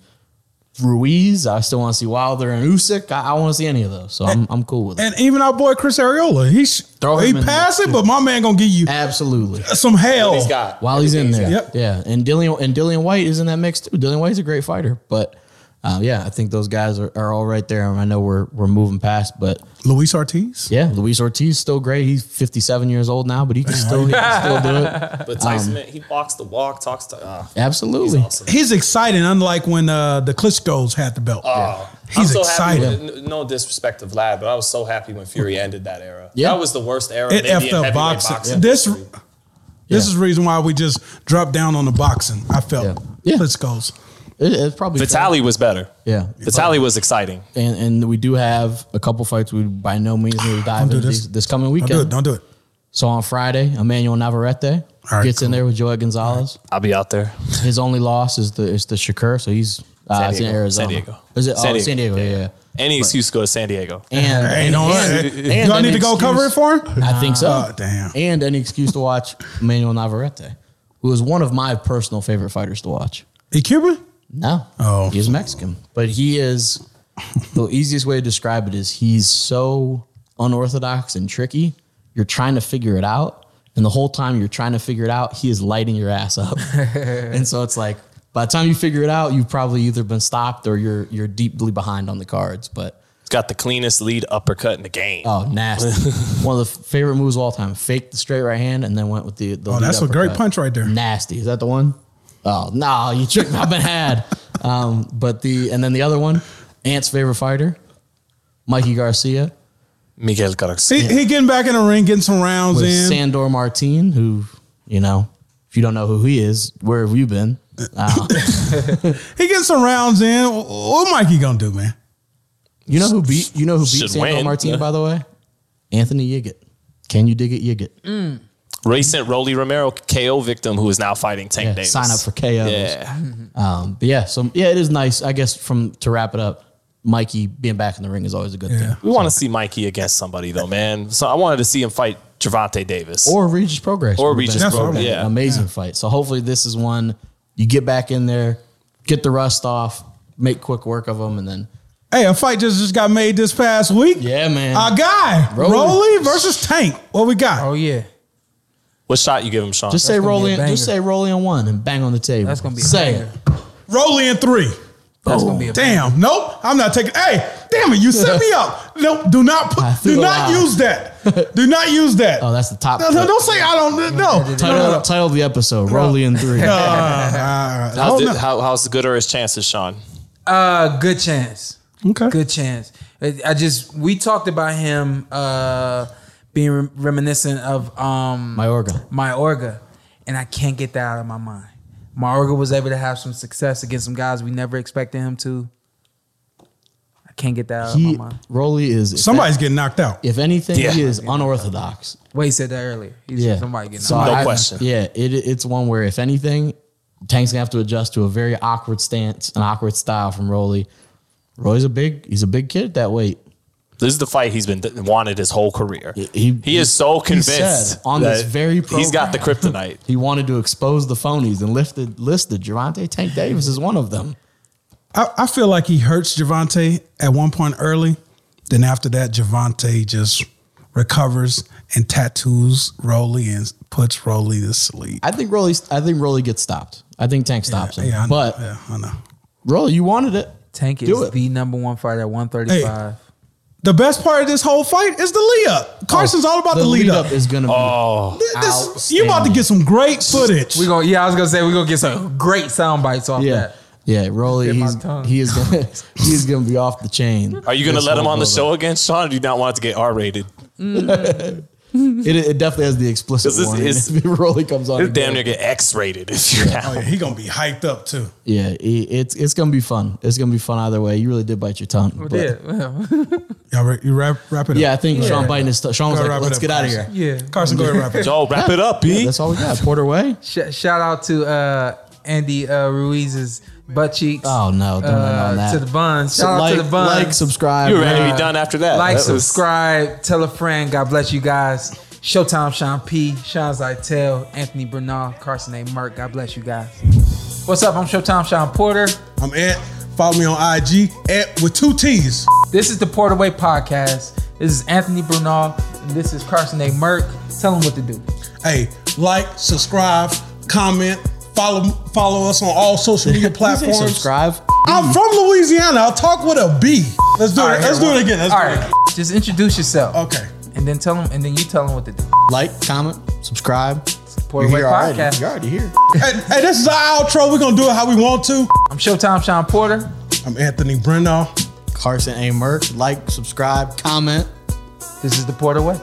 Speaker 4: Ruiz. I still want to see Wilder and Usyk. I, I want to see any of those, so I'm, I'm cool with it.
Speaker 2: and even our boy Chris Ariola, he sh-
Speaker 4: Throw
Speaker 2: he
Speaker 4: him in
Speaker 2: passed
Speaker 4: the-
Speaker 2: it, but my man gonna give you
Speaker 4: Absolutely.
Speaker 2: some hell.
Speaker 5: He's got.
Speaker 4: oh, While he's in there,
Speaker 2: Yep.
Speaker 4: yeah, and Dillian and Dillian White is in that mix too. Dillian White's a great fighter, but uh, yeah, I think those guys are, are all right there, and I know we're we're moving past, but
Speaker 2: Luis Ortiz.
Speaker 4: Yeah, Luis Ortiz is still great. He's 57 years old now, but
Speaker 2: (laughs)
Speaker 4: he can still he can still do it.
Speaker 5: But Tyson, man, he walks the walk, talks to. Uh,
Speaker 4: Absolutely.
Speaker 5: he's awesome.
Speaker 2: He's exciting, unlike when uh, the Klitschko's had the belt.
Speaker 5: Oh, I'm
Speaker 2: He's
Speaker 5: so
Speaker 2: exciting.
Speaker 5: Happy with, n- no disrespect to Vlad, but I was so happy
Speaker 4: (laughs)
Speaker 5: when Fury ended that era.
Speaker 4: Yeah.
Speaker 5: That was the worst era.
Speaker 2: It
Speaker 5: maybe in
Speaker 2: effed up
Speaker 5: heavyweight
Speaker 2: boxing.
Speaker 5: boxing.
Speaker 2: This this
Speaker 4: Yeah.
Speaker 2: is the reason why we just dropped down on the boxing. I felt
Speaker 4: Yeah. Yeah.
Speaker 2: Klitschko's.
Speaker 4: It- it's probably
Speaker 5: Vitaly was better.
Speaker 4: Yeah.
Speaker 5: Vitaly was exciting.
Speaker 4: And and we do have a couple fights we by no means need to dive
Speaker 2: do
Speaker 4: into
Speaker 2: this.
Speaker 4: this. this coming
Speaker 2: Don't
Speaker 4: weekend.
Speaker 2: do it. Don't do it.
Speaker 4: So on Friday, Emmanuel Navarrete
Speaker 2: All right,
Speaker 4: gets in
Speaker 2: cool.
Speaker 4: there with Joey Gonzalez.
Speaker 5: I'll be out there.
Speaker 4: His only loss is the is the Shakur, so he's uh,
Speaker 5: San
Speaker 4: it's in
Speaker 5: Diego.
Speaker 4: Arizona.
Speaker 5: San Diego.
Speaker 4: Is it?
Speaker 5: San
Speaker 4: oh, it's San Diego.
Speaker 5: Diego.
Speaker 4: Yeah. yeah.
Speaker 5: Any excuse to go to San Diego.
Speaker 4: And,
Speaker 2: Hey,
Speaker 4: and,
Speaker 2: don't.
Speaker 4: and,
Speaker 2: hey, do I
Speaker 4: an
Speaker 2: need to go
Speaker 4: excuse-
Speaker 2: cover it for him?
Speaker 4: I think so.
Speaker 2: Oh, damn.
Speaker 4: And any excuse to watch Emmanuel Navarrete, who is one of my personal favorite fighters to watch.
Speaker 2: He Cuban?
Speaker 4: No.
Speaker 2: Oh.
Speaker 4: He's Mexican. But he is the easiest way to describe it is he's so unorthodox and tricky. You're trying to figure it out. And the whole time you're trying to figure it out, he is lighting your
Speaker 2: (laughs)
Speaker 4: ass up. and so it's like by the time you figure it out, you've probably either been stopped or you're you're deeply behind on the cards. But
Speaker 5: He's got the cleanest lead uppercut in the game.
Speaker 4: oh
Speaker 2: (laughs)
Speaker 4: nasty. One of the favorite moves of all time. Faked the straight right hand and then went with the, the
Speaker 2: Oh,
Speaker 4: lead
Speaker 2: that's a great
Speaker 4: uppercut.
Speaker 2: punch right there.
Speaker 4: Nasty. Is that the one? Oh no, you tricked me. I've been had. Um, but the and then the other one, Ant's favorite fighter, Mikey Garcia.
Speaker 5: Miguel Caracas.
Speaker 2: He, he getting back in the ring, getting some rounds
Speaker 4: with
Speaker 2: in.
Speaker 4: Sandor Martin, who you know, if you don't know who he is, where have you been? Uh,
Speaker 2: He getting some rounds in. Wh- What Mikey gonna do, man?
Speaker 4: you know who beat you know who beat
Speaker 5: Should
Speaker 4: Sandor
Speaker 5: win.
Speaker 4: Martin, by the
Speaker 5: (laughs)
Speaker 4: way, Anthony Yiggett. Can you dig it, Yiggett?
Speaker 5: Recent Rolly Romero KO victim who is now fighting Tank
Speaker 4: Yeah,
Speaker 5: Davis.
Speaker 4: sign up for KOs.
Speaker 5: Yeah.
Speaker 4: Um, but yeah, so yeah, it is nice. I guess from to wrap it up, Mikey being back in the ring is always a good
Speaker 2: Yeah.
Speaker 5: We want to see Mikey against somebody though, man. So I wanted to see him fight Javante Davis.
Speaker 4: thing. Or Regis Progress.
Speaker 5: Or
Speaker 4: would've
Speaker 5: Regis
Speaker 4: been
Speaker 2: That's what I
Speaker 5: Progress,
Speaker 2: want.
Speaker 5: yeah.
Speaker 4: amazing fight. So hopefully this is one you get back in there, get the rust off, make quick work of them, and then
Speaker 2: Hey, a fight just, just got made this past week.
Speaker 4: yeah, man.
Speaker 2: Our guy,
Speaker 4: Rolly.
Speaker 2: Rolly. versus Tank. What we got?
Speaker 6: Oh yeah,
Speaker 5: what shot you give him, Sean?
Speaker 4: just say
Speaker 6: gonna be a
Speaker 4: rolling,
Speaker 6: banger.
Speaker 4: just say rolling on one and bang on the table.
Speaker 6: that's gonna be a
Speaker 4: say
Speaker 6: banger.
Speaker 4: it.
Speaker 2: Rolly in three.
Speaker 6: That's gonna be a banger.
Speaker 2: Damn. Nope. I'm not taking. Hey, damn it. You set me up. Nope. Do not
Speaker 4: I
Speaker 2: put.
Speaker 4: feel
Speaker 2: Do not
Speaker 4: alive.
Speaker 2: use
Speaker 4: (laughs)
Speaker 2: that. Do not use that.
Speaker 4: Oh, that's the top.
Speaker 2: no, no, don't say I don't. No. no,
Speaker 4: title,
Speaker 2: no, no.
Speaker 4: title of the episode. Rolling in three.
Speaker 2: Uh, I
Speaker 5: how's,
Speaker 2: don't know.
Speaker 5: the, how, how's good are his chances, Sean?
Speaker 6: Uh, good chance.
Speaker 2: Okay.
Speaker 6: Good chance. I I just we talked about him uh being rem- reminiscent of um
Speaker 4: My organ.
Speaker 6: my orga, and I can't get that out of my mind. My orga was able to have some success against some guys we never expected him to. I can't get that out
Speaker 4: He
Speaker 6: of my mind.
Speaker 4: Rolly is if
Speaker 2: Somebody's getting knocked out.
Speaker 4: If anything,
Speaker 5: Yeah.
Speaker 4: he is unorthodox.
Speaker 6: Wade said that earlier. He's
Speaker 4: Yeah.
Speaker 6: somebody getting
Speaker 4: So
Speaker 6: out.
Speaker 5: No
Speaker 4: I-
Speaker 5: question.
Speaker 4: Yeah, it, it's one where if anything, Tank's gonna have to adjust to a very awkward stance, an awkward style from Rolly. Rolly's a big, he's a big kid at that weight.
Speaker 5: This is the fight he's been wanted his whole career. He,
Speaker 4: He,
Speaker 5: is so convinced
Speaker 4: said on this
Speaker 5: that
Speaker 4: very
Speaker 5: He's got the
Speaker 4: program. (laughs)
Speaker 5: kryptonite.
Speaker 4: He wanted to expose the phonies and lifted listed Javante Tank Davis is one of them.
Speaker 2: I, I feel like he hurts Javante at one point early. Then after that, Javante just recovers and tattoos Rolly and puts Rolly to sleep.
Speaker 4: I think Rolly, I think Rolly gets stopped. I think Tank stops him.
Speaker 2: Yeah, I know.
Speaker 4: but
Speaker 2: yeah, I know.
Speaker 4: Rolly, you wanted it.
Speaker 6: Tank
Speaker 4: Do
Speaker 6: is
Speaker 4: it.
Speaker 6: the number one fighter at 135.
Speaker 2: The best part of this whole fight is the lead
Speaker 4: Oh,
Speaker 2: up. Carson's all about the, lead, up.
Speaker 4: is gonna be
Speaker 2: Th- this- you about to get some great footage.
Speaker 6: We going yeah, I was gonna say we're gonna get some great sound bites off
Speaker 4: yeah.
Speaker 6: that.
Speaker 4: Yeah, Rolly,
Speaker 6: Bit my
Speaker 4: he's,
Speaker 6: tongue.
Speaker 4: he is gonna (laughs) he's gonna be off the chain.
Speaker 5: (laughs) Are you going to
Speaker 4: This
Speaker 5: let him
Speaker 4: whole
Speaker 5: on the
Speaker 4: build-up.
Speaker 5: show again, Sean? Or do you not want it to get R rated?
Speaker 4: It, it definitely has the explicit
Speaker 5: This is-
Speaker 4: warning. (laughs)
Speaker 5: is-
Speaker 4: if Rolly comes on,
Speaker 5: It'll damn
Speaker 4: again.
Speaker 5: near get X rated if you're
Speaker 2: oh
Speaker 5: out.
Speaker 2: yeah, he gonna be hyped up too.
Speaker 4: Yeah, it, it's it's gonna be fun. It's gonna be fun either way. You really did bite your tongue. but-
Speaker 6: Yeah, (laughs) well,
Speaker 2: Y'all re- you wrap wrap it up.
Speaker 4: yeah, I think Sean biting his tongue. Sean was
Speaker 2: Gotta
Speaker 4: like,
Speaker 2: wrap it
Speaker 4: "Let's
Speaker 2: up,
Speaker 4: get out of
Speaker 2: guys."
Speaker 4: here."
Speaker 6: yeah.
Speaker 2: Carson, go ahead wrap it. up.
Speaker 5: Joe, wrap it up, B.
Speaker 4: That's all we got. Porter Way.
Speaker 6: Sh- shout out to uh, Andy uh, Ruiz's butt cheeks.
Speaker 4: Oh no, don't end on
Speaker 6: uh,
Speaker 4: that.
Speaker 6: to the buns. Shout
Speaker 4: like,
Speaker 6: out to the buns.
Speaker 4: like, subscribe.
Speaker 5: you were ready to
Speaker 4: rate.
Speaker 5: be done after that.
Speaker 6: Like,
Speaker 5: That was-
Speaker 6: subscribe, tell a friend. God bless you guys. Showtime, Sean P, Sean Zaitel, Anthony Bernal, Carson A. Merck. God bless you guys. What's up? I'm Showtime, Sean Porter.
Speaker 2: I'm at. Follow me on IG at with two T's.
Speaker 6: This is the Porter Way podcast. This is Anthony Bernal, and this is Carson A. Merck. Tell them what to do.
Speaker 2: Hey, like, subscribe, comment, follow follow us on all social
Speaker 4: (laughs)
Speaker 2: media platforms.
Speaker 4: subscribe.
Speaker 2: I'm from Louisiana. I'll talk with a B. Let's do
Speaker 6: All
Speaker 2: it.
Speaker 6: right,
Speaker 2: Let's do
Speaker 6: here,
Speaker 2: it again. Let's
Speaker 6: All
Speaker 2: do it
Speaker 6: right,
Speaker 2: again.
Speaker 6: just introduce yourself,
Speaker 2: Okay.
Speaker 6: and then tell them, and then you tell them what to do.
Speaker 4: Like, comment, subscribe.
Speaker 6: Porter
Speaker 4: You're
Speaker 6: Way
Speaker 4: here already.
Speaker 6: podcast.
Speaker 4: You're already here.
Speaker 2: hey, hey, this is our outro. We're gonna do it how we want to.
Speaker 6: I'm Showtime Sean Porter.
Speaker 2: I'm Anthony Brenner.
Speaker 4: Carson A. Merck. Like, subscribe, comment.
Speaker 6: This is the Porter Way.